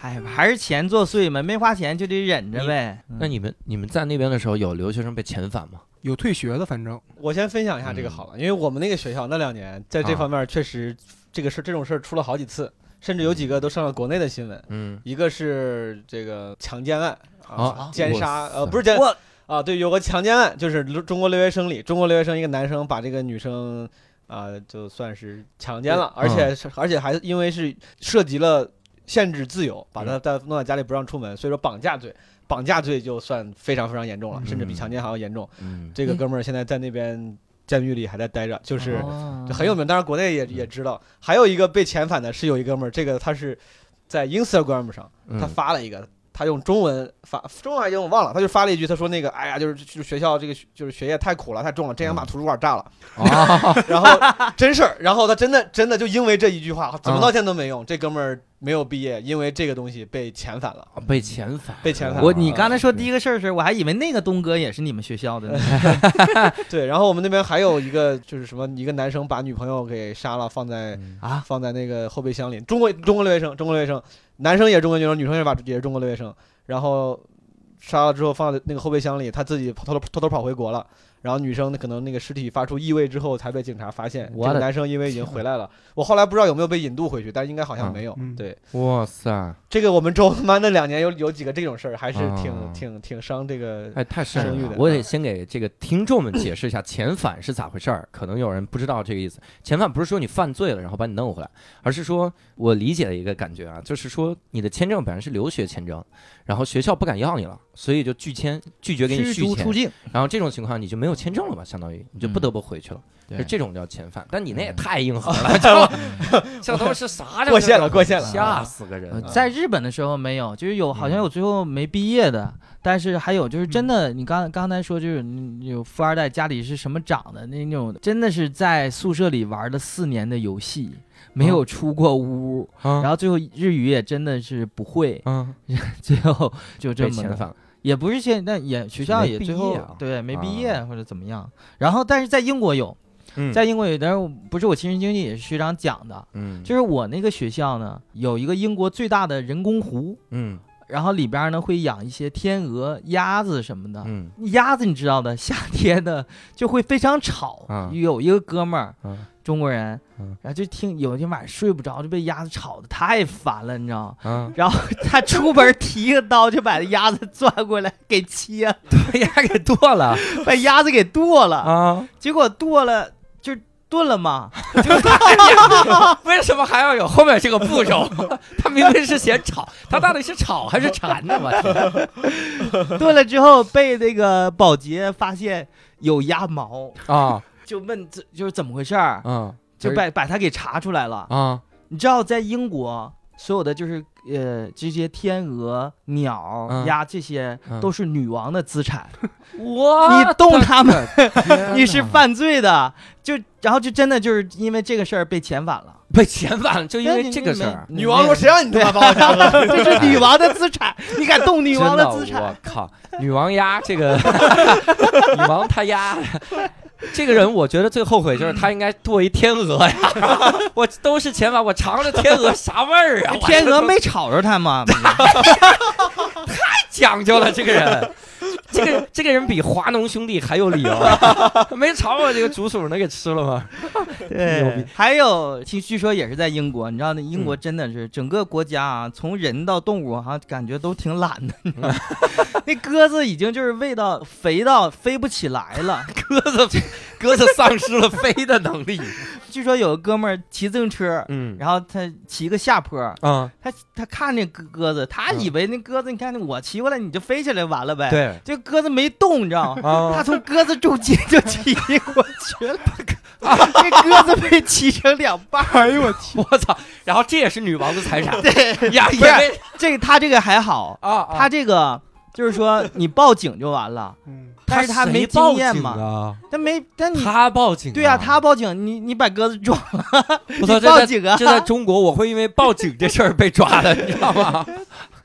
[SPEAKER 2] 哎，还是钱作祟嘛，没花钱就得忍着呗。
[SPEAKER 1] 那你们你们在那边的时候，有留学生被遣返吗？
[SPEAKER 4] 有退学的，反正
[SPEAKER 3] 我先分享一下这个好了，因为我们那个学校那两年在这
[SPEAKER 1] 嗯啊
[SPEAKER 3] 方面确实这个事这种事儿出了好几次，甚至有几个都上了国内的新闻。
[SPEAKER 1] 嗯，
[SPEAKER 3] 一个是这个强奸案
[SPEAKER 1] 啊
[SPEAKER 3] 奸
[SPEAKER 1] 哇
[SPEAKER 3] 杀，
[SPEAKER 1] 塞
[SPEAKER 3] 呃，不是奸
[SPEAKER 2] 哇
[SPEAKER 3] 啊，对，有个强奸案，就是留中国留学生里，中国留学生一个男生把这个女生啊、就算是强奸了，而且是、而且还因为是涉及了限制自由，把她在弄在家里不让出门，所以说绑架罪，绑架罪就算非常非常严重了，甚至比
[SPEAKER 1] 嗯
[SPEAKER 3] 强奸还要严重。
[SPEAKER 1] 嗯
[SPEAKER 3] 这个哥们儿现在在那边监狱里还在待着，就是。
[SPEAKER 2] 哦
[SPEAKER 3] 就很有名，当然国内也也知道。还有一个被遣返的是有一哥们儿，这个他是在 Instagram 上，他
[SPEAKER 1] 嗯
[SPEAKER 3] 发了一个，他用中文发，中文还是英文我忘了，他就发了一句，他说那个，哎呀，就是就是学校这个就是学业太苦了，太重了，真想把图书馆炸了。
[SPEAKER 1] 啊，
[SPEAKER 3] 然后真事儿，然后他真的真的就因为这一句话，怎么道歉都没用，这哥们儿没有毕业，因为这个东西被遣返了，
[SPEAKER 1] (laughs) 被遣返，
[SPEAKER 3] 被遣返。
[SPEAKER 2] 我你刚才说
[SPEAKER 1] 对
[SPEAKER 2] 第一个事儿是，我还以为那个东哥也是你们学校的呢。
[SPEAKER 3] 对，然后我们那边还有一个就是什么，一个男生把女朋友给杀了，放在
[SPEAKER 1] 嗯
[SPEAKER 2] 啊
[SPEAKER 3] 放在那个后备箱里。中国中国留学生，中国留学生，男生也是中国留学生，女生也是把也是中国留学生。然后杀了之后放在那个后备箱里，他自己偷偷偷偷跑回国了。然后女生可能那个尸体发出异味之后才被警察发现。
[SPEAKER 1] 我
[SPEAKER 3] 这个
[SPEAKER 1] 的
[SPEAKER 3] 男生因为已经回来了，我后来不知道有没有被引渡回去，但应该好像没有。
[SPEAKER 4] 嗯嗯
[SPEAKER 3] 对，
[SPEAKER 1] 哇塞，
[SPEAKER 3] 这个我们周他妈那两年有有几个这种事儿，还是挺、
[SPEAKER 1] 啊
[SPEAKER 3] 挺挺伤这个。
[SPEAKER 1] 哎，太瘆
[SPEAKER 3] 生
[SPEAKER 1] 人
[SPEAKER 3] 育
[SPEAKER 1] 了！
[SPEAKER 3] 的
[SPEAKER 1] 我得先给这个听众们解释一下遣返是咋回事儿，可能有人不知道这个意思。遣返不是说你犯罪了然后把你弄回来，而是说我理解的一个感觉啊，就是说你的签证本来是留学签证，然后学校不敢要你了，所以就拒签，拒绝给你
[SPEAKER 2] 驱
[SPEAKER 1] 续
[SPEAKER 2] 逐
[SPEAKER 1] 签
[SPEAKER 2] 出，境，
[SPEAKER 1] 然后这种情况你就没有签证了吧，相当于你就不得不回去了，
[SPEAKER 2] 嗯
[SPEAKER 1] 就
[SPEAKER 2] 对
[SPEAKER 1] 这种叫遣返。但你那也太硬核
[SPEAKER 3] (laughs)
[SPEAKER 1] 了，这这都是啥？
[SPEAKER 3] 过线了过线了啊
[SPEAKER 1] 吓死个嗯
[SPEAKER 2] 呃
[SPEAKER 1] 人！啊
[SPEAKER 2] 在日本的时候没有，就是有好像有最后没毕业的，但是还有就是
[SPEAKER 1] 嗯
[SPEAKER 2] 真的，你刚刚才说就是你有富二代家里是什么长的那种，真的是在宿舍里玩了四年的游戏，没
[SPEAKER 1] 嗯
[SPEAKER 2] 有出过屋，然
[SPEAKER 1] 然
[SPEAKER 2] 后最后日语也真的是不会，
[SPEAKER 1] 嗯，
[SPEAKER 2] 最后就这
[SPEAKER 1] 被
[SPEAKER 2] 么
[SPEAKER 1] 遣返了，
[SPEAKER 2] 也不是现在也学校
[SPEAKER 1] 没
[SPEAKER 2] 也
[SPEAKER 1] 毕
[SPEAKER 2] 最后
[SPEAKER 1] 业啊
[SPEAKER 2] 对没
[SPEAKER 1] 啊
[SPEAKER 2] 毕业或者怎么样，然后但是在英国有，
[SPEAKER 1] 嗯
[SPEAKER 2] 在英国有，但是不是我亲身经历，也是学长讲的，
[SPEAKER 1] 嗯
[SPEAKER 2] 就是我那个学校呢有一个英国最大的人工湖。
[SPEAKER 1] 嗯
[SPEAKER 2] 然后里边呢会养一些天鹅、鸭子什么的。
[SPEAKER 1] 嗯
[SPEAKER 2] 鸭子你知道的，夏天的就会非常吵。
[SPEAKER 1] 啊
[SPEAKER 2] 有一个哥们儿，
[SPEAKER 1] 嗯
[SPEAKER 2] 中国人，
[SPEAKER 1] 嗯
[SPEAKER 2] 然后就听有一天晚上睡不着，就被鸭子吵得太烦了，你知道吗？
[SPEAKER 1] 嗯，
[SPEAKER 2] 然后他出门提个刀就把鸭子转过来给切了，
[SPEAKER 1] (laughs) 被鸭给剁了
[SPEAKER 2] 把鸭子给剁了。
[SPEAKER 1] 啊！
[SPEAKER 2] 结果剁了就炖
[SPEAKER 1] (laughs)
[SPEAKER 2] 了嘛，
[SPEAKER 1] 为什么还要有后面这个步骤？ (laughs) 他明明是写炒，他到底是炒还是馋 (laughs) 呢？我天
[SPEAKER 2] 炖了之后被那个保洁发现有鸭毛，
[SPEAKER 1] 啊
[SPEAKER 2] 就问这就是怎么回事儿，
[SPEAKER 1] 嗯
[SPEAKER 2] 就把把他给查出来了。
[SPEAKER 1] 啊
[SPEAKER 2] 你知道在英国，所有的就是呃这些天鹅、鸟、
[SPEAKER 1] 嗯
[SPEAKER 2] 鸭这些
[SPEAKER 1] 嗯
[SPEAKER 2] 都是女王的资产，
[SPEAKER 1] 我
[SPEAKER 2] 你动它们，
[SPEAKER 1] 们
[SPEAKER 2] 你是犯罪的。就然后就真的就是因为这个事儿被遣返了，
[SPEAKER 1] 被遣返了，就因为这个事儿。
[SPEAKER 2] 你没
[SPEAKER 3] 女啊王说：“谁让你他妈把我 (laughs) 抢了？”
[SPEAKER 2] 你没这是女王的资产，你敢动女
[SPEAKER 1] 真
[SPEAKER 2] 王
[SPEAKER 1] 的，
[SPEAKER 2] 资产？
[SPEAKER 1] 我靠，女王鸭这个， (laughs) 女王她鸭，这个人我觉得最后悔就是他应该剁一天鹅呀！ (laughs) 我都是遣返，我尝着天鹅啥味儿啊？我
[SPEAKER 2] 天鹅没吵着它吗？
[SPEAKER 1] 讲究了，这个人，这个这个人比华农兄弟还有理由，没炒我这个竹鼠能给吃了吗？
[SPEAKER 2] (laughs) 对，还有听据说也是在英国，你知道那英
[SPEAKER 4] 嗯
[SPEAKER 2] 国真的是整个国家啊，从人到动物好、像感觉都挺懒的。你知道
[SPEAKER 4] (laughs)
[SPEAKER 2] 吗那鸽子已经就是喂到
[SPEAKER 4] (laughs)
[SPEAKER 2] 肥到飞不起来了，
[SPEAKER 1] 鸽子，鸽子丧失了飞的能力，
[SPEAKER 2] 据说有个哥们儿骑自行车，
[SPEAKER 1] (laughs) 嗯，
[SPEAKER 2] 然后他骑个下坡，
[SPEAKER 1] 啊，
[SPEAKER 2] 他他看那鸽鸽
[SPEAKER 4] 嗯
[SPEAKER 2] 子，他以为那鸽子，你看我骑过来你就飞起来完了呗。，
[SPEAKER 1] 对
[SPEAKER 2] 这鸽子没动，你知道吗？他
[SPEAKER 4] 嗯
[SPEAKER 1] 啊，
[SPEAKER 2] 从鸽子中间就骑过去
[SPEAKER 4] (laughs)
[SPEAKER 2] 了，这鸽子被骑成两半儿。
[SPEAKER 4] 哎呦我天，
[SPEAKER 1] 我操！然后这也是女王的财
[SPEAKER 2] (laughs)
[SPEAKER 1] 产
[SPEAKER 2] 对，
[SPEAKER 1] 呀，因
[SPEAKER 2] 不是
[SPEAKER 1] 为
[SPEAKER 2] 这个他这个还好，
[SPEAKER 1] 啊啊，
[SPEAKER 2] 他这个就是说你报警就
[SPEAKER 1] (laughs)
[SPEAKER 2] 完了，
[SPEAKER 4] 嗯，
[SPEAKER 2] 但是他
[SPEAKER 1] 谁
[SPEAKER 2] 没
[SPEAKER 1] 报
[SPEAKER 2] 经验
[SPEAKER 1] 警
[SPEAKER 2] 嘛，
[SPEAKER 1] 啊，
[SPEAKER 2] 他没，但你
[SPEAKER 1] 他报警，啊
[SPEAKER 2] 对呀、啊他报警，你你把鸽子撞了，
[SPEAKER 1] (laughs) 我操，这
[SPEAKER 2] 你报
[SPEAKER 1] 在
[SPEAKER 2] 警啊，
[SPEAKER 1] 这在中国我会因为报警这事儿被抓的，你知道吗？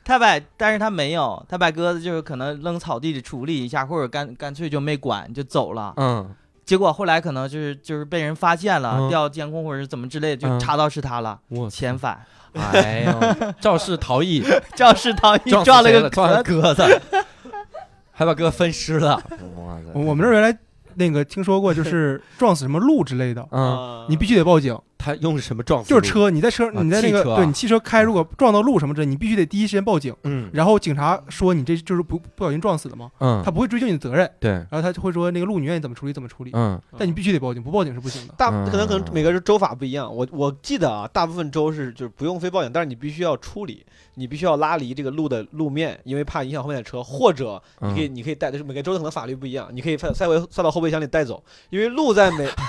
[SPEAKER 2] 他把，但是他没有，他把鸽子就是可能扔草地里处理一下，或者干干脆就没管就走了。
[SPEAKER 1] 嗯，
[SPEAKER 2] 结果后来可能就是就是被人发现了，
[SPEAKER 1] 嗯
[SPEAKER 2] 调监控或者是怎么之类的，
[SPEAKER 1] 嗯
[SPEAKER 2] 就查到是他了，
[SPEAKER 1] 我
[SPEAKER 2] 遣返， (laughs)
[SPEAKER 1] 哎呦，肇事逃逸，
[SPEAKER 2] 肇事逃逸
[SPEAKER 1] 撞死
[SPEAKER 2] 撞了
[SPEAKER 1] 谁
[SPEAKER 2] 个
[SPEAKER 1] 了撞了
[SPEAKER 2] 鸽
[SPEAKER 1] 鸽子，
[SPEAKER 2] (laughs)
[SPEAKER 1] 还把鸽分尸了。哇塞
[SPEAKER 4] 我我们这儿原来那个听说过，就是撞死什么鹿之类
[SPEAKER 3] (laughs)
[SPEAKER 4] 的，
[SPEAKER 1] 嗯，
[SPEAKER 4] 你必须得报警。
[SPEAKER 1] 他用什么撞死？
[SPEAKER 4] 就是，车，你在车，
[SPEAKER 1] 啊
[SPEAKER 4] 你在那
[SPEAKER 1] 汽
[SPEAKER 4] 个，
[SPEAKER 1] 车啊
[SPEAKER 4] 对你汽车开，如果撞到路什么之类，你必须得第一时间报警。
[SPEAKER 1] 嗯
[SPEAKER 4] 然后警察说你这就是不不小心撞死的嘛，
[SPEAKER 1] 嗯
[SPEAKER 4] 他，不会追究你的责任，
[SPEAKER 1] 对，
[SPEAKER 4] 然后他就会说那个路你愿意怎么处理怎么处理，
[SPEAKER 1] 嗯
[SPEAKER 4] 但你必须得报警，不报警是不行的。
[SPEAKER 3] 大
[SPEAKER 1] 嗯
[SPEAKER 3] 可能可能每个州法不一样，我我记得啊，大部分州是就是不用非报警，但是你必须要处理，你必须要拉离这个路的路面，因为怕影响后面的车，或者你可以
[SPEAKER 1] 嗯，
[SPEAKER 3] 你可以带，就是每个州可能法律不一样，你可以塞塞回塞到后备箱里带走，因为路在每
[SPEAKER 4] (laughs)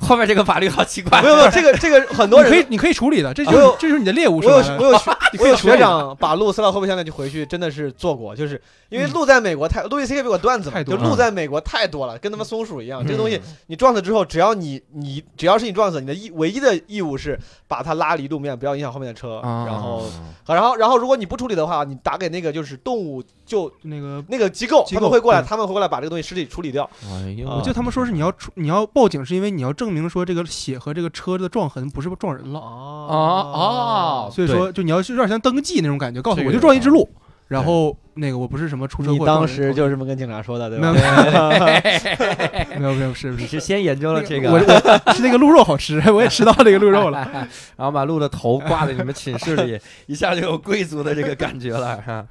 [SPEAKER 1] 后面这个法律好奇怪 (laughs)
[SPEAKER 4] 嗯
[SPEAKER 3] 没有没有这个这个很多
[SPEAKER 4] 你可以
[SPEAKER 3] 人。哎
[SPEAKER 4] 你可以处理的，这就
[SPEAKER 3] 我
[SPEAKER 4] 是
[SPEAKER 3] 有
[SPEAKER 4] 这就是你的猎物
[SPEAKER 3] 我
[SPEAKER 4] 是
[SPEAKER 3] 有
[SPEAKER 4] 吧？
[SPEAKER 3] 我有
[SPEAKER 4] (laughs)
[SPEAKER 3] 学我有
[SPEAKER 4] 处理
[SPEAKER 3] 哎学长把路塞到后备箱里就回去，真的是做过，就是因为
[SPEAKER 4] 嗯
[SPEAKER 3] 路在美国太路易 C K 有个段子嘛，
[SPEAKER 4] 太多
[SPEAKER 3] 就
[SPEAKER 4] 了嗯
[SPEAKER 3] 路在美国太多了，跟他妈松鼠一样，这个东西
[SPEAKER 1] 嗯
[SPEAKER 3] 你撞死之后，只要你你只要是你撞死，你的义唯一的义务是把它拉离路面，不要影响后面的车。
[SPEAKER 1] 啊
[SPEAKER 3] 然后，然后，然后如果你不处理的话，你打给那个就是动物救
[SPEAKER 4] 就那个，
[SPEAKER 3] 那个机构，
[SPEAKER 4] 机
[SPEAKER 3] 他
[SPEAKER 4] 构
[SPEAKER 3] 们会过来，
[SPEAKER 4] 对
[SPEAKER 3] 他们会过来把这个东西尸体处理掉。
[SPEAKER 1] 哎呦，
[SPEAKER 3] 啊
[SPEAKER 4] 我记得他们说是你要处你要报警是因为你要证明说这个血和这个车的撞痕不是撞人了，
[SPEAKER 1] 哦哦，
[SPEAKER 4] 所以说就你要是有点像登记那种感觉，告诉
[SPEAKER 1] 这
[SPEAKER 4] 我
[SPEAKER 1] 个
[SPEAKER 4] 我就撞一只鹿，然后那个我不是什么出车祸，撞人
[SPEAKER 3] 这么跟警察说的，对
[SPEAKER 4] 没有没有 (laughs) 没有没有是不
[SPEAKER 1] 你
[SPEAKER 4] 是？
[SPEAKER 1] 是先研究了这个，
[SPEAKER 4] 我我是那个鹿肉好吃， (laughs) 我也吃到那个鹿肉了。
[SPEAKER 1] (laughs) 然后把鹿的头挂在你们寝室
[SPEAKER 4] (laughs)
[SPEAKER 1] 里，一下就有贵族的这个感觉了哈。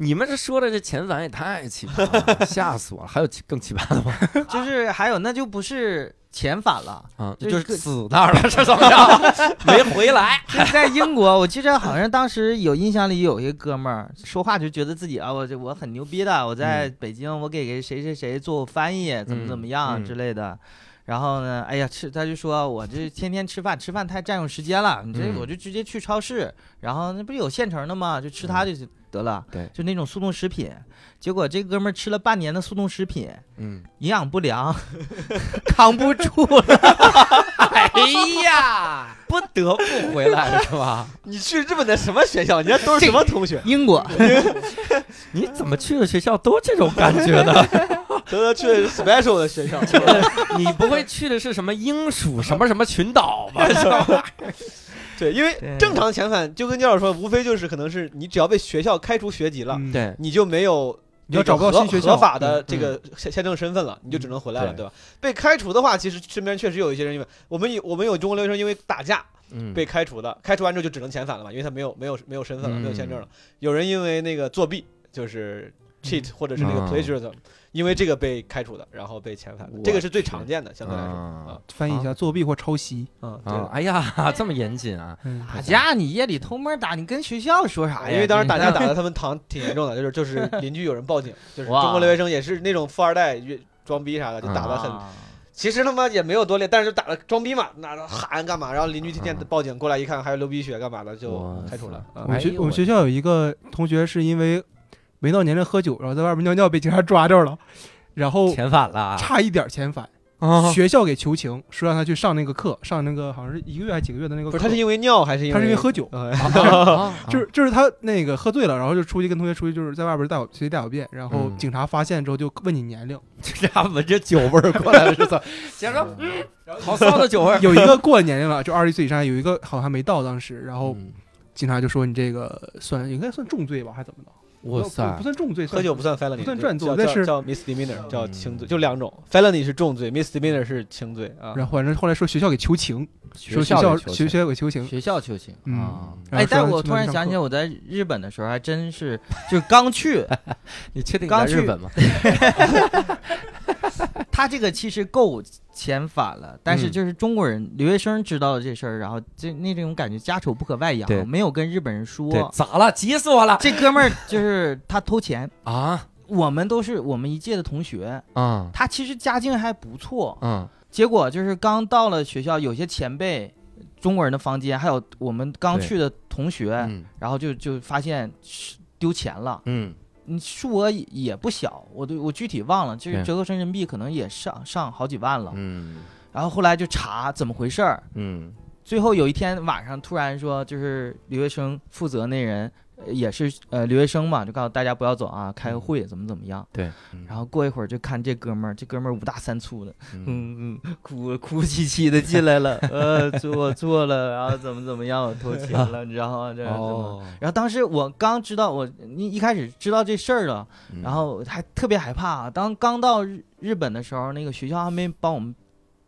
[SPEAKER 1] 你们这说的这遣返也太奇 (laughs) 葩了，吓死我了！还有奇更奇葩的吗？
[SPEAKER 2] (laughs) 就是还有那就不是遣返了，
[SPEAKER 1] 啊，
[SPEAKER 2] 这
[SPEAKER 1] 就是
[SPEAKER 2] 个
[SPEAKER 1] 死那 (laughs) 儿了，是怎么着？没回来。
[SPEAKER 2] 就是在英国，我记得好像当时有印象里有一个哥们儿说话就觉得自己啊，我这我很牛逼的，我在北京，我给给谁谁谁做翻译，怎么怎么
[SPEAKER 1] 嗯
[SPEAKER 2] 样
[SPEAKER 1] 嗯
[SPEAKER 2] 之类的。然后呢，哎呀，吃他就说我这天天吃饭，吃饭太占用时间了，你这
[SPEAKER 1] 嗯
[SPEAKER 2] 我就直接去超市，然后那不是有现成的吗？就吃它就得了。
[SPEAKER 1] 嗯对
[SPEAKER 2] 就那种速冻食品。结果这哥们儿吃了半年的速冻食品，
[SPEAKER 1] 嗯，
[SPEAKER 2] 营养不 (laughs) 良，扛不住 (laughs) 了。
[SPEAKER 1] 哎呀，不得不回来了是吧？
[SPEAKER 3] 你去日本的什么学校？你那都是什么同学？
[SPEAKER 2] 英国，
[SPEAKER 1] 你怎么去的学校都这种感觉的？
[SPEAKER 3] 德德去的是 special 的学
[SPEAKER 1] (laughs)
[SPEAKER 3] 校，
[SPEAKER 1] 你不会去的是什么英属什么什么群岛吧？是吧？
[SPEAKER 3] 对，因为
[SPEAKER 2] 对
[SPEAKER 3] 正常遣返就跟教授说，无非就是可能是你只要被学校开除学籍了，
[SPEAKER 4] 嗯，
[SPEAKER 1] 对，
[SPEAKER 3] 你就没有
[SPEAKER 4] 你要找不到
[SPEAKER 3] 这个
[SPEAKER 4] 新学
[SPEAKER 3] 合
[SPEAKER 4] 校嗯
[SPEAKER 3] 合法的
[SPEAKER 1] 对
[SPEAKER 3] 这个签签证身份了，你就只能回来了，
[SPEAKER 1] 对
[SPEAKER 3] 对吧？被开除的话，其实身边确实有一些人，因为我们有我们有中国留学生因为打架
[SPEAKER 1] 嗯，
[SPEAKER 3] 被开除的，开除完之后就只能遣返了嘛，因为他没有没有没有身份了，
[SPEAKER 1] 嗯
[SPEAKER 3] 没有签证了。有人因为那个作弊，就是。cheat 或者是那个
[SPEAKER 1] 嗯
[SPEAKER 3] plagiarism，、因为这个被开除的，然后被遣返的
[SPEAKER 1] 我，
[SPEAKER 3] 这个是最
[SPEAKER 1] 去
[SPEAKER 3] 常见的，相对来说，
[SPEAKER 1] 啊
[SPEAKER 4] 翻译一下作弊或抄袭。
[SPEAKER 3] 嗯，对，
[SPEAKER 1] 啊！哎呀，这么严谨啊！
[SPEAKER 4] 嗯，
[SPEAKER 2] 打架你夜里偷摸打，你跟学校说啥呀？
[SPEAKER 3] 因为当时打
[SPEAKER 2] 这
[SPEAKER 3] 架打的他们堂挺严重的，就是 (laughs) 就是邻居有人报警，就是
[SPEAKER 2] 哇
[SPEAKER 3] 中国留学生也是那种富二代越装逼啥的，就打的很。
[SPEAKER 2] 啊
[SPEAKER 3] 其实他妈也没有多厉害，但是就打的装逼嘛，那喊干嘛？然后邻居听见报警过来一看，还有流鼻血干嘛的，就
[SPEAKER 1] 哇
[SPEAKER 3] 开除了。
[SPEAKER 1] 塞
[SPEAKER 3] 啊
[SPEAKER 4] 我们
[SPEAKER 1] 哎
[SPEAKER 4] 学
[SPEAKER 1] 呦
[SPEAKER 4] 我
[SPEAKER 1] 我
[SPEAKER 4] 们学校有一个同学是因为没到年龄喝酒，然后在外边尿尿被警察抓着了，然后
[SPEAKER 1] 遣返了啊！
[SPEAKER 4] 差一点遣返，
[SPEAKER 1] 啊
[SPEAKER 4] 学校给求情，说让他去上那个课，上那个好像是一个月还是几个月的那个
[SPEAKER 3] 不
[SPEAKER 4] 课。
[SPEAKER 3] 是他是因为尿还是因为？
[SPEAKER 4] 他是因为喝酒，
[SPEAKER 3] 呃。
[SPEAKER 1] 啊
[SPEAKER 4] 就是就是他那个喝醉了，然后就出去跟同学出去，就是在外边大小随地大小便，然后
[SPEAKER 1] 嗯
[SPEAKER 4] 警察发现之后就问你年龄。
[SPEAKER 1] 这家闻着酒味儿过来了，是吧？先说，嗯，好骚的酒味儿。
[SPEAKER 4] 有一个过了年龄了，就二十岁以上，有一个好像还没到当时，然后
[SPEAKER 1] 嗯
[SPEAKER 4] 警察就说你这个算应该算重罪吧，还怎么的？
[SPEAKER 1] 哇
[SPEAKER 4] 不
[SPEAKER 1] 塞
[SPEAKER 4] 不，算重罪，
[SPEAKER 3] 喝酒不算 felony，
[SPEAKER 4] 不算转
[SPEAKER 3] 叫
[SPEAKER 4] 作
[SPEAKER 3] 叫
[SPEAKER 4] 但是
[SPEAKER 3] 叫 misdemeanor，叫轻罪，
[SPEAKER 1] 嗯
[SPEAKER 3] 就两种。felony 是重罪，misdemeanor 是轻罪啊。
[SPEAKER 4] 然后反正后来说学校给求情，说学
[SPEAKER 1] 校
[SPEAKER 4] 校
[SPEAKER 1] 里求
[SPEAKER 4] 学
[SPEAKER 1] 情
[SPEAKER 4] 校给求情，
[SPEAKER 2] 学校就行。
[SPEAKER 4] 嗯
[SPEAKER 1] 啊，
[SPEAKER 4] 然
[SPEAKER 2] 哎
[SPEAKER 4] 后，
[SPEAKER 2] 但
[SPEAKER 4] 说
[SPEAKER 2] 我
[SPEAKER 4] 去
[SPEAKER 2] 突
[SPEAKER 4] 那
[SPEAKER 2] 然
[SPEAKER 4] 上
[SPEAKER 2] 想起
[SPEAKER 4] 课，
[SPEAKER 2] 我在日本的时候， (laughs)
[SPEAKER 3] (laughs)
[SPEAKER 2] 还真是就是刚去，
[SPEAKER 1] 你确定你在
[SPEAKER 2] 刚
[SPEAKER 1] 日
[SPEAKER 2] 去
[SPEAKER 1] 本吗？
[SPEAKER 2] 他这个其实够遣返了，但是
[SPEAKER 1] 嗯
[SPEAKER 2] 就是中国人留学生知道了这事儿，然后就那种感觉家丑不可外
[SPEAKER 1] 对
[SPEAKER 2] 扬，没有跟日本人
[SPEAKER 1] 对，
[SPEAKER 2] 说。
[SPEAKER 1] 咋了？急死我了
[SPEAKER 2] 这哥们儿就是他偷钱，
[SPEAKER 1] 啊！
[SPEAKER 2] 我们都是我们一届的同学，
[SPEAKER 1] 嗯
[SPEAKER 2] 他其实家境还不错，
[SPEAKER 1] 嗯
[SPEAKER 2] 结果就是刚到了学校，有些前辈。中国人的房间，还有我们刚
[SPEAKER 1] 对
[SPEAKER 2] 去的同学，
[SPEAKER 1] 嗯
[SPEAKER 2] 然后就就发现丢钱了，
[SPEAKER 1] 嗯，
[SPEAKER 2] 你数额也不小，我对我具体忘了，就是
[SPEAKER 1] 对
[SPEAKER 2] 折合成人民币可能也上上好几万了。
[SPEAKER 1] 嗯
[SPEAKER 2] 然后后来就查怎么回事儿，
[SPEAKER 1] 嗯
[SPEAKER 2] 最后有一天晚上突然说，就是留学生负责那人呃也是呃留学生嘛，就告诉大家不要走啊，开个会怎么怎么样。
[SPEAKER 1] 对，
[SPEAKER 2] 然后过一会儿就看这哥们儿，这哥们儿五大三粗的，
[SPEAKER 1] 嗯
[SPEAKER 2] 嗯嗯，哭哭兮兮的进
[SPEAKER 1] (laughs)
[SPEAKER 2] 来了，呃，做我错了，然后怎么怎么样，我偷钱
[SPEAKER 1] (laughs)
[SPEAKER 2] 了，你知道吗？这样怎么？
[SPEAKER 1] 哦，
[SPEAKER 2] 然后当时我刚知道我你一开始知道这事儿了，
[SPEAKER 1] 嗯
[SPEAKER 2] 然后还特别害怕、当刚到日日本的时候，那个学校还没帮我们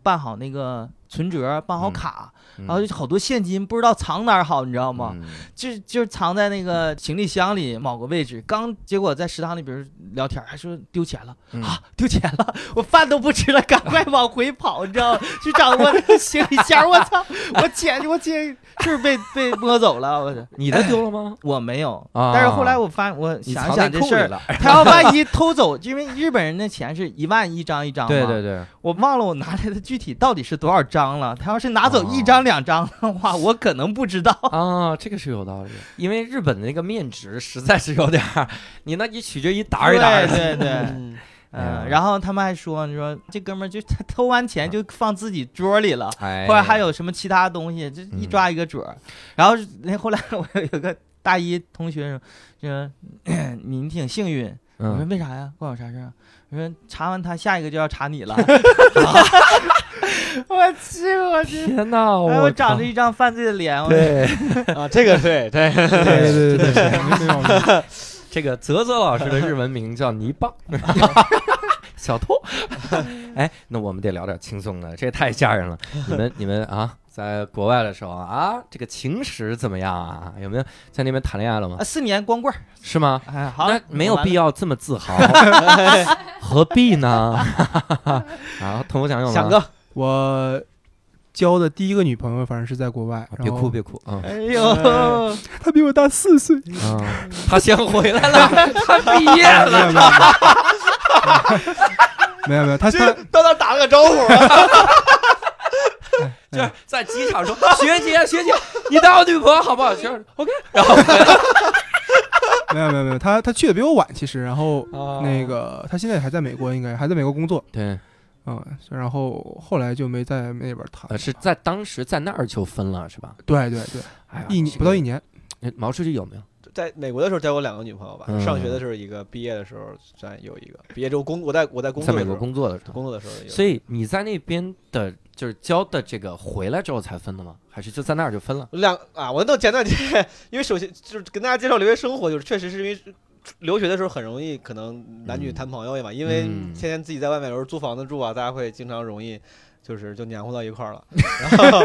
[SPEAKER 2] 办好那个存折，办好
[SPEAKER 1] 嗯
[SPEAKER 2] 卡，
[SPEAKER 1] 嗯
[SPEAKER 2] 然后就好多现金不知道藏哪儿好，你知道吗？
[SPEAKER 1] 嗯
[SPEAKER 2] 就就是藏在那个行李箱里某个位置。刚结果在食堂里，比如聊天，还说丢钱了、
[SPEAKER 1] 嗯
[SPEAKER 2] 啊，丢钱了，我饭都不吃了，赶快往回跑，你知道吗？去找我行李箱，我操，我钱我钱是被被摸走了，我操
[SPEAKER 1] 你的丢了
[SPEAKER 2] (laughs)
[SPEAKER 1] 吗？
[SPEAKER 2] 我没有，
[SPEAKER 1] 啊
[SPEAKER 2] 但是后来我发，我
[SPEAKER 1] 你
[SPEAKER 2] 想
[SPEAKER 1] 藏
[SPEAKER 2] 一
[SPEAKER 1] 在
[SPEAKER 2] 想这
[SPEAKER 1] 裤
[SPEAKER 2] 事
[SPEAKER 1] 里
[SPEAKER 2] 儿，哎
[SPEAKER 1] 了。
[SPEAKER 2] 他要
[SPEAKER 1] (laughs)
[SPEAKER 2] 万一偷走，因为日本人的钱是一万一张一张嘛，
[SPEAKER 1] 对对 (laughs) 对，
[SPEAKER 2] 我忘了我拿来的具体到底是多少张了。他要是拿
[SPEAKER 1] 哦
[SPEAKER 2] 走一张两张的话，我可能不
[SPEAKER 1] (laughs)
[SPEAKER 2] 知道。
[SPEAKER 1] 啊，这个是有道理，因为日本的那个面值实在是有点儿，你那你取决一沓儿一沓儿
[SPEAKER 2] 对
[SPEAKER 1] 的。
[SPEAKER 2] 对对，
[SPEAKER 3] 嗯
[SPEAKER 1] 哎呀
[SPEAKER 2] 嗯，然后他们还说，你说这哥们儿就他偷完钱就放自己桌里了。
[SPEAKER 1] 哎，
[SPEAKER 2] 后来还有什么其他东西，就一抓一个准儿。然后那后来我有有个大一同学说，说你挺幸运，我说
[SPEAKER 1] 嗯，
[SPEAKER 2] 为啥呀？关我啥事儿啊？我说查完他，下一个就要查你了。我去，我去！
[SPEAKER 1] 天哪，
[SPEAKER 2] 哎，我
[SPEAKER 1] 靠
[SPEAKER 2] 长着一张犯罪的脸，我
[SPEAKER 1] 对，
[SPEAKER 3] 啊，这个对对，
[SPEAKER 1] (laughs)
[SPEAKER 4] 对对对对对，没毛病。
[SPEAKER 1] 这个泽泽老师的日文名叫泥
[SPEAKER 2] (laughs)
[SPEAKER 1] 棒，小偷。哎，那我们得聊点轻松的，这也太吓人了。你们你们啊，在国外的时候啊，这个情史怎么样啊？有没有在那边谈恋爱了吗
[SPEAKER 2] 啊，？四年光棍儿。
[SPEAKER 1] 是吗？
[SPEAKER 2] 哎，好
[SPEAKER 1] 那，没有必
[SPEAKER 2] 要。
[SPEAKER 1] 要这么自 (laughs) 豪，何必 (laughs) 呢？啊，同我讲有吗？
[SPEAKER 3] 想哥，
[SPEAKER 4] 我交的第一个女朋友，反正是在国外，
[SPEAKER 1] 别
[SPEAKER 4] 然后
[SPEAKER 1] 哭别哭啊！
[SPEAKER 2] 哎
[SPEAKER 3] (laughs)
[SPEAKER 2] 呦，
[SPEAKER 4] 她比我大
[SPEAKER 1] (laughs)
[SPEAKER 4] 四岁，
[SPEAKER 1] 啊，
[SPEAKER 4] 嗯
[SPEAKER 1] 他先回来
[SPEAKER 4] (laughs)
[SPEAKER 1] 了，他毕业了。
[SPEAKER 4] 没有没有，她她
[SPEAKER 3] 这到那打了个招呼啊， (laughs)
[SPEAKER 1] 就是在机场
[SPEAKER 4] (laughs)
[SPEAKER 1] 说：“学姐，学姐，你当我女朋友好不好？”学姐 OK，然后
[SPEAKER 4] 没有没有没有，她她去的比我晚，其实，然后
[SPEAKER 1] 哦
[SPEAKER 4] 那个她现在还在美国，应该还在美国工作，
[SPEAKER 1] 对，
[SPEAKER 4] 嗯，然后后来就没在那边谈
[SPEAKER 1] 呃，，是在当时在那儿就分了，是吧？
[SPEAKER 4] 对对对，
[SPEAKER 1] 哎呀
[SPEAKER 4] 一年不到一，年，
[SPEAKER 1] 这个毛书记有没有？
[SPEAKER 3] 在美国的时候交过两个女朋友吧，
[SPEAKER 1] 嗯
[SPEAKER 3] 上学的时候一个，毕业的时候算有一个，毕业之后工我在我在工
[SPEAKER 1] 在美
[SPEAKER 3] 作的时
[SPEAKER 1] 国
[SPEAKER 3] 候
[SPEAKER 1] 工作的时候，
[SPEAKER 3] 工作的时候有一个，
[SPEAKER 1] 所以你在那边的，就是交的这个回来之后才分的吗？还是就在那儿就分了？
[SPEAKER 3] 两啊，我那简短介， (laughs) 因为首先就是跟大家介绍留学生活，就是确实是因为留学的时候很容易可能男女
[SPEAKER 1] 嗯
[SPEAKER 3] 谈朋友嘛，因为
[SPEAKER 1] 嗯
[SPEAKER 3] 天天自己在外面有时候租房子住啊，大家会经常容易就是就黏糊到一块儿了。然后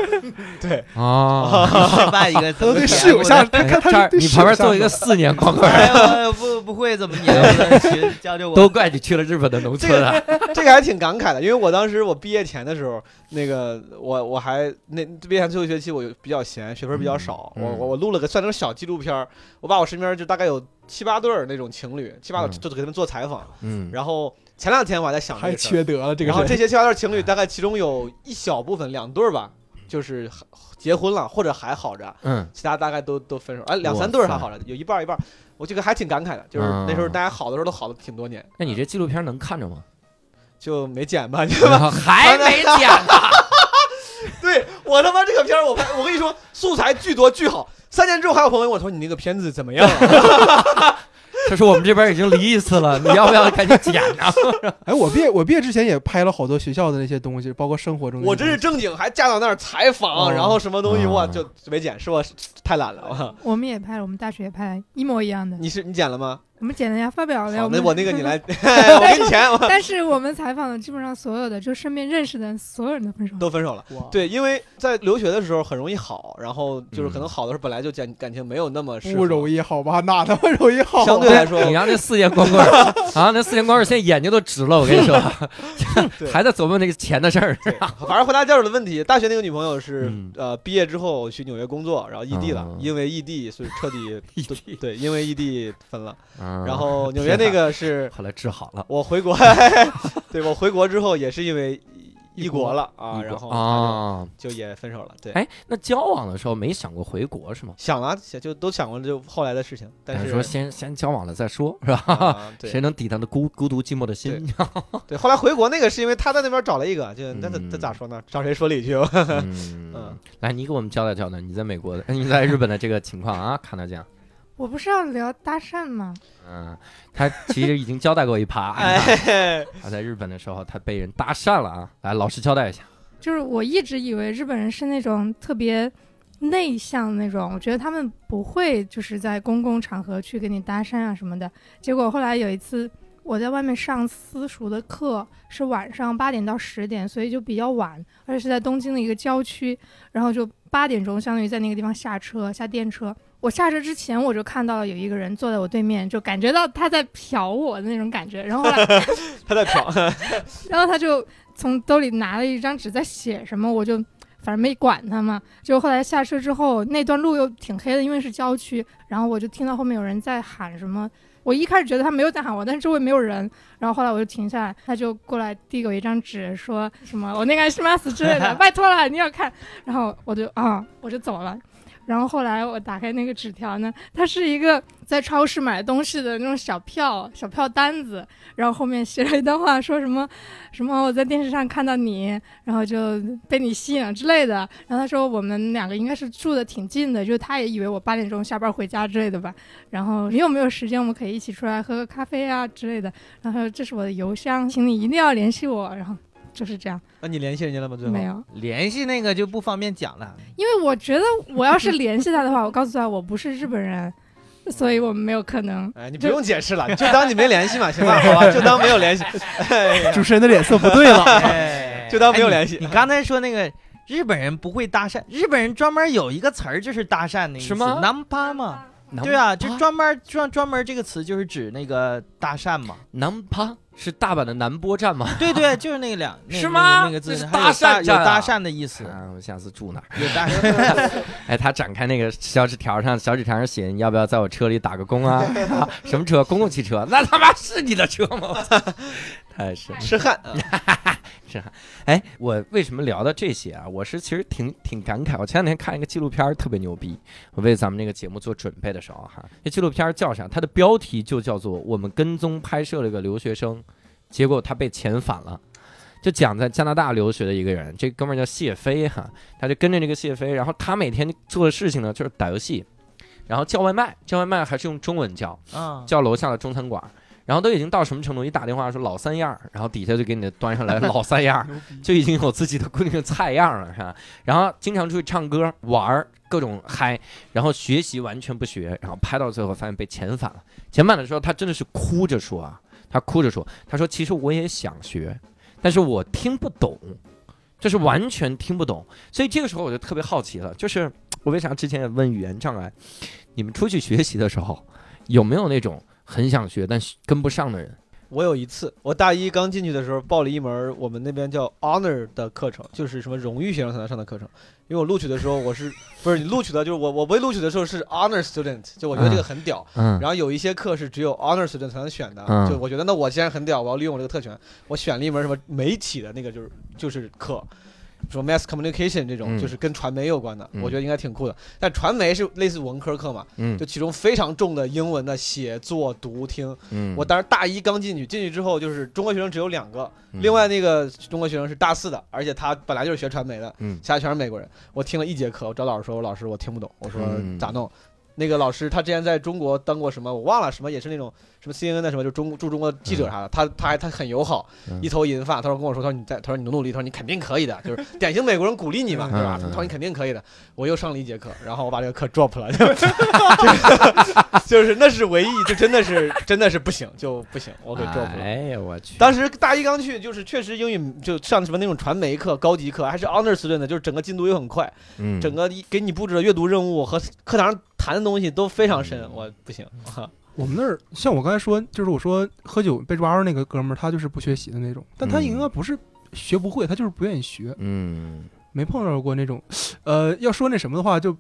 [SPEAKER 3] 对，
[SPEAKER 1] (laughs) 哦，
[SPEAKER 2] 示范一个怎
[SPEAKER 4] 她
[SPEAKER 2] 么黏
[SPEAKER 4] 都对
[SPEAKER 2] 我的，
[SPEAKER 4] 室友下，她看她
[SPEAKER 1] 这儿
[SPEAKER 4] 是对
[SPEAKER 1] 你
[SPEAKER 4] 室
[SPEAKER 1] 旁
[SPEAKER 4] 友
[SPEAKER 1] 边
[SPEAKER 4] 下
[SPEAKER 1] 坐一
[SPEAKER 4] 手
[SPEAKER 1] 个四年光棍儿，
[SPEAKER 2] 哎呦，我不不会怎么黏我的，学教教我。
[SPEAKER 1] 都怪你去了日本的农村啊！ (laughs)
[SPEAKER 3] 这个还挺感慨的，因为我当时我毕业前的时候，那个我我还那毕业前最后一学期我就比较闲，学分比较少，
[SPEAKER 1] 嗯
[SPEAKER 3] 我
[SPEAKER 1] 嗯
[SPEAKER 3] 我我录了个算成小纪录片儿，我把我身边就大概有七八对儿那种情侣，七八对儿
[SPEAKER 1] 嗯
[SPEAKER 3] 就给他们做采访，
[SPEAKER 1] 嗯，
[SPEAKER 3] 然后前两天我还在想这
[SPEAKER 4] 太
[SPEAKER 3] 个事儿，
[SPEAKER 4] 缺德了，这个
[SPEAKER 3] 然后
[SPEAKER 4] 人 (laughs)
[SPEAKER 3] 这些七八对儿情侣大概其中有一小部分两对儿吧，就是结婚了或者还好着，
[SPEAKER 1] 嗯，
[SPEAKER 3] 其他大概都都分手，哎，两
[SPEAKER 1] 哇
[SPEAKER 3] 三对儿还
[SPEAKER 1] 塞
[SPEAKER 3] 好着，有一半儿一半儿，我这个还挺感慨的，就是那时候
[SPEAKER 1] 嗯
[SPEAKER 3] 大家好的时候都好了挺多年，
[SPEAKER 1] 那你这纪录片能看着吗？
[SPEAKER 3] 就没
[SPEAKER 1] (laughs)
[SPEAKER 3] 剪吧，就。
[SPEAKER 1] 还没剪
[SPEAKER 2] (laughs)
[SPEAKER 1] 呢，
[SPEAKER 3] (laughs) 对我他妈这个片儿，我拍，我跟你说，素材巨多巨好。三年之后还有朋友问我说：“你那个片子怎么样啊 (laughs)
[SPEAKER 1] 他说我们这边已经离一次了，你要不要赶紧剪啊呢？
[SPEAKER 4] 哎，我毕业我毕业之前也拍了好多学校的那些东西，包括生活？”中的
[SPEAKER 3] 我
[SPEAKER 4] 那些
[SPEAKER 3] 真是
[SPEAKER 4] 东西
[SPEAKER 3] 正经，还嫁到那儿采访，
[SPEAKER 4] 哦
[SPEAKER 3] 然后什么东西，
[SPEAKER 1] 嗯
[SPEAKER 3] 我就没剪，是我太懒了。我
[SPEAKER 5] 我们也拍了，我们大学也拍了一模一样的。
[SPEAKER 3] 你是你剪了吗？
[SPEAKER 5] 我们简单一下发表了呀。
[SPEAKER 3] 好，那
[SPEAKER 5] 们
[SPEAKER 3] 我那个你
[SPEAKER 4] (laughs)
[SPEAKER 3] 来，哎我给你钱，我
[SPEAKER 5] (laughs) 但是我们采访的基本上所有的，就身边认识的所有人都分手了。
[SPEAKER 3] 都分手了。
[SPEAKER 2] 哇，
[SPEAKER 3] 对，因为在留学的时候很容易好，然后就是
[SPEAKER 1] 嗯
[SPEAKER 3] 可能好的时候本来就感感情没有那么
[SPEAKER 4] 不容
[SPEAKER 3] 易，
[SPEAKER 4] 易好吧？哪那么容易好啊？
[SPEAKER 3] (laughs) 相对来说
[SPEAKER 1] 你让这四年光
[SPEAKER 3] (laughs)
[SPEAKER 1] 棍儿啊，那四年光棍儿现在眼睛都直了，我跟你说 (laughs)
[SPEAKER 3] 对，
[SPEAKER 1] 还在琢磨那个钱的事儿。
[SPEAKER 3] 对，反正回答教授的问题，大学那个女朋友是、
[SPEAKER 1] 嗯
[SPEAKER 3] 呃毕业之后去纽约工作，然后异地了，
[SPEAKER 1] 嗯
[SPEAKER 3] 因为异地所以彻底
[SPEAKER 1] (laughs) 异
[SPEAKER 3] 对
[SPEAKER 1] 地
[SPEAKER 3] 对，因为异地分了。
[SPEAKER 1] 然
[SPEAKER 3] 然后纽约那个
[SPEAKER 1] (laughs)
[SPEAKER 3] 是
[SPEAKER 1] 啊后来治好了，
[SPEAKER 3] 我回国，对我回国之后也是因为异国了啊，然后他
[SPEAKER 1] 啊，
[SPEAKER 3] 就就也分手了。对，
[SPEAKER 1] 哎，那交往的时候没想过回国是吗？
[SPEAKER 3] 想了想就都想过就后来的事情，但是
[SPEAKER 1] 哎说 (laughs) 先先交往了再说，是吧？
[SPEAKER 3] 啊
[SPEAKER 1] 谁
[SPEAKER 3] 对
[SPEAKER 1] 能抵挡的孤孤独寂寞的心？
[SPEAKER 3] 对，后来回国那个是因为他在那边找了一个，就那他
[SPEAKER 1] 嗯
[SPEAKER 3] 他咋说呢？找谁说理去？ (laughs)
[SPEAKER 1] 嗯，来，你给我们交代交代，你在美国的，你在日本的这个情况啊，看得见。
[SPEAKER 5] 我不是要聊搭讪吗？
[SPEAKER 1] 嗯，他其实已经交代过一
[SPEAKER 2] (laughs)
[SPEAKER 1] 趴。
[SPEAKER 3] 哎，
[SPEAKER 1] 他在日本的时候，他被人搭讪了啊！来，老实交代一下。
[SPEAKER 5] 就是我一直以为日本人是那种特别内向的那种，我觉得他们不会就是在公共场合去跟你搭讪啊什么的。结果后来有一次我在外面上私塾的课，是晚上八点到十点，所以就比较晚，而且是在东京的一个郊区，然后就八点钟相当于在那个地方下车下电车。我下车之前我就看到了有一个人坐在我对面，就感觉到他在瞟我的那种感觉，然后后来
[SPEAKER 3] 他在
[SPEAKER 1] (laughs)
[SPEAKER 3] 嫖，
[SPEAKER 5] 然后他就从兜里拿了一张纸在写什么，我就反正没管他嘛。就后来下车之后，那段路又挺黑的，因为是郊区，然后我就听到后面有人在喊什么。我一开始觉得他没有在喊我，但是周围没有人，然后后来我就停下来，他就过来递给我一张纸，说什么“我那个是吗死”之类的，拜托了，你要看。然后我就啊、我就走了。然后后来我打开那个纸条呢，它是一个在超市买东西的那种小票小票单子，然后后面写了一段话，说什么什么我在电视上看到你，然后就被你吸引了之类的。然后他说我们两个应该是住的挺近的，就是他也以为我八点钟下班回家之类的吧。然后你有没有时间，我们可以一起出来喝个咖啡啊之类的。然后他说这是我的邮箱，请你一定要联系我。然后就是这样，
[SPEAKER 3] 那你联系人家了吗？最后
[SPEAKER 5] 没有。
[SPEAKER 2] 联系那个就不方便讲了。
[SPEAKER 5] 因为我觉得我要是联系他的话，我告诉他我不是日本人，所以我们没有可能。
[SPEAKER 3] 哎，你不用解 (laughs) 释了，你就当你没联系嘛，行 (laughs) 吧？好吧，就当没有 (laughs) 联系，
[SPEAKER 4] (laughs) 主持人的脸色不对了，
[SPEAKER 2] 哎
[SPEAKER 3] 就当没有联
[SPEAKER 2] 哎
[SPEAKER 3] 系
[SPEAKER 2] 你。你刚才说那个日本人不会搭讪，日本人专门有一个词儿就是搭讪的意思，
[SPEAKER 1] 是吗
[SPEAKER 2] 南趴嘛。对啊，就专门专专门这个词就是指那个搭讪嘛。
[SPEAKER 1] 南趴是大阪的南波站吗？ (laughs)
[SPEAKER 2] 对对，就是那个两那
[SPEAKER 1] 是吗
[SPEAKER 2] 那个字
[SPEAKER 1] 那是
[SPEAKER 2] 还
[SPEAKER 1] 搭讪
[SPEAKER 2] 有有
[SPEAKER 1] 战啊
[SPEAKER 2] 搭讪的意思，
[SPEAKER 1] 啊，我下次住哪儿？
[SPEAKER 2] 有搭讪。
[SPEAKER 1] (laughs) 哎，他展开那个小纸条上，小纸条上写你要不要在我车里打个工
[SPEAKER 2] (laughs)
[SPEAKER 1] 啊？啊什么车？公共汽车？那他妈是你的车吗？我操太是
[SPEAKER 3] 痴汉，
[SPEAKER 1] 哎，我为什么聊到这些啊？我是其实挺挺感慨。我前两天看一个纪录片儿特别牛逼，我为咱们这个节目做准备的时候哈，这纪录片儿叫啥？它的标题就叫做《我们跟踪拍摄了一个留学生，结果他被遣返了》。就讲在加拿大留学的一个人，这哥们儿叫谢飞哈，他就跟着这个谢飞，然后他每天做的事情呢就是打游戏，然后叫外卖，叫外卖还是用中文叫，
[SPEAKER 2] 嗯，
[SPEAKER 1] 叫楼下的中餐馆，然后都已经到什么程度？一打电话说老三样儿，然后底下就给你端上来老三样儿，就已经有自己的固定的菜样儿了，是吧？然后经常出去唱歌玩儿，各种嗨，然后学习完全不学，然后拍到最后发现被遣返了。遣返的时候，他真的是哭着说啊，他哭着说，他说其实我也想学，但是我听不懂。就是完全听不懂，所以这个时候我就特别好奇了，就是我为啥之前也问语言障碍，你们出去学习的时候，有没有那种很想学但是跟不上的人？
[SPEAKER 3] 我有一次，我大一刚进去的时候报了一门我们那边叫 honor 的课程，就是什么荣誉学生才能上的课程。因为我录取的时候我是 (laughs) 不是你录取的，就是我我被录取的时候是 honor student，就我觉得这个很屌。
[SPEAKER 1] 嗯
[SPEAKER 3] 然后有一些课是只有 honor student 才能选的，
[SPEAKER 1] 嗯
[SPEAKER 3] 就我觉得那我既然很屌，我要利用我这个特权，我选了一门什么媒体的那个就是就是课。什么 mass communication 这种、
[SPEAKER 1] 嗯
[SPEAKER 3] 就是跟传媒有关的，
[SPEAKER 1] 嗯
[SPEAKER 3] 我觉得应该挺酷的。但传媒是类似文科课嘛，
[SPEAKER 1] 嗯
[SPEAKER 3] 就其中非常重的英文的写作、读、听，
[SPEAKER 1] 嗯
[SPEAKER 3] 我当时大一刚进去，进去之后就是中国学生只有两个，
[SPEAKER 1] 嗯
[SPEAKER 3] 另外那个中国学生是大四的，而且他本来就是学传媒的，
[SPEAKER 1] 嗯
[SPEAKER 3] 其他全是美国人。我听了一节课，我找老师说，我说老师我听不懂，我说
[SPEAKER 1] 嗯
[SPEAKER 3] 咋弄？那个老师他之前在中国当过什么我忘了什么，也是那种什么 CNN 的什么，就中驻中国记者啥的。他他还他很友好，
[SPEAKER 6] 嗯
[SPEAKER 3] 一头银发，他说跟我说，他说你在，他说你努努力，他说你肯定可以的，就是
[SPEAKER 6] (laughs)
[SPEAKER 3] 典型美国人鼓励你嘛，
[SPEAKER 6] 嗯
[SPEAKER 3] 对吧？
[SPEAKER 6] 嗯
[SPEAKER 3] 他说你肯定可以的。我又上了一节课，然后我把这个课
[SPEAKER 6] (laughs)
[SPEAKER 3] drop 了，就是那是唯一，就真的是真的是不行，就不行，我给 drop 了。
[SPEAKER 1] 哎呀，我去！
[SPEAKER 3] 当
[SPEAKER 1] 时
[SPEAKER 3] 时大一刚去，就是确实英语就上什么那种传媒课、高级课，还是 honor student 的，就是整个进度又很快，
[SPEAKER 1] 嗯
[SPEAKER 3] 整个一给你布置的阅读任务和课堂上谈的东西都非常深，我不行。
[SPEAKER 4] (laughs) 我们那儿像我刚才说，就是我说喝酒被抓着那个哥们儿，他就是不学习的那种，但他应该不是学不会，他就是不愿意学，
[SPEAKER 6] 嗯
[SPEAKER 4] 没碰到过那种。呃，要说那什么的话，就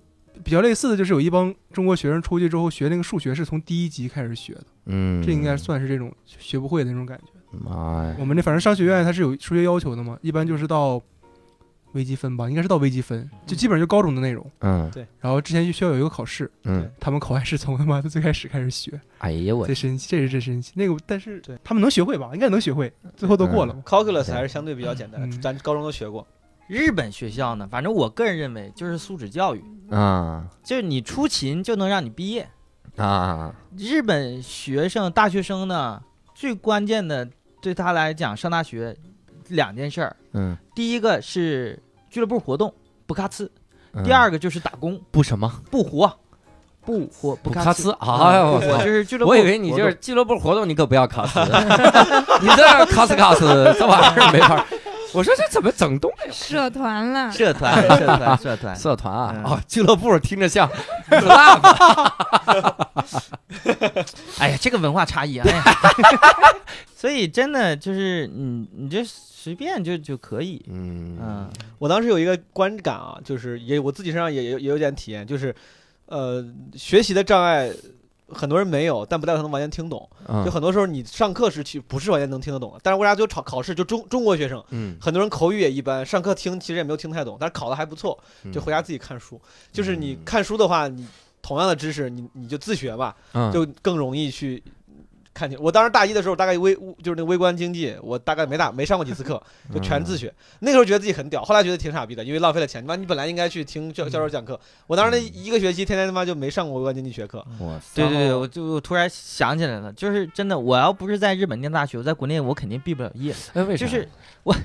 [SPEAKER 4] 比较类似的就是有一帮中国学生出去之后学那个数学是从第一级开始学的，
[SPEAKER 6] 嗯，
[SPEAKER 4] 这应该算是这种学不会的那种感觉。
[SPEAKER 6] 妈
[SPEAKER 1] 哎
[SPEAKER 6] 呀，
[SPEAKER 4] 我们那反正商学院它是有数学要求的嘛，一般就是到微积分吧，应该是到微积分，就基本上就高中的内容。
[SPEAKER 6] 嗯
[SPEAKER 4] 然后之前就需要有一个考试，
[SPEAKER 6] 嗯，
[SPEAKER 4] 他们考完试从他妈的最开始开始学，
[SPEAKER 6] 哎呀我
[SPEAKER 4] 最神奇，这是真神奇。那个但是
[SPEAKER 3] 对
[SPEAKER 4] 他们能学会吧？应该能学会，最后都过了嘛。
[SPEAKER 3] Calculus 还是相对比较简单的，
[SPEAKER 4] 嗯
[SPEAKER 3] 咱高中都学过。
[SPEAKER 2] 日本学校呢，反正我个人认为就是素质教育，
[SPEAKER 6] 啊
[SPEAKER 2] 就是你出勤就能让你毕业。
[SPEAKER 6] 啊，
[SPEAKER 2] 日本学生、大学生呢，最关键的对他来讲，上大学两件事儿，
[SPEAKER 6] 嗯，
[SPEAKER 2] 第一个是俱乐部活动不咔呲，
[SPEAKER 1] 嗯
[SPEAKER 2] 第二个就是打工
[SPEAKER 1] 不什么
[SPEAKER 2] 不活，不活
[SPEAKER 1] 不
[SPEAKER 2] 不咔
[SPEAKER 1] 卡
[SPEAKER 2] 呲
[SPEAKER 1] 斯。啊！
[SPEAKER 2] 嗯
[SPEAKER 1] 我
[SPEAKER 2] 不活
[SPEAKER 1] 操！
[SPEAKER 2] 就是俱乐部，
[SPEAKER 1] 我以为你就是俱乐部活动，你可不要 (laughs) 卡斯，你这卡斯卡斯这玩意儿没法儿。我说这怎么整东西？
[SPEAKER 5] 社团了，
[SPEAKER 2] 社团， (laughs) 社团，社团。
[SPEAKER 1] 社团啊
[SPEAKER 2] 嗯，
[SPEAKER 1] 哦，俱乐部听着像 club，
[SPEAKER 2] 哎呀，这个文化差异啊！哎呀 (laughs) 所以真的就是你，你就随便就就可以，
[SPEAKER 6] 嗯
[SPEAKER 2] 嗯，
[SPEAKER 3] 我当时有一个观感啊，就是也我自己身上也也有也有点体验，就是呃，学习的障碍很多人没有，但不代表他能完全听懂。就
[SPEAKER 6] 嗯
[SPEAKER 3] 很多时候你上课时去不是完全能听得懂的，但是为啥就考考试就中中国学生
[SPEAKER 6] 嗯，
[SPEAKER 3] 很多人口语也一般，上课听其实也没有听太懂，但是考的还不错，
[SPEAKER 6] 嗯
[SPEAKER 1] 嗯
[SPEAKER 3] 就回家自己看书。就是你看书的话，你同样的知识，你你就自学吧，
[SPEAKER 6] 嗯
[SPEAKER 3] 就更容易去看清。我当时大一的时候，大概微就是那个微观经济，我大概没大没上过几
[SPEAKER 6] (laughs)
[SPEAKER 3] 次课，就全
[SPEAKER 1] 嗯
[SPEAKER 3] 自学。那个时候觉得自己很屌，后来觉得挺傻逼的，因为浪费了钱。妈，你本来应该去听
[SPEAKER 6] 嗯
[SPEAKER 3] 教教授讲课，我当时那一个学期天天他妈就没上过微观经济学课。
[SPEAKER 6] 我
[SPEAKER 2] 对对
[SPEAKER 3] 然
[SPEAKER 2] 对，
[SPEAKER 3] 后
[SPEAKER 2] 我就我突然想起来了，就是真的，我要不是在日本念大学，我在国内我肯定毕不了业。
[SPEAKER 1] 哎，为啥
[SPEAKER 2] 就是我， (laughs)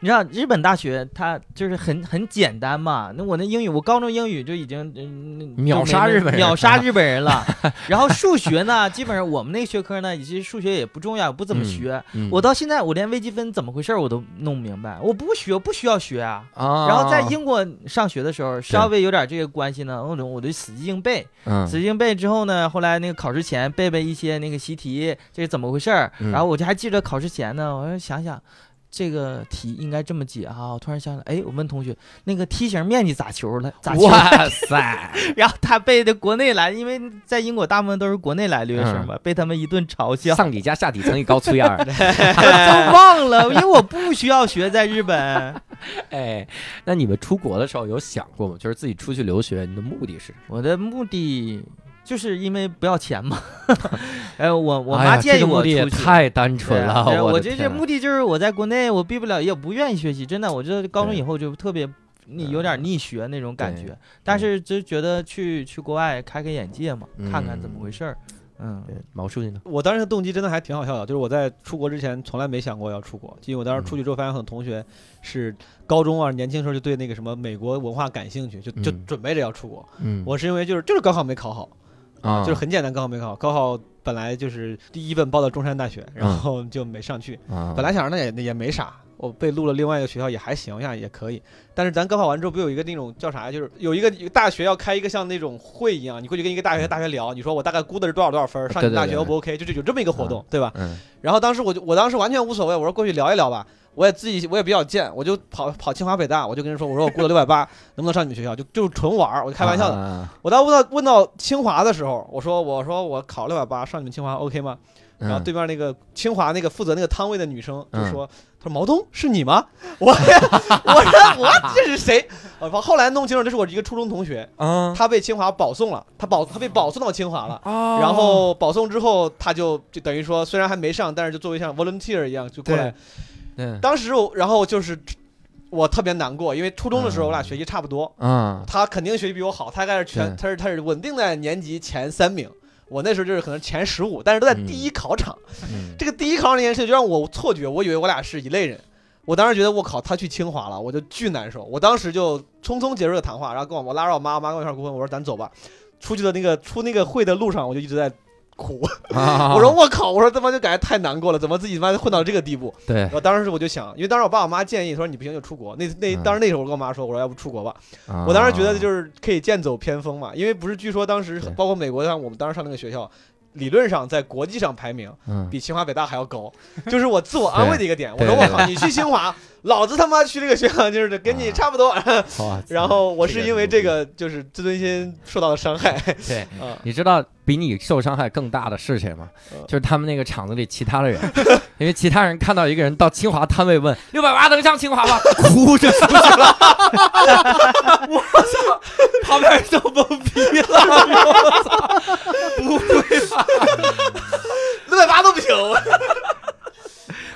[SPEAKER 2] 你知道日本大学它就是很很简单嘛。那我那英语，我高中英语就已经、嗯、
[SPEAKER 1] 秒
[SPEAKER 2] 就没
[SPEAKER 1] 杀日本人
[SPEAKER 2] 秒杀日本
[SPEAKER 1] (laughs)
[SPEAKER 2] 人了。然后数学呢，基本上我们那个学科呢，以及数学也不重要，也不怎么
[SPEAKER 6] 嗯
[SPEAKER 2] 学。
[SPEAKER 6] 嗯
[SPEAKER 2] 我到现在我连微积分怎么回事儿我都弄不明白，我不学，不需要学啊。
[SPEAKER 1] 啊？
[SPEAKER 2] 然后在英国上学的时候，稍微有点这个关系呢，我就我就死记硬背，
[SPEAKER 6] 嗯
[SPEAKER 2] 死记硬背之后呢，后来那个考试前背背一些那个习题，这是怎么回事儿？
[SPEAKER 6] 嗯
[SPEAKER 2] 然后我就还记得考试前呢，我说想想。这个题应该这么解啊！我突然想起来，哎，我问同学，那个梯形面积咋求来？咋求？
[SPEAKER 1] 哇
[SPEAKER 3] (laughs)
[SPEAKER 1] 塞，
[SPEAKER 2] (laughs) 然后他被的国内来，因为在英国大部分都是国内来留学
[SPEAKER 1] 嗯
[SPEAKER 2] 生嘛，被他们一顿
[SPEAKER 1] (laughs)
[SPEAKER 2] 嘲笑，
[SPEAKER 1] 上底加下底乘以高粗样
[SPEAKER 3] (laughs)
[SPEAKER 1] 儿。
[SPEAKER 2] 都忘了，因为我不需要学在
[SPEAKER 1] (laughs)
[SPEAKER 2] 日本。
[SPEAKER 1] 哎，那你们出国的时候有想过吗？就是自己出去留学，你的目的是？
[SPEAKER 2] 我的目的就是因为不要钱嘛。 (laughs) 呃，我我
[SPEAKER 1] 哎呀
[SPEAKER 2] 妈建议
[SPEAKER 1] 这个目
[SPEAKER 2] 我
[SPEAKER 1] 的也
[SPEAKER 2] 出去。
[SPEAKER 1] 太 (laughs) 单纯
[SPEAKER 2] 对啊
[SPEAKER 3] 啊
[SPEAKER 1] 了，
[SPEAKER 2] 对我
[SPEAKER 1] 我的
[SPEAKER 2] 觉得这
[SPEAKER 1] 天
[SPEAKER 2] 目的就是我在国内我毕不了业，不愿意学习，真的，我觉得高中以后就特别你有点逆学那种感觉，
[SPEAKER 1] 嗯
[SPEAKER 2] 但是就觉得去去国外开开眼界嘛，
[SPEAKER 6] 嗯
[SPEAKER 2] 看看怎么回事儿，嗯，
[SPEAKER 1] 毛书记呢？
[SPEAKER 3] 我当时的动机真的还挺好笑的，就是我在出国之前从来没想过要出国，因为我当
[SPEAKER 6] 嗯
[SPEAKER 3] 时出去之后发现很多同学是高中啊年轻时候就对那个什么美国文化感兴趣，就就
[SPEAKER 6] 嗯
[SPEAKER 3] 准备着要出国。
[SPEAKER 6] 嗯
[SPEAKER 3] 我是因为就是就是高考没考好，
[SPEAKER 6] 啊
[SPEAKER 3] 就是很简单，高考没考好，高考本来就是第一本报的中山大
[SPEAKER 1] 啊
[SPEAKER 3] 学，然
[SPEAKER 6] 嗯
[SPEAKER 3] 后就没上去。
[SPEAKER 6] 啊
[SPEAKER 3] 本来想着那也也没啥，我被录了另外一个学校也还行呀，也可以。但是咱高考完之后不有一个那种叫啥，就是有一个有一个大学要开一个像那种会一样，你过去跟一个大学大学聊，你说我大概估的是多少多少分儿，上你
[SPEAKER 1] 嗯啊对对
[SPEAKER 3] 大
[SPEAKER 1] 对啊
[SPEAKER 3] 学 O 不 OK，就是有这么一个活动，对吧？
[SPEAKER 6] 嗯
[SPEAKER 3] 然后当时我就我当时完全无所谓，我说过去聊一聊吧。我也自己我也比较贱，我就跑跑清华北大，我就跟人说，我说我估了六百八，能不能上你们学校？就就纯玩儿，我就开玩笑的。
[SPEAKER 6] 的，
[SPEAKER 1] 啊
[SPEAKER 3] 我当问到问到清华的时候，我说我说我考六百八，上你们清华 OK 吗？
[SPEAKER 1] 嗯
[SPEAKER 3] 然后对面那个清华那个负责那个摊位的女生就说：“她说毛东是你吗？” (laughs) 我我说我这是谁？我说后来弄清楚，这是我一个初中同学，
[SPEAKER 1] 啊
[SPEAKER 3] 他被清华保送了，他保他被保送到清华了。然后保送之后，他就就等于说虽然还没上，但是就作为像 volunteer 一样就过来。
[SPEAKER 1] 对，
[SPEAKER 3] 当时我然后就是我特别难过，因为初中的时候我俩学习差不多，
[SPEAKER 6] 啊
[SPEAKER 3] 他肯定学习比我好，他该是全
[SPEAKER 6] 对
[SPEAKER 3] 他是他是稳定在年级前三名。我那时候就是可能前十五，但是都在第一考场。
[SPEAKER 6] 嗯
[SPEAKER 3] 这个第一考场这件事就让我错觉，我以为我俩是一类人。我当时觉得我靠，他去清华了，我就巨难受。我当时就匆匆结束了谈话，然后跟我我拉着我妈，我妈跟我一块儿哭，我说咱走吧。出去的那个出那个会的路上，我就一直在哭。
[SPEAKER 6] 啊
[SPEAKER 1] 嗯
[SPEAKER 3] (laughs) 我说我靠，我说他妈就感觉太难过了，怎么自己他妈混到这个地步？
[SPEAKER 1] 对，
[SPEAKER 3] 我当时我就想，因为当时我爸我妈建议说你不行就出国。那那
[SPEAKER 6] 嗯
[SPEAKER 3] 当时那时候我跟我妈说，我说要不出国吧。
[SPEAKER 6] 啊
[SPEAKER 3] 我当时觉得就是可以剑走偏锋嘛，因为不是据说当时
[SPEAKER 6] 对
[SPEAKER 3] 包括美国像我们当时上那个学校，理论上在国际上排名
[SPEAKER 6] 嗯
[SPEAKER 3] 比清华北大还要高， (laughs) 就是我自我安慰的一个点。我
[SPEAKER 1] 对
[SPEAKER 3] 说我
[SPEAKER 1] 对
[SPEAKER 3] 靠，你去清华，老子他妈去这个学校就是跟你
[SPEAKER 6] 啊
[SPEAKER 3] 差不多。
[SPEAKER 1] 哇
[SPEAKER 3] (laughs) 然后我是因为
[SPEAKER 6] 这
[SPEAKER 3] 这个就是自尊心受到了伤害。
[SPEAKER 1] 对
[SPEAKER 3] 啊，
[SPEAKER 1] 你知道比你受伤害更大的是谁吗
[SPEAKER 3] 呃？
[SPEAKER 1] 就是他们那个厂子里其他的人， (laughs) 因为其他人看到一个人到清华摊位问六百八能上清华吗？ (laughs) 哭着出去了，我操，旁边人都懵逼了，我操，不会吧？
[SPEAKER 3] 六百八都不行，我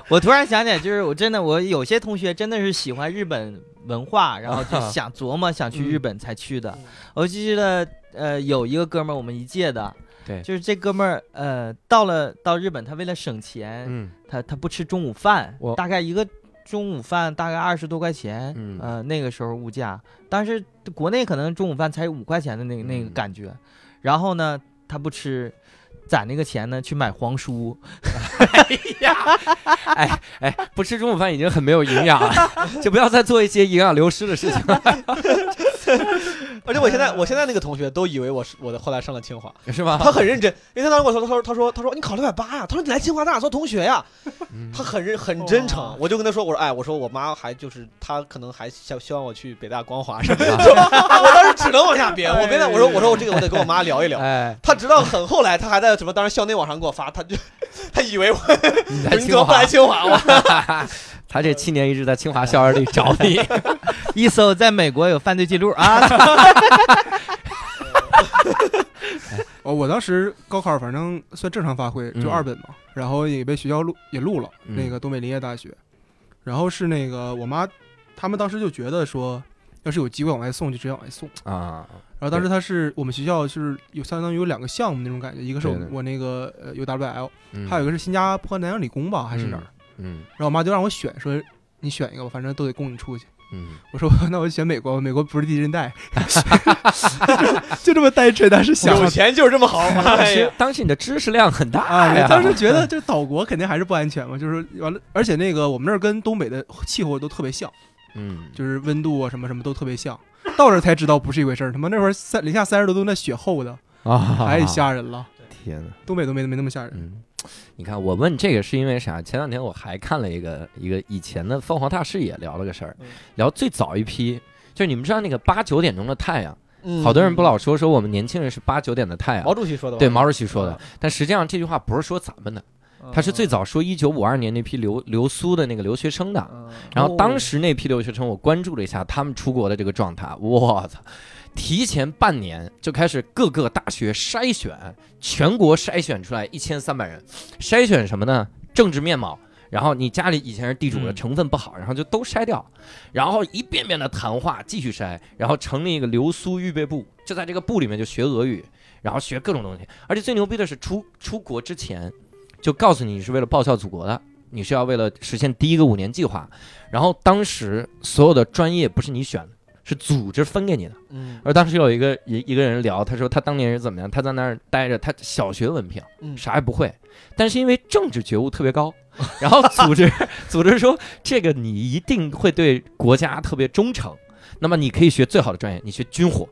[SPEAKER 2] 我突然想起来，就是我真的，我有些同学真的是喜欢日本文化，然后
[SPEAKER 1] (laughs)
[SPEAKER 2] 就想琢磨想去
[SPEAKER 1] 嗯
[SPEAKER 2] 日本才去的。我就记得，呃，有一个哥们儿，我们一届的，
[SPEAKER 1] 对
[SPEAKER 2] 就是这哥们儿，呃，到了到日本，他为了省钱，
[SPEAKER 1] 嗯
[SPEAKER 2] 他他不吃中午饭
[SPEAKER 1] 我，
[SPEAKER 2] 大概一个中午饭大概二十多块钱，
[SPEAKER 1] 嗯
[SPEAKER 2] 呃，那个时候物价，但是国内可能中午饭才五块钱的那个那个
[SPEAKER 1] 嗯
[SPEAKER 2] 感觉，然后呢，他不吃。攒那个钱呢，去买黄书，
[SPEAKER 1] 哎哎，不吃中午饭已经很没有营养了， (laughs) 就不要再做一些营养流失的事情了，
[SPEAKER 3] (laughs) 而且我现在我现在那个同学都以为我是我的后来上了清华，
[SPEAKER 1] 是吗？
[SPEAKER 3] 他很认真，因为他当时跟我说，他说他说他说你考六百八呀，他说你来清华咱俩做同学呀，
[SPEAKER 1] 嗯
[SPEAKER 3] 他很认很真诚
[SPEAKER 2] 哇，
[SPEAKER 3] 我就跟他说，我说哎，我说我妈还就是她可能还希希望我去北大光华什么的，就我当时只能往下编，我没在我说我说我这个我得跟我妈聊一聊。
[SPEAKER 1] 哎，
[SPEAKER 3] 她直到很后来，她还在什么当时校内网上给我发，她就她以为我
[SPEAKER 1] 你
[SPEAKER 3] 说
[SPEAKER 1] 在
[SPEAKER 3] 你
[SPEAKER 1] 清
[SPEAKER 3] 怎么不
[SPEAKER 1] 华
[SPEAKER 3] 来。清华我
[SPEAKER 1] (laughs) 他这七年一直在清华校园里找你，
[SPEAKER 2] (laughs) 一搜在美国有犯罪记录啊，
[SPEAKER 4] 哦，我当时高考反正算正常发挥，
[SPEAKER 1] 嗯
[SPEAKER 4] 就二本嘛，然后也被学校录也录了，
[SPEAKER 1] 嗯
[SPEAKER 4] 那个东北林业大学，然后是那个我妈，他们当时就觉得说，要是有机会往外送就直接往外送。
[SPEAKER 6] 啊
[SPEAKER 4] 然后当时他是我们学校是有相当于有两个项目那种感觉，一个是我
[SPEAKER 6] 对对
[SPEAKER 4] 我那个呃 UWL，
[SPEAKER 6] 嗯
[SPEAKER 4] 还有一个是新加坡南洋理工吧还是哪儿，
[SPEAKER 6] 嗯
[SPEAKER 4] 然后我妈就让我选，说你选一个吧，反正都得供你出去。
[SPEAKER 6] 嗯
[SPEAKER 4] 我 (laughs) 说那我选美国，美国不是地
[SPEAKER 6] (laughs)
[SPEAKER 4] 震带， (laughs) 就这么单纯，当时想
[SPEAKER 3] 有钱就是这么好，
[SPEAKER 1] 当
[SPEAKER 3] 哎呀
[SPEAKER 1] 时当时你的知识量很大
[SPEAKER 6] 哎
[SPEAKER 4] 啊，
[SPEAKER 1] 呀，嗯
[SPEAKER 4] 当时觉得就岛国肯定还是不安全嘛，就是完了，而且那个我们那儿跟东北的气候都特别像，
[SPEAKER 6] 嗯
[SPEAKER 4] 就是温度啊什么什么都特别像。到这儿才知道不是一回事儿，他妈那会儿三零下三十多度，那雪厚的，
[SPEAKER 1] 啊
[SPEAKER 4] 太吓人了。
[SPEAKER 6] 天哪
[SPEAKER 4] 东北都没没那么吓人。
[SPEAKER 6] 嗯
[SPEAKER 1] 你看，我问这个是因为啥？前两天我还看了一个一个以前的凤凰大视野聊了个事儿
[SPEAKER 3] 嗯，
[SPEAKER 1] 聊最早一批，就是你们知道那个八九点钟的太阳，
[SPEAKER 3] 嗯
[SPEAKER 1] 好多人不老说说我们年轻人是八九点的太
[SPEAKER 3] 毛
[SPEAKER 1] 阳，
[SPEAKER 3] 主席说的吧，
[SPEAKER 1] 对毛主席说的，但实际上这句话不是说咱们的，
[SPEAKER 3] 嗯，
[SPEAKER 1] 他是最早说一九五二年那批留留苏的那个留学生的，
[SPEAKER 3] 嗯，
[SPEAKER 1] 然后当时那批留学生，我关注了一下他们出国的这个状态，我操！提前半年就开始各个大学筛选，全国筛选出来一千三百人，筛选什么呢？政治面貌，然后你家里以前是地主的，
[SPEAKER 2] 嗯
[SPEAKER 1] 成分不好，然后就都筛掉，然后一遍遍的谈话，继续筛，然后成立一个留苏预备部，就在这个部里面就学俄语，然后学各种东西，而且最牛逼的是出出国之前就告诉你你是为了报效祖国的，你是要为了实现第一个五年计划，然后当时所有的专业不是你选的，是组织分给你的。
[SPEAKER 3] 嗯
[SPEAKER 1] 而当时有一个一一个人聊，他说他当年是怎么样，他在那儿待着，他小学文凭
[SPEAKER 3] 嗯
[SPEAKER 1] 啥也不会，但是因为政治觉悟特别高， (laughs) 然后组织组织说这个你一定会对国家特别忠诚，那么你可以学最好的专业，你学军火，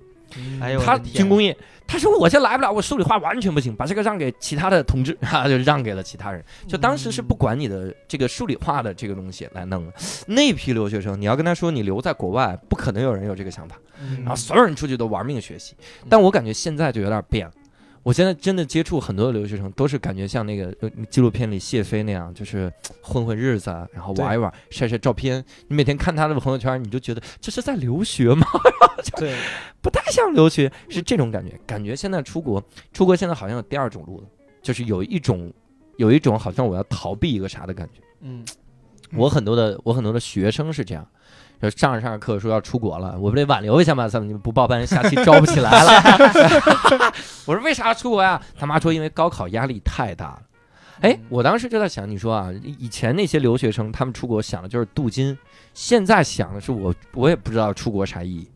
[SPEAKER 2] 哎呦，我的
[SPEAKER 1] 嗯他
[SPEAKER 2] 天
[SPEAKER 1] 军工业，他说我这来不了，我数理化完全不行，把这个让给其他的同志， (laughs) 哈，就让给了其他人。就当时是不管你的这个数理化的这个东西来弄的。那批留学生，你要跟他说你留在国外，不可能有人有这个想法，
[SPEAKER 3] 嗯
[SPEAKER 1] 然后所有人出去都玩命学习。但我感觉现在就有点变了。我现在真的接触很多的留学生，都是感觉像那个呃纪录片里谢飞那样，就是混混日子啊，然后玩一玩，晒晒照片。你每天看他的朋友圈，你就觉得这是在留学吗？ (laughs)
[SPEAKER 3] 对，嗯
[SPEAKER 1] 不太像留学，是这种感觉。感觉现在出国，出国现在好像有第二种路了，就是有一种，有一种好像我要逃避一个啥的感觉。
[SPEAKER 3] 嗯
[SPEAKER 1] 我很多的，我很多的学生是这样，就上着上着课说要出国了，我不得挽留一下吗？怎么你们不报班，下期招不起来了？ (laughs) 我说为啥要出国呀？他妈说因为高考压力太大了。哎，我当时就在想，你说啊，以前那些留学生他们出国想的就是镀金，现在想的是我我也不知道出国啥意义，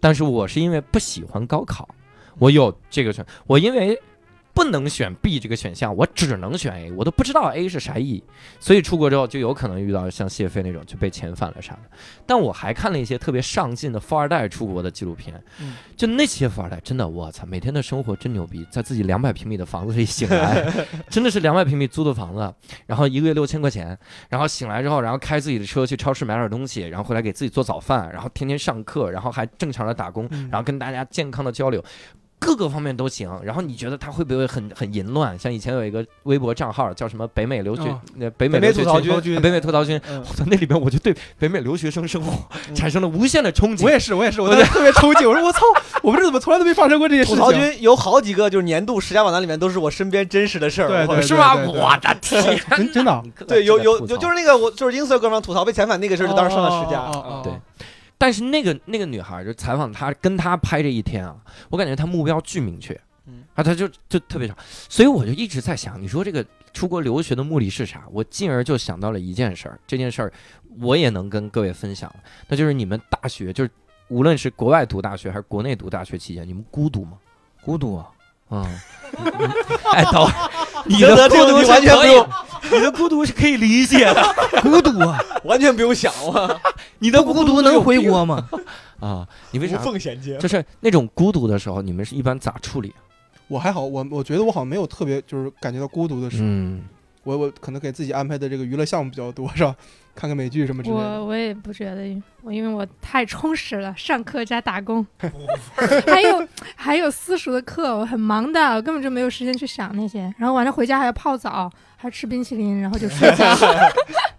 [SPEAKER 1] 但是我是因为不喜欢高考，我有这个选，我因为不能选 B 这个选项，我只能选 A，我都不知道 A 是啥意义，所以出国之后就有可能遇到像谢飞那种就被遣返了啥的。但我还看了一些特别上进的富二代出国的纪录片，
[SPEAKER 2] 嗯
[SPEAKER 1] 就那些富二代真的，我操，每天的生活真牛逼，在自己两百平米的房子里醒来， (laughs) 真的是两百平米租的房子，然后一个月六千块钱，然后醒来之后，然后开自己的车去超市买点东西，然后回来给自己做早饭，然后天天上课，然后还正常的打工，
[SPEAKER 4] 嗯
[SPEAKER 1] 然后跟大家健康的交流。各个方面都行，然后你觉得他会不会很很淫乱？像以前有一个微博账号叫什么“北美留学”，
[SPEAKER 4] 哦
[SPEAKER 1] 呃北美
[SPEAKER 3] 北美
[SPEAKER 1] 留学
[SPEAKER 3] 吐槽
[SPEAKER 1] 群
[SPEAKER 3] 君
[SPEAKER 1] 啊北美吐槽君，
[SPEAKER 3] 嗯
[SPEAKER 1] 我在那里边我就对北美留学生生活产生了无限的憧憬。
[SPEAKER 4] 我也是，我也是，我当时特别抽筋，我说我操，我们这怎么从来都没发生过这些事
[SPEAKER 3] 吐
[SPEAKER 4] 情？
[SPEAKER 3] 槽君有好几个就是年度十佳榜单里面都是我身边真实的事儿，
[SPEAKER 4] 对
[SPEAKER 3] 我
[SPEAKER 4] 对
[SPEAKER 1] 是吧？
[SPEAKER 4] 对对对
[SPEAKER 1] 我的天，
[SPEAKER 4] 真真
[SPEAKER 1] (laughs)
[SPEAKER 4] 的啊，
[SPEAKER 3] 对，有有有，
[SPEAKER 1] 有
[SPEAKER 3] 就是那个我就是 Instagram 上吐槽被遣返那个事儿，就当时上了十佳。
[SPEAKER 4] 哦哦哦
[SPEAKER 1] 啊对但是那个那个女孩就采访她，跟她拍这一天啊，我感觉她目标巨明确，
[SPEAKER 3] 嗯
[SPEAKER 1] 啊，她就就特别少，所以我就一直在想，你说这个出国留学的目的是啥？我进而就想到了一件事儿，这件事儿我也能跟各位分享了，那就是你们大学，就是无论是国外读大学还是国内读大学期间，你们孤独吗？孤独啊，嗯，
[SPEAKER 2] (laughs)
[SPEAKER 1] 哎，等会儿你
[SPEAKER 3] 觉
[SPEAKER 1] 的
[SPEAKER 3] 得
[SPEAKER 1] 孤
[SPEAKER 3] 这个
[SPEAKER 1] 独
[SPEAKER 3] 你
[SPEAKER 1] 是
[SPEAKER 3] 完全
[SPEAKER 1] 可
[SPEAKER 3] 不
[SPEAKER 1] 以啊
[SPEAKER 3] 用，
[SPEAKER 1] 你的孤独是可以理解的，
[SPEAKER 2] (laughs) 孤独啊，
[SPEAKER 3] 完全不用想啊，
[SPEAKER 1] (laughs) 你的
[SPEAKER 2] 孤独能回国吗？
[SPEAKER 1] 啊，你
[SPEAKER 3] 无
[SPEAKER 1] 为啥？
[SPEAKER 3] 缝衔接。
[SPEAKER 1] 就是那种孤独的时候，你们是一般咋处理？啊
[SPEAKER 4] 我还好，我我觉得我好像没有特别就是感觉到孤独的时候，
[SPEAKER 1] 嗯，
[SPEAKER 4] 我我可能给自己安排的这个娱乐项目比较多，是吧？看看美剧什么之类的。
[SPEAKER 5] 我我也不觉得，我因为我太充实了，上课加
[SPEAKER 4] (laughs)
[SPEAKER 5] 打工，还有还有私塾的课，我很忙的，我根本就没有时间去想那些。然后晚上回家还要泡澡，还吃冰淇淋，然后就睡觉。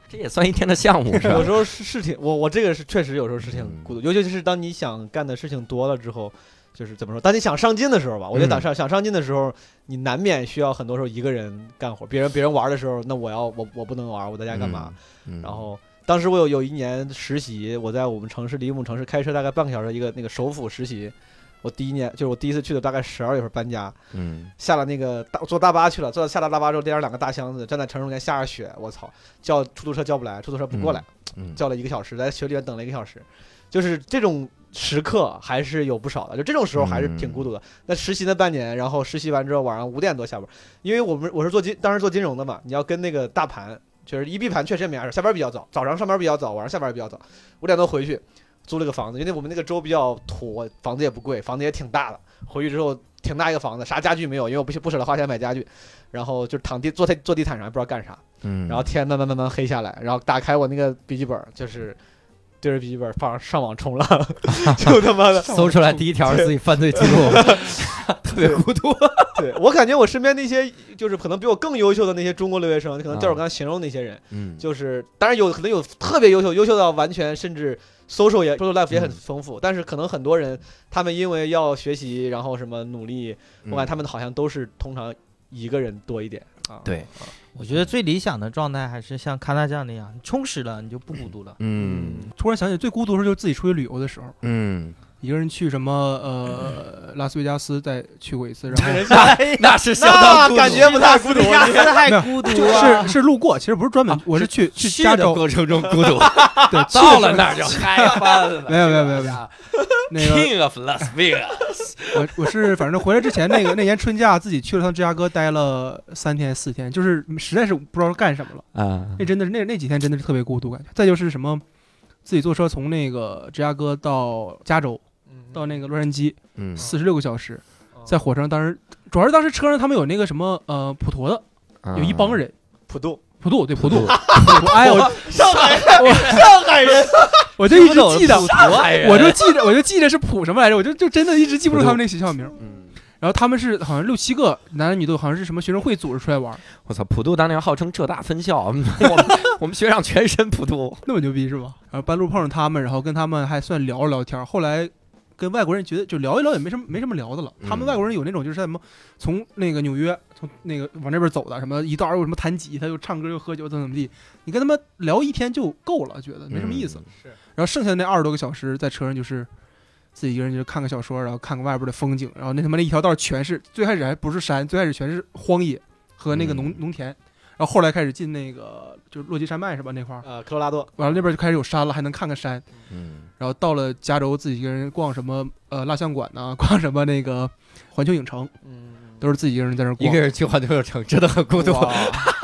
[SPEAKER 1] 这也算一天的项目是吧
[SPEAKER 3] 有？时候是是挺我我这个是确实有时候是挺
[SPEAKER 1] 嗯
[SPEAKER 3] 孤独，尤其是当你想干的事情多了之后，就是怎么说？当你想上进的时候吧，我觉得当
[SPEAKER 1] 嗯
[SPEAKER 3] 上想上进的时候，你难免需要很多时候一个人干活。别人别人玩的时候，那我要我我不能玩，我在家干嘛？
[SPEAKER 1] 嗯？嗯
[SPEAKER 3] 然后当时我有有一年实习，我在我们城市离我们城市开车大概半个小时的一个那个首府实习。我第一年就是我第一次去的，大概十二月份搬家，
[SPEAKER 1] 嗯，
[SPEAKER 3] 下了那个大坐大巴去了，坐到下了大巴之后，拎着两个大箱子，站在城市中间下着雪，我操，叫出租车叫不来，出租车不过来，
[SPEAKER 1] 嗯
[SPEAKER 3] 叫了一个小时，在雪里面等了一个小时，就是这种时刻还是有不少的，就这种时候还是挺孤独的。那实习那半年，然后实习完之后晚上五点多下班，因为我们我是做金，当时做金融的嘛，你要跟那个大盘，就是一闭盘确实也没啥事，下班比较早，早上上班比较早，晚上下班比较早，五点多回去。租了个房子，因为我们那个州比较土，房子也不贵，房子也挺大的。回去之后，挺大一个房子，啥家具没有，因为我不不舍得花钱买家具。然后就躺地坐在坐地毯上，也不知道干啥。
[SPEAKER 1] 嗯，
[SPEAKER 3] 然后天慢慢慢慢黑下来，然后打开我那个笔记本，就是对着笔记本放上
[SPEAKER 1] (laughs)
[SPEAKER 3] 网冲浪，就他妈的，
[SPEAKER 1] 搜出来第一条是自己犯罪记 (laughs) 录，特别孤独。
[SPEAKER 3] 对我感觉我身边那些就是可能比我更优秀的那些中国留学生，可能就是我
[SPEAKER 1] 啊
[SPEAKER 3] 刚才形容那些人，
[SPEAKER 1] 嗯，
[SPEAKER 3] 就是当然有可能有特别优秀，优秀到完全甚至 social 也 social life 也很
[SPEAKER 1] 嗯
[SPEAKER 3] 丰富，但是可能很多人他们因为要学习，然后什么努力，
[SPEAKER 1] 嗯
[SPEAKER 3] 我感觉他们好像都是通常一个人多一点啊。
[SPEAKER 1] 对，
[SPEAKER 2] (laughs) 我觉得最理想的状态还是像康纳酱那样，你充实了，你就不孤独了。
[SPEAKER 1] 嗯
[SPEAKER 4] 突然想起最孤独的时候就是自己出去旅游的时候，
[SPEAKER 1] 嗯，
[SPEAKER 4] 一个人去什么呃拉斯维加斯，再去过一次，然后
[SPEAKER 1] (laughs) 那是 (laughs) 相当
[SPEAKER 3] 那
[SPEAKER 1] 孤独
[SPEAKER 3] 感觉不大孤独，
[SPEAKER 2] 亚斯还
[SPEAKER 4] 没有
[SPEAKER 2] 孤独啊！
[SPEAKER 4] 是是路过，其实不是专门，我是去去
[SPEAKER 1] 啊去
[SPEAKER 4] 加
[SPEAKER 1] 的
[SPEAKER 4] 州，
[SPEAKER 1] 过程中孤独，
[SPEAKER 4] (laughs)
[SPEAKER 1] (laughs)
[SPEAKER 4] 对，
[SPEAKER 1] 到
[SPEAKER 4] 去的时
[SPEAKER 1] 了
[SPEAKER 4] 候
[SPEAKER 1] 那儿就
[SPEAKER 2] (laughs)
[SPEAKER 1] 嗨翻 (laughs) 了。
[SPEAKER 4] 没有没有没有没有 (laughs) 那个
[SPEAKER 1] King of Las Vegas，
[SPEAKER 4] 我我是反正回来之前那个那年春假自己去了趟芝加哥，待了三天四天，就是实在是不知道干什么了。
[SPEAKER 1] 啊
[SPEAKER 4] 那真的是那那几天真的是特别孤独感觉。再就是什么，自己坐车从那个芝加哥到加州，到那个洛杉矶，
[SPEAKER 1] 嗯
[SPEAKER 4] 四十六个小时，
[SPEAKER 3] 个
[SPEAKER 4] 在火车上当时主要是当时车上他们有那个什么呃普陀的，
[SPEAKER 1] 啊
[SPEAKER 4] 有一
[SPEAKER 1] 嗯
[SPEAKER 4] 帮人。
[SPEAKER 3] (laughs) 普渡，
[SPEAKER 4] 普渡对普渡，我哎我
[SPEAKER 3] 上海人，上海人，
[SPEAKER 4] 我就一直记得，
[SPEAKER 1] 上海人
[SPEAKER 4] 我就记着我就记着是普什么来着，我就就真的一直记不住他们那个学校名。
[SPEAKER 1] 嗯，
[SPEAKER 4] 然后他们是好像六七个男男女都好像是什么学生会组织出来玩，
[SPEAKER 1] 我操，普渡当年号称浙大分校，我 (laughs) 们我们我们学长全身普渡， (laughs)
[SPEAKER 4] 那么牛逼是吧？然后半路碰上他们，然后跟他们还算聊了聊天儿。后来跟外国人觉得就聊一聊也没什么没什么聊的了。他
[SPEAKER 6] 嗯
[SPEAKER 4] 们外国人有那种就是什么从那个纽约从那个往这边走的，什么一到又什么弹吉他又唱歌又喝酒怎么怎么地，你跟他们聊一天就够了，觉得没什么意思。然后剩下的那二十多个小时在车上就是自己一个人就是看个小说，然后看看外边的风景，然后那他妈那一条道全是最开始还不是山，最开始全是荒野和那个农、
[SPEAKER 6] 嗯
[SPEAKER 4] 农田，然后后来开始进那个就是落基山脉是吧那块儿，
[SPEAKER 3] 呃，科罗拉多，
[SPEAKER 4] 完了那边就开始有山了，还能看看山。
[SPEAKER 6] 嗯
[SPEAKER 4] 然后到了加州，自己一个人逛什么呃蜡像馆呐、逛什么那个环球影城，
[SPEAKER 3] 嗯，
[SPEAKER 4] 都是自己一个人在那儿
[SPEAKER 1] 一
[SPEAKER 4] 逛 (laughs)
[SPEAKER 1] 个。人去环球影城真的很孤独，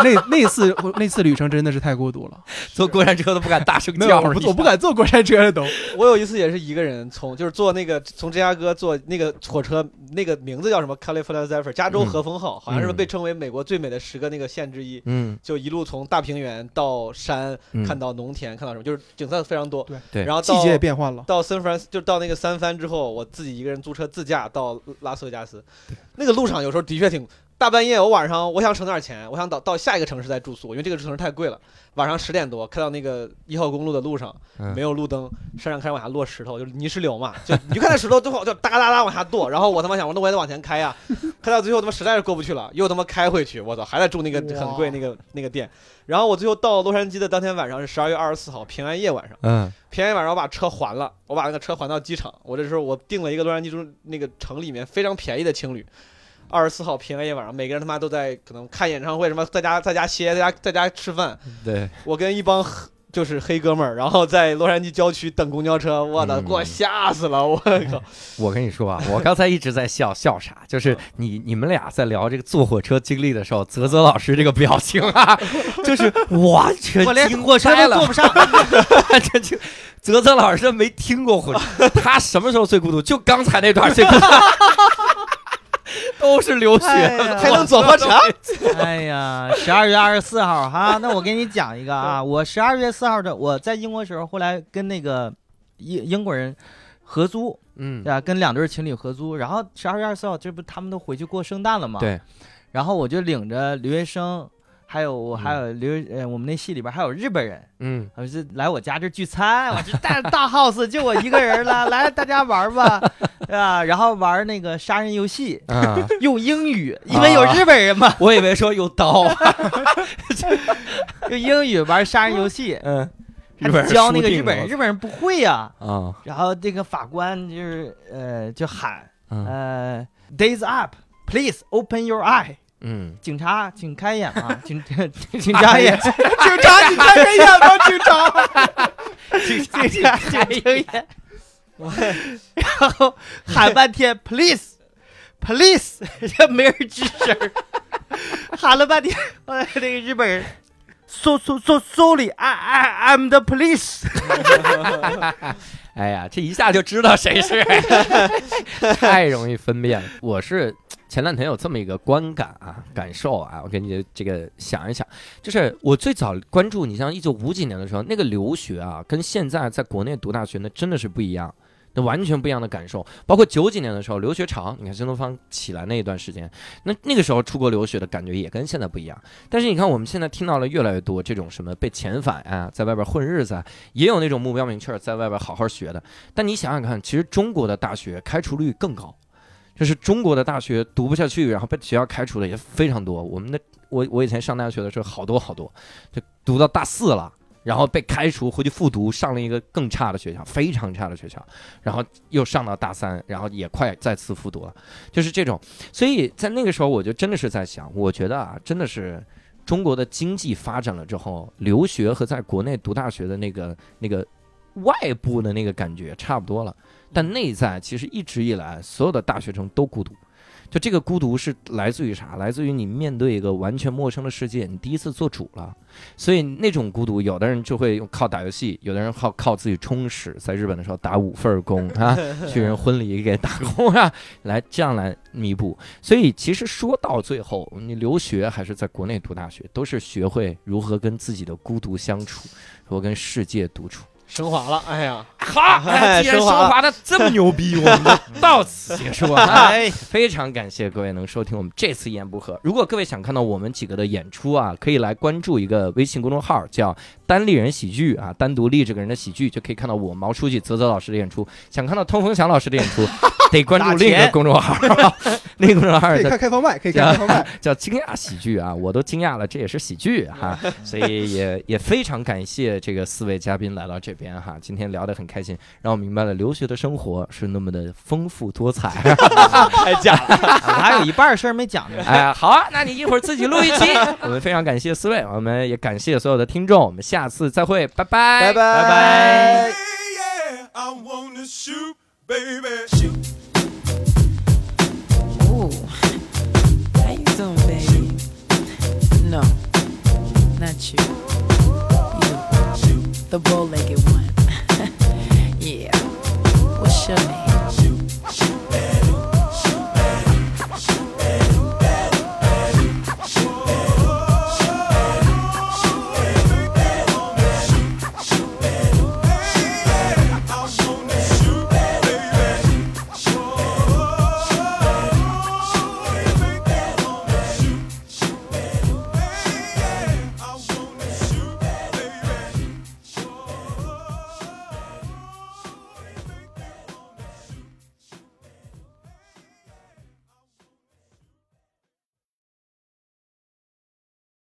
[SPEAKER 4] 那那次那次旅程真的是太孤独了，
[SPEAKER 1] 坐过山车都不敢大声
[SPEAKER 4] 没有
[SPEAKER 1] 叫，
[SPEAKER 4] 我
[SPEAKER 1] 你
[SPEAKER 4] 不
[SPEAKER 1] 知
[SPEAKER 4] 我
[SPEAKER 1] 道
[SPEAKER 4] 不敢坐过山车了 (laughs) 都。
[SPEAKER 3] 我有一次也是一个人从就是坐那个从芝加哥坐那个火车，那个名字叫什么 California Zephyr，加州和风号，好像是
[SPEAKER 6] 嗯
[SPEAKER 3] 被称为美国最美的十个那个县之一。
[SPEAKER 1] 嗯，
[SPEAKER 3] 就一路从大平原到山，
[SPEAKER 6] 嗯
[SPEAKER 3] 看到农田，看到什么，就是景色非常多。
[SPEAKER 4] 对
[SPEAKER 1] 对
[SPEAKER 3] 然
[SPEAKER 4] (laughs)
[SPEAKER 3] 后
[SPEAKER 4] 季
[SPEAKER 3] 到
[SPEAKER 4] 节也变换了，
[SPEAKER 3] 到 San Fran 就到那个三藩之后，我自己一个人租车自驾到拉斯维加斯，那个路上有时候的确挺大半夜，我晚上我想省点钱，我想到到下一个城市再住宿，因为这个城市太贵了。晚上十点多开到那个一号公路的路上，
[SPEAKER 6] 嗯
[SPEAKER 3] 没有路灯，山上开始往下落石头，就是泥石流嘛，就你就看那石头最后就哒哒哒往下剁，然后我他妈想我那我也得往前开呀，开到最后他妈实在是过不去了，又他妈开回去，我操，还在住那个很贵那个那个店。然后我最后到洛杉矶的当天晚上是十二月二十四号平安夜晚上。
[SPEAKER 1] 嗯
[SPEAKER 3] 便宜晚上我把车还了，我把那个车还到机场。我这时候我订了一个洛杉矶中那个城里面非常便宜的青旅，二十四号平安夜晚上，每个人他妈都在可能看演唱会，什么在家在家歇，在家在家吃饭。
[SPEAKER 1] 对，
[SPEAKER 3] 我跟一帮黑就是黑哥们儿，然后在洛杉矶郊区等公交车，我的
[SPEAKER 6] 嗯
[SPEAKER 3] 给我吓死了，我靠！
[SPEAKER 1] 我跟你说啊，我刚才一直在笑笑啥，
[SPEAKER 2] 嗯
[SPEAKER 1] 就是你你们俩在聊这个坐火车经历的时候，泽泽老师这个表情啊， (laughs) 就是完全
[SPEAKER 2] 我连
[SPEAKER 1] 惊
[SPEAKER 2] 火车
[SPEAKER 1] 呆
[SPEAKER 2] 都
[SPEAKER 1] 了
[SPEAKER 2] 坐
[SPEAKER 1] (laughs)
[SPEAKER 2] 不上，
[SPEAKER 1] 这就泽泽老师没听过火车，他什么时候最孤独？就刚才那段最孤独， (laughs) 都是流血，
[SPEAKER 2] 哎呀
[SPEAKER 3] 还能坐火车？
[SPEAKER 2] 哎呀，十二月二十四号哈，那我给你讲一个啊， (laughs) 我十二月四号的，我在英国时候，后来跟那个英英国人合租，
[SPEAKER 1] 嗯
[SPEAKER 2] 对吧？跟两对情侣合租，然后十二月二十四号，这不他们都回去过圣诞了吗？
[SPEAKER 1] 对。
[SPEAKER 2] 然后我就领着留学生，还有我还有留、呃我们那系里边还有日本人， (laughs)
[SPEAKER 1] 嗯，
[SPEAKER 2] 我就来我家这聚餐，我这带着大 house (laughs) 就我一个人了，来大家玩吧，对吧？然后玩那个杀人游戏，
[SPEAKER 1] 啊，
[SPEAKER 2] 用英语，因为有日本人嘛，
[SPEAKER 1] 我以为说有刀，
[SPEAKER 2] 用英语玩杀人
[SPEAKER 1] (laughs)
[SPEAKER 2] 游戏，
[SPEAKER 1] 嗯，
[SPEAKER 2] 还
[SPEAKER 1] 日本人
[SPEAKER 2] 教那个
[SPEAKER 1] 输定
[SPEAKER 2] 日本人，
[SPEAKER 1] 了
[SPEAKER 2] 日本人不会呀、
[SPEAKER 1] 啊，
[SPEAKER 2] 然后这个法官就是呃就喊
[SPEAKER 1] 嗯
[SPEAKER 2] 呃 days up please open your eye，
[SPEAKER 1] 嗯，
[SPEAKER 2] 警察请开眼啊，警 (laughs) 警察也
[SPEAKER 4] 警察，你看人眼吗？警察，
[SPEAKER 2] (laughs) 警察请开眼，然后喊半天 please please，也 (laughs) 没人吱声儿，喊了半天，后来那个日本人。So so so sorry, I I I'm the police。
[SPEAKER 1] 哎呀，这一下就知道谁是， (laughs) 太容易分辨了。我是前两天有这么一个观感啊，感受啊，我给你这个想一想，就是我最早关注你像一九五几年的时候，那个留学啊，跟现在在国内读大学那真的是不一样。那完全不一样的感受，包括九几年的时候留学潮，你看新东方起来那一段时间，那那个时候出国留学的感觉也跟现在不一样。但是你看我们现在听到了越来越多这种什么被遣返啊，在外边混日子啊，也有那种目标明确儿在外边好好学的。但你想想看，其实中国的大学开除率更高，就是中国的大学读不下去，然后被学校开除的也非常多。我们的我我以前上大学的时候好多好多，就读到大四了。然后被开除，回去复读，上了一个更差的学校，非常差的学校，然后又上到大三，然后也快再次复读了，就是这种。所以在那个时候，我就真的是在想，我觉得啊，真的是中国的经济发展了之后，留学和在国内读大学的那个那个外部的那个感觉差不多了，但内在其实一直以来，所有的大学生都孤独。就这个孤独是来自于啥？来自于你面对一个完全陌生的世界，你第一次做主了，所以那种孤独，有的人就会用靠打游戏，有的人靠靠自己充实。在日本的时候打五份儿工啊，去人婚礼给打工啊，来这样来弥补。所以其实说到最后，你留学还是在国内读大学，都是学会如何跟自己的孤独相处，如何跟世界独处。
[SPEAKER 3] 升华了，哎呀，
[SPEAKER 1] (laughs) 好，
[SPEAKER 3] 哎
[SPEAKER 1] 既然升
[SPEAKER 3] 升华了
[SPEAKER 1] 华的这么牛 (laughs) 逼，我们就到此结束啊！哎， (laughs) 非常感谢各位能收听我们这次一言不合。如果各位想看到我们几个的演出啊，可以来关注一个微信公众号，叫“单立人喜剧”啊，单独立这个人的喜剧，就可以看到我毛书记、泽泽老师的演出。想看到通风祥老师的演 (laughs) 出，得关注另一个公众号， (laughs) 那个公众号
[SPEAKER 4] 可以
[SPEAKER 1] 叫
[SPEAKER 4] 看开放麦，可以看开放麦。
[SPEAKER 1] 叫惊讶喜剧啊，我都惊讶了，这也是喜剧啊哈、所以也也非常感谢这个四位嘉宾来到这边哈、今天聊得很开心，让我明白了留学的生活是那么的丰富多彩。
[SPEAKER 3] 太假了，
[SPEAKER 2] 还有一半事儿没讲呢。
[SPEAKER 1] 哎，好啊，那你一会儿自己录一期。我们非常感谢四位，我们也感谢所有的听众，我们下次再会，拜拜，
[SPEAKER 3] 拜拜。
[SPEAKER 7] Yeah, yeah, I wanna shoot, baby. Shoot.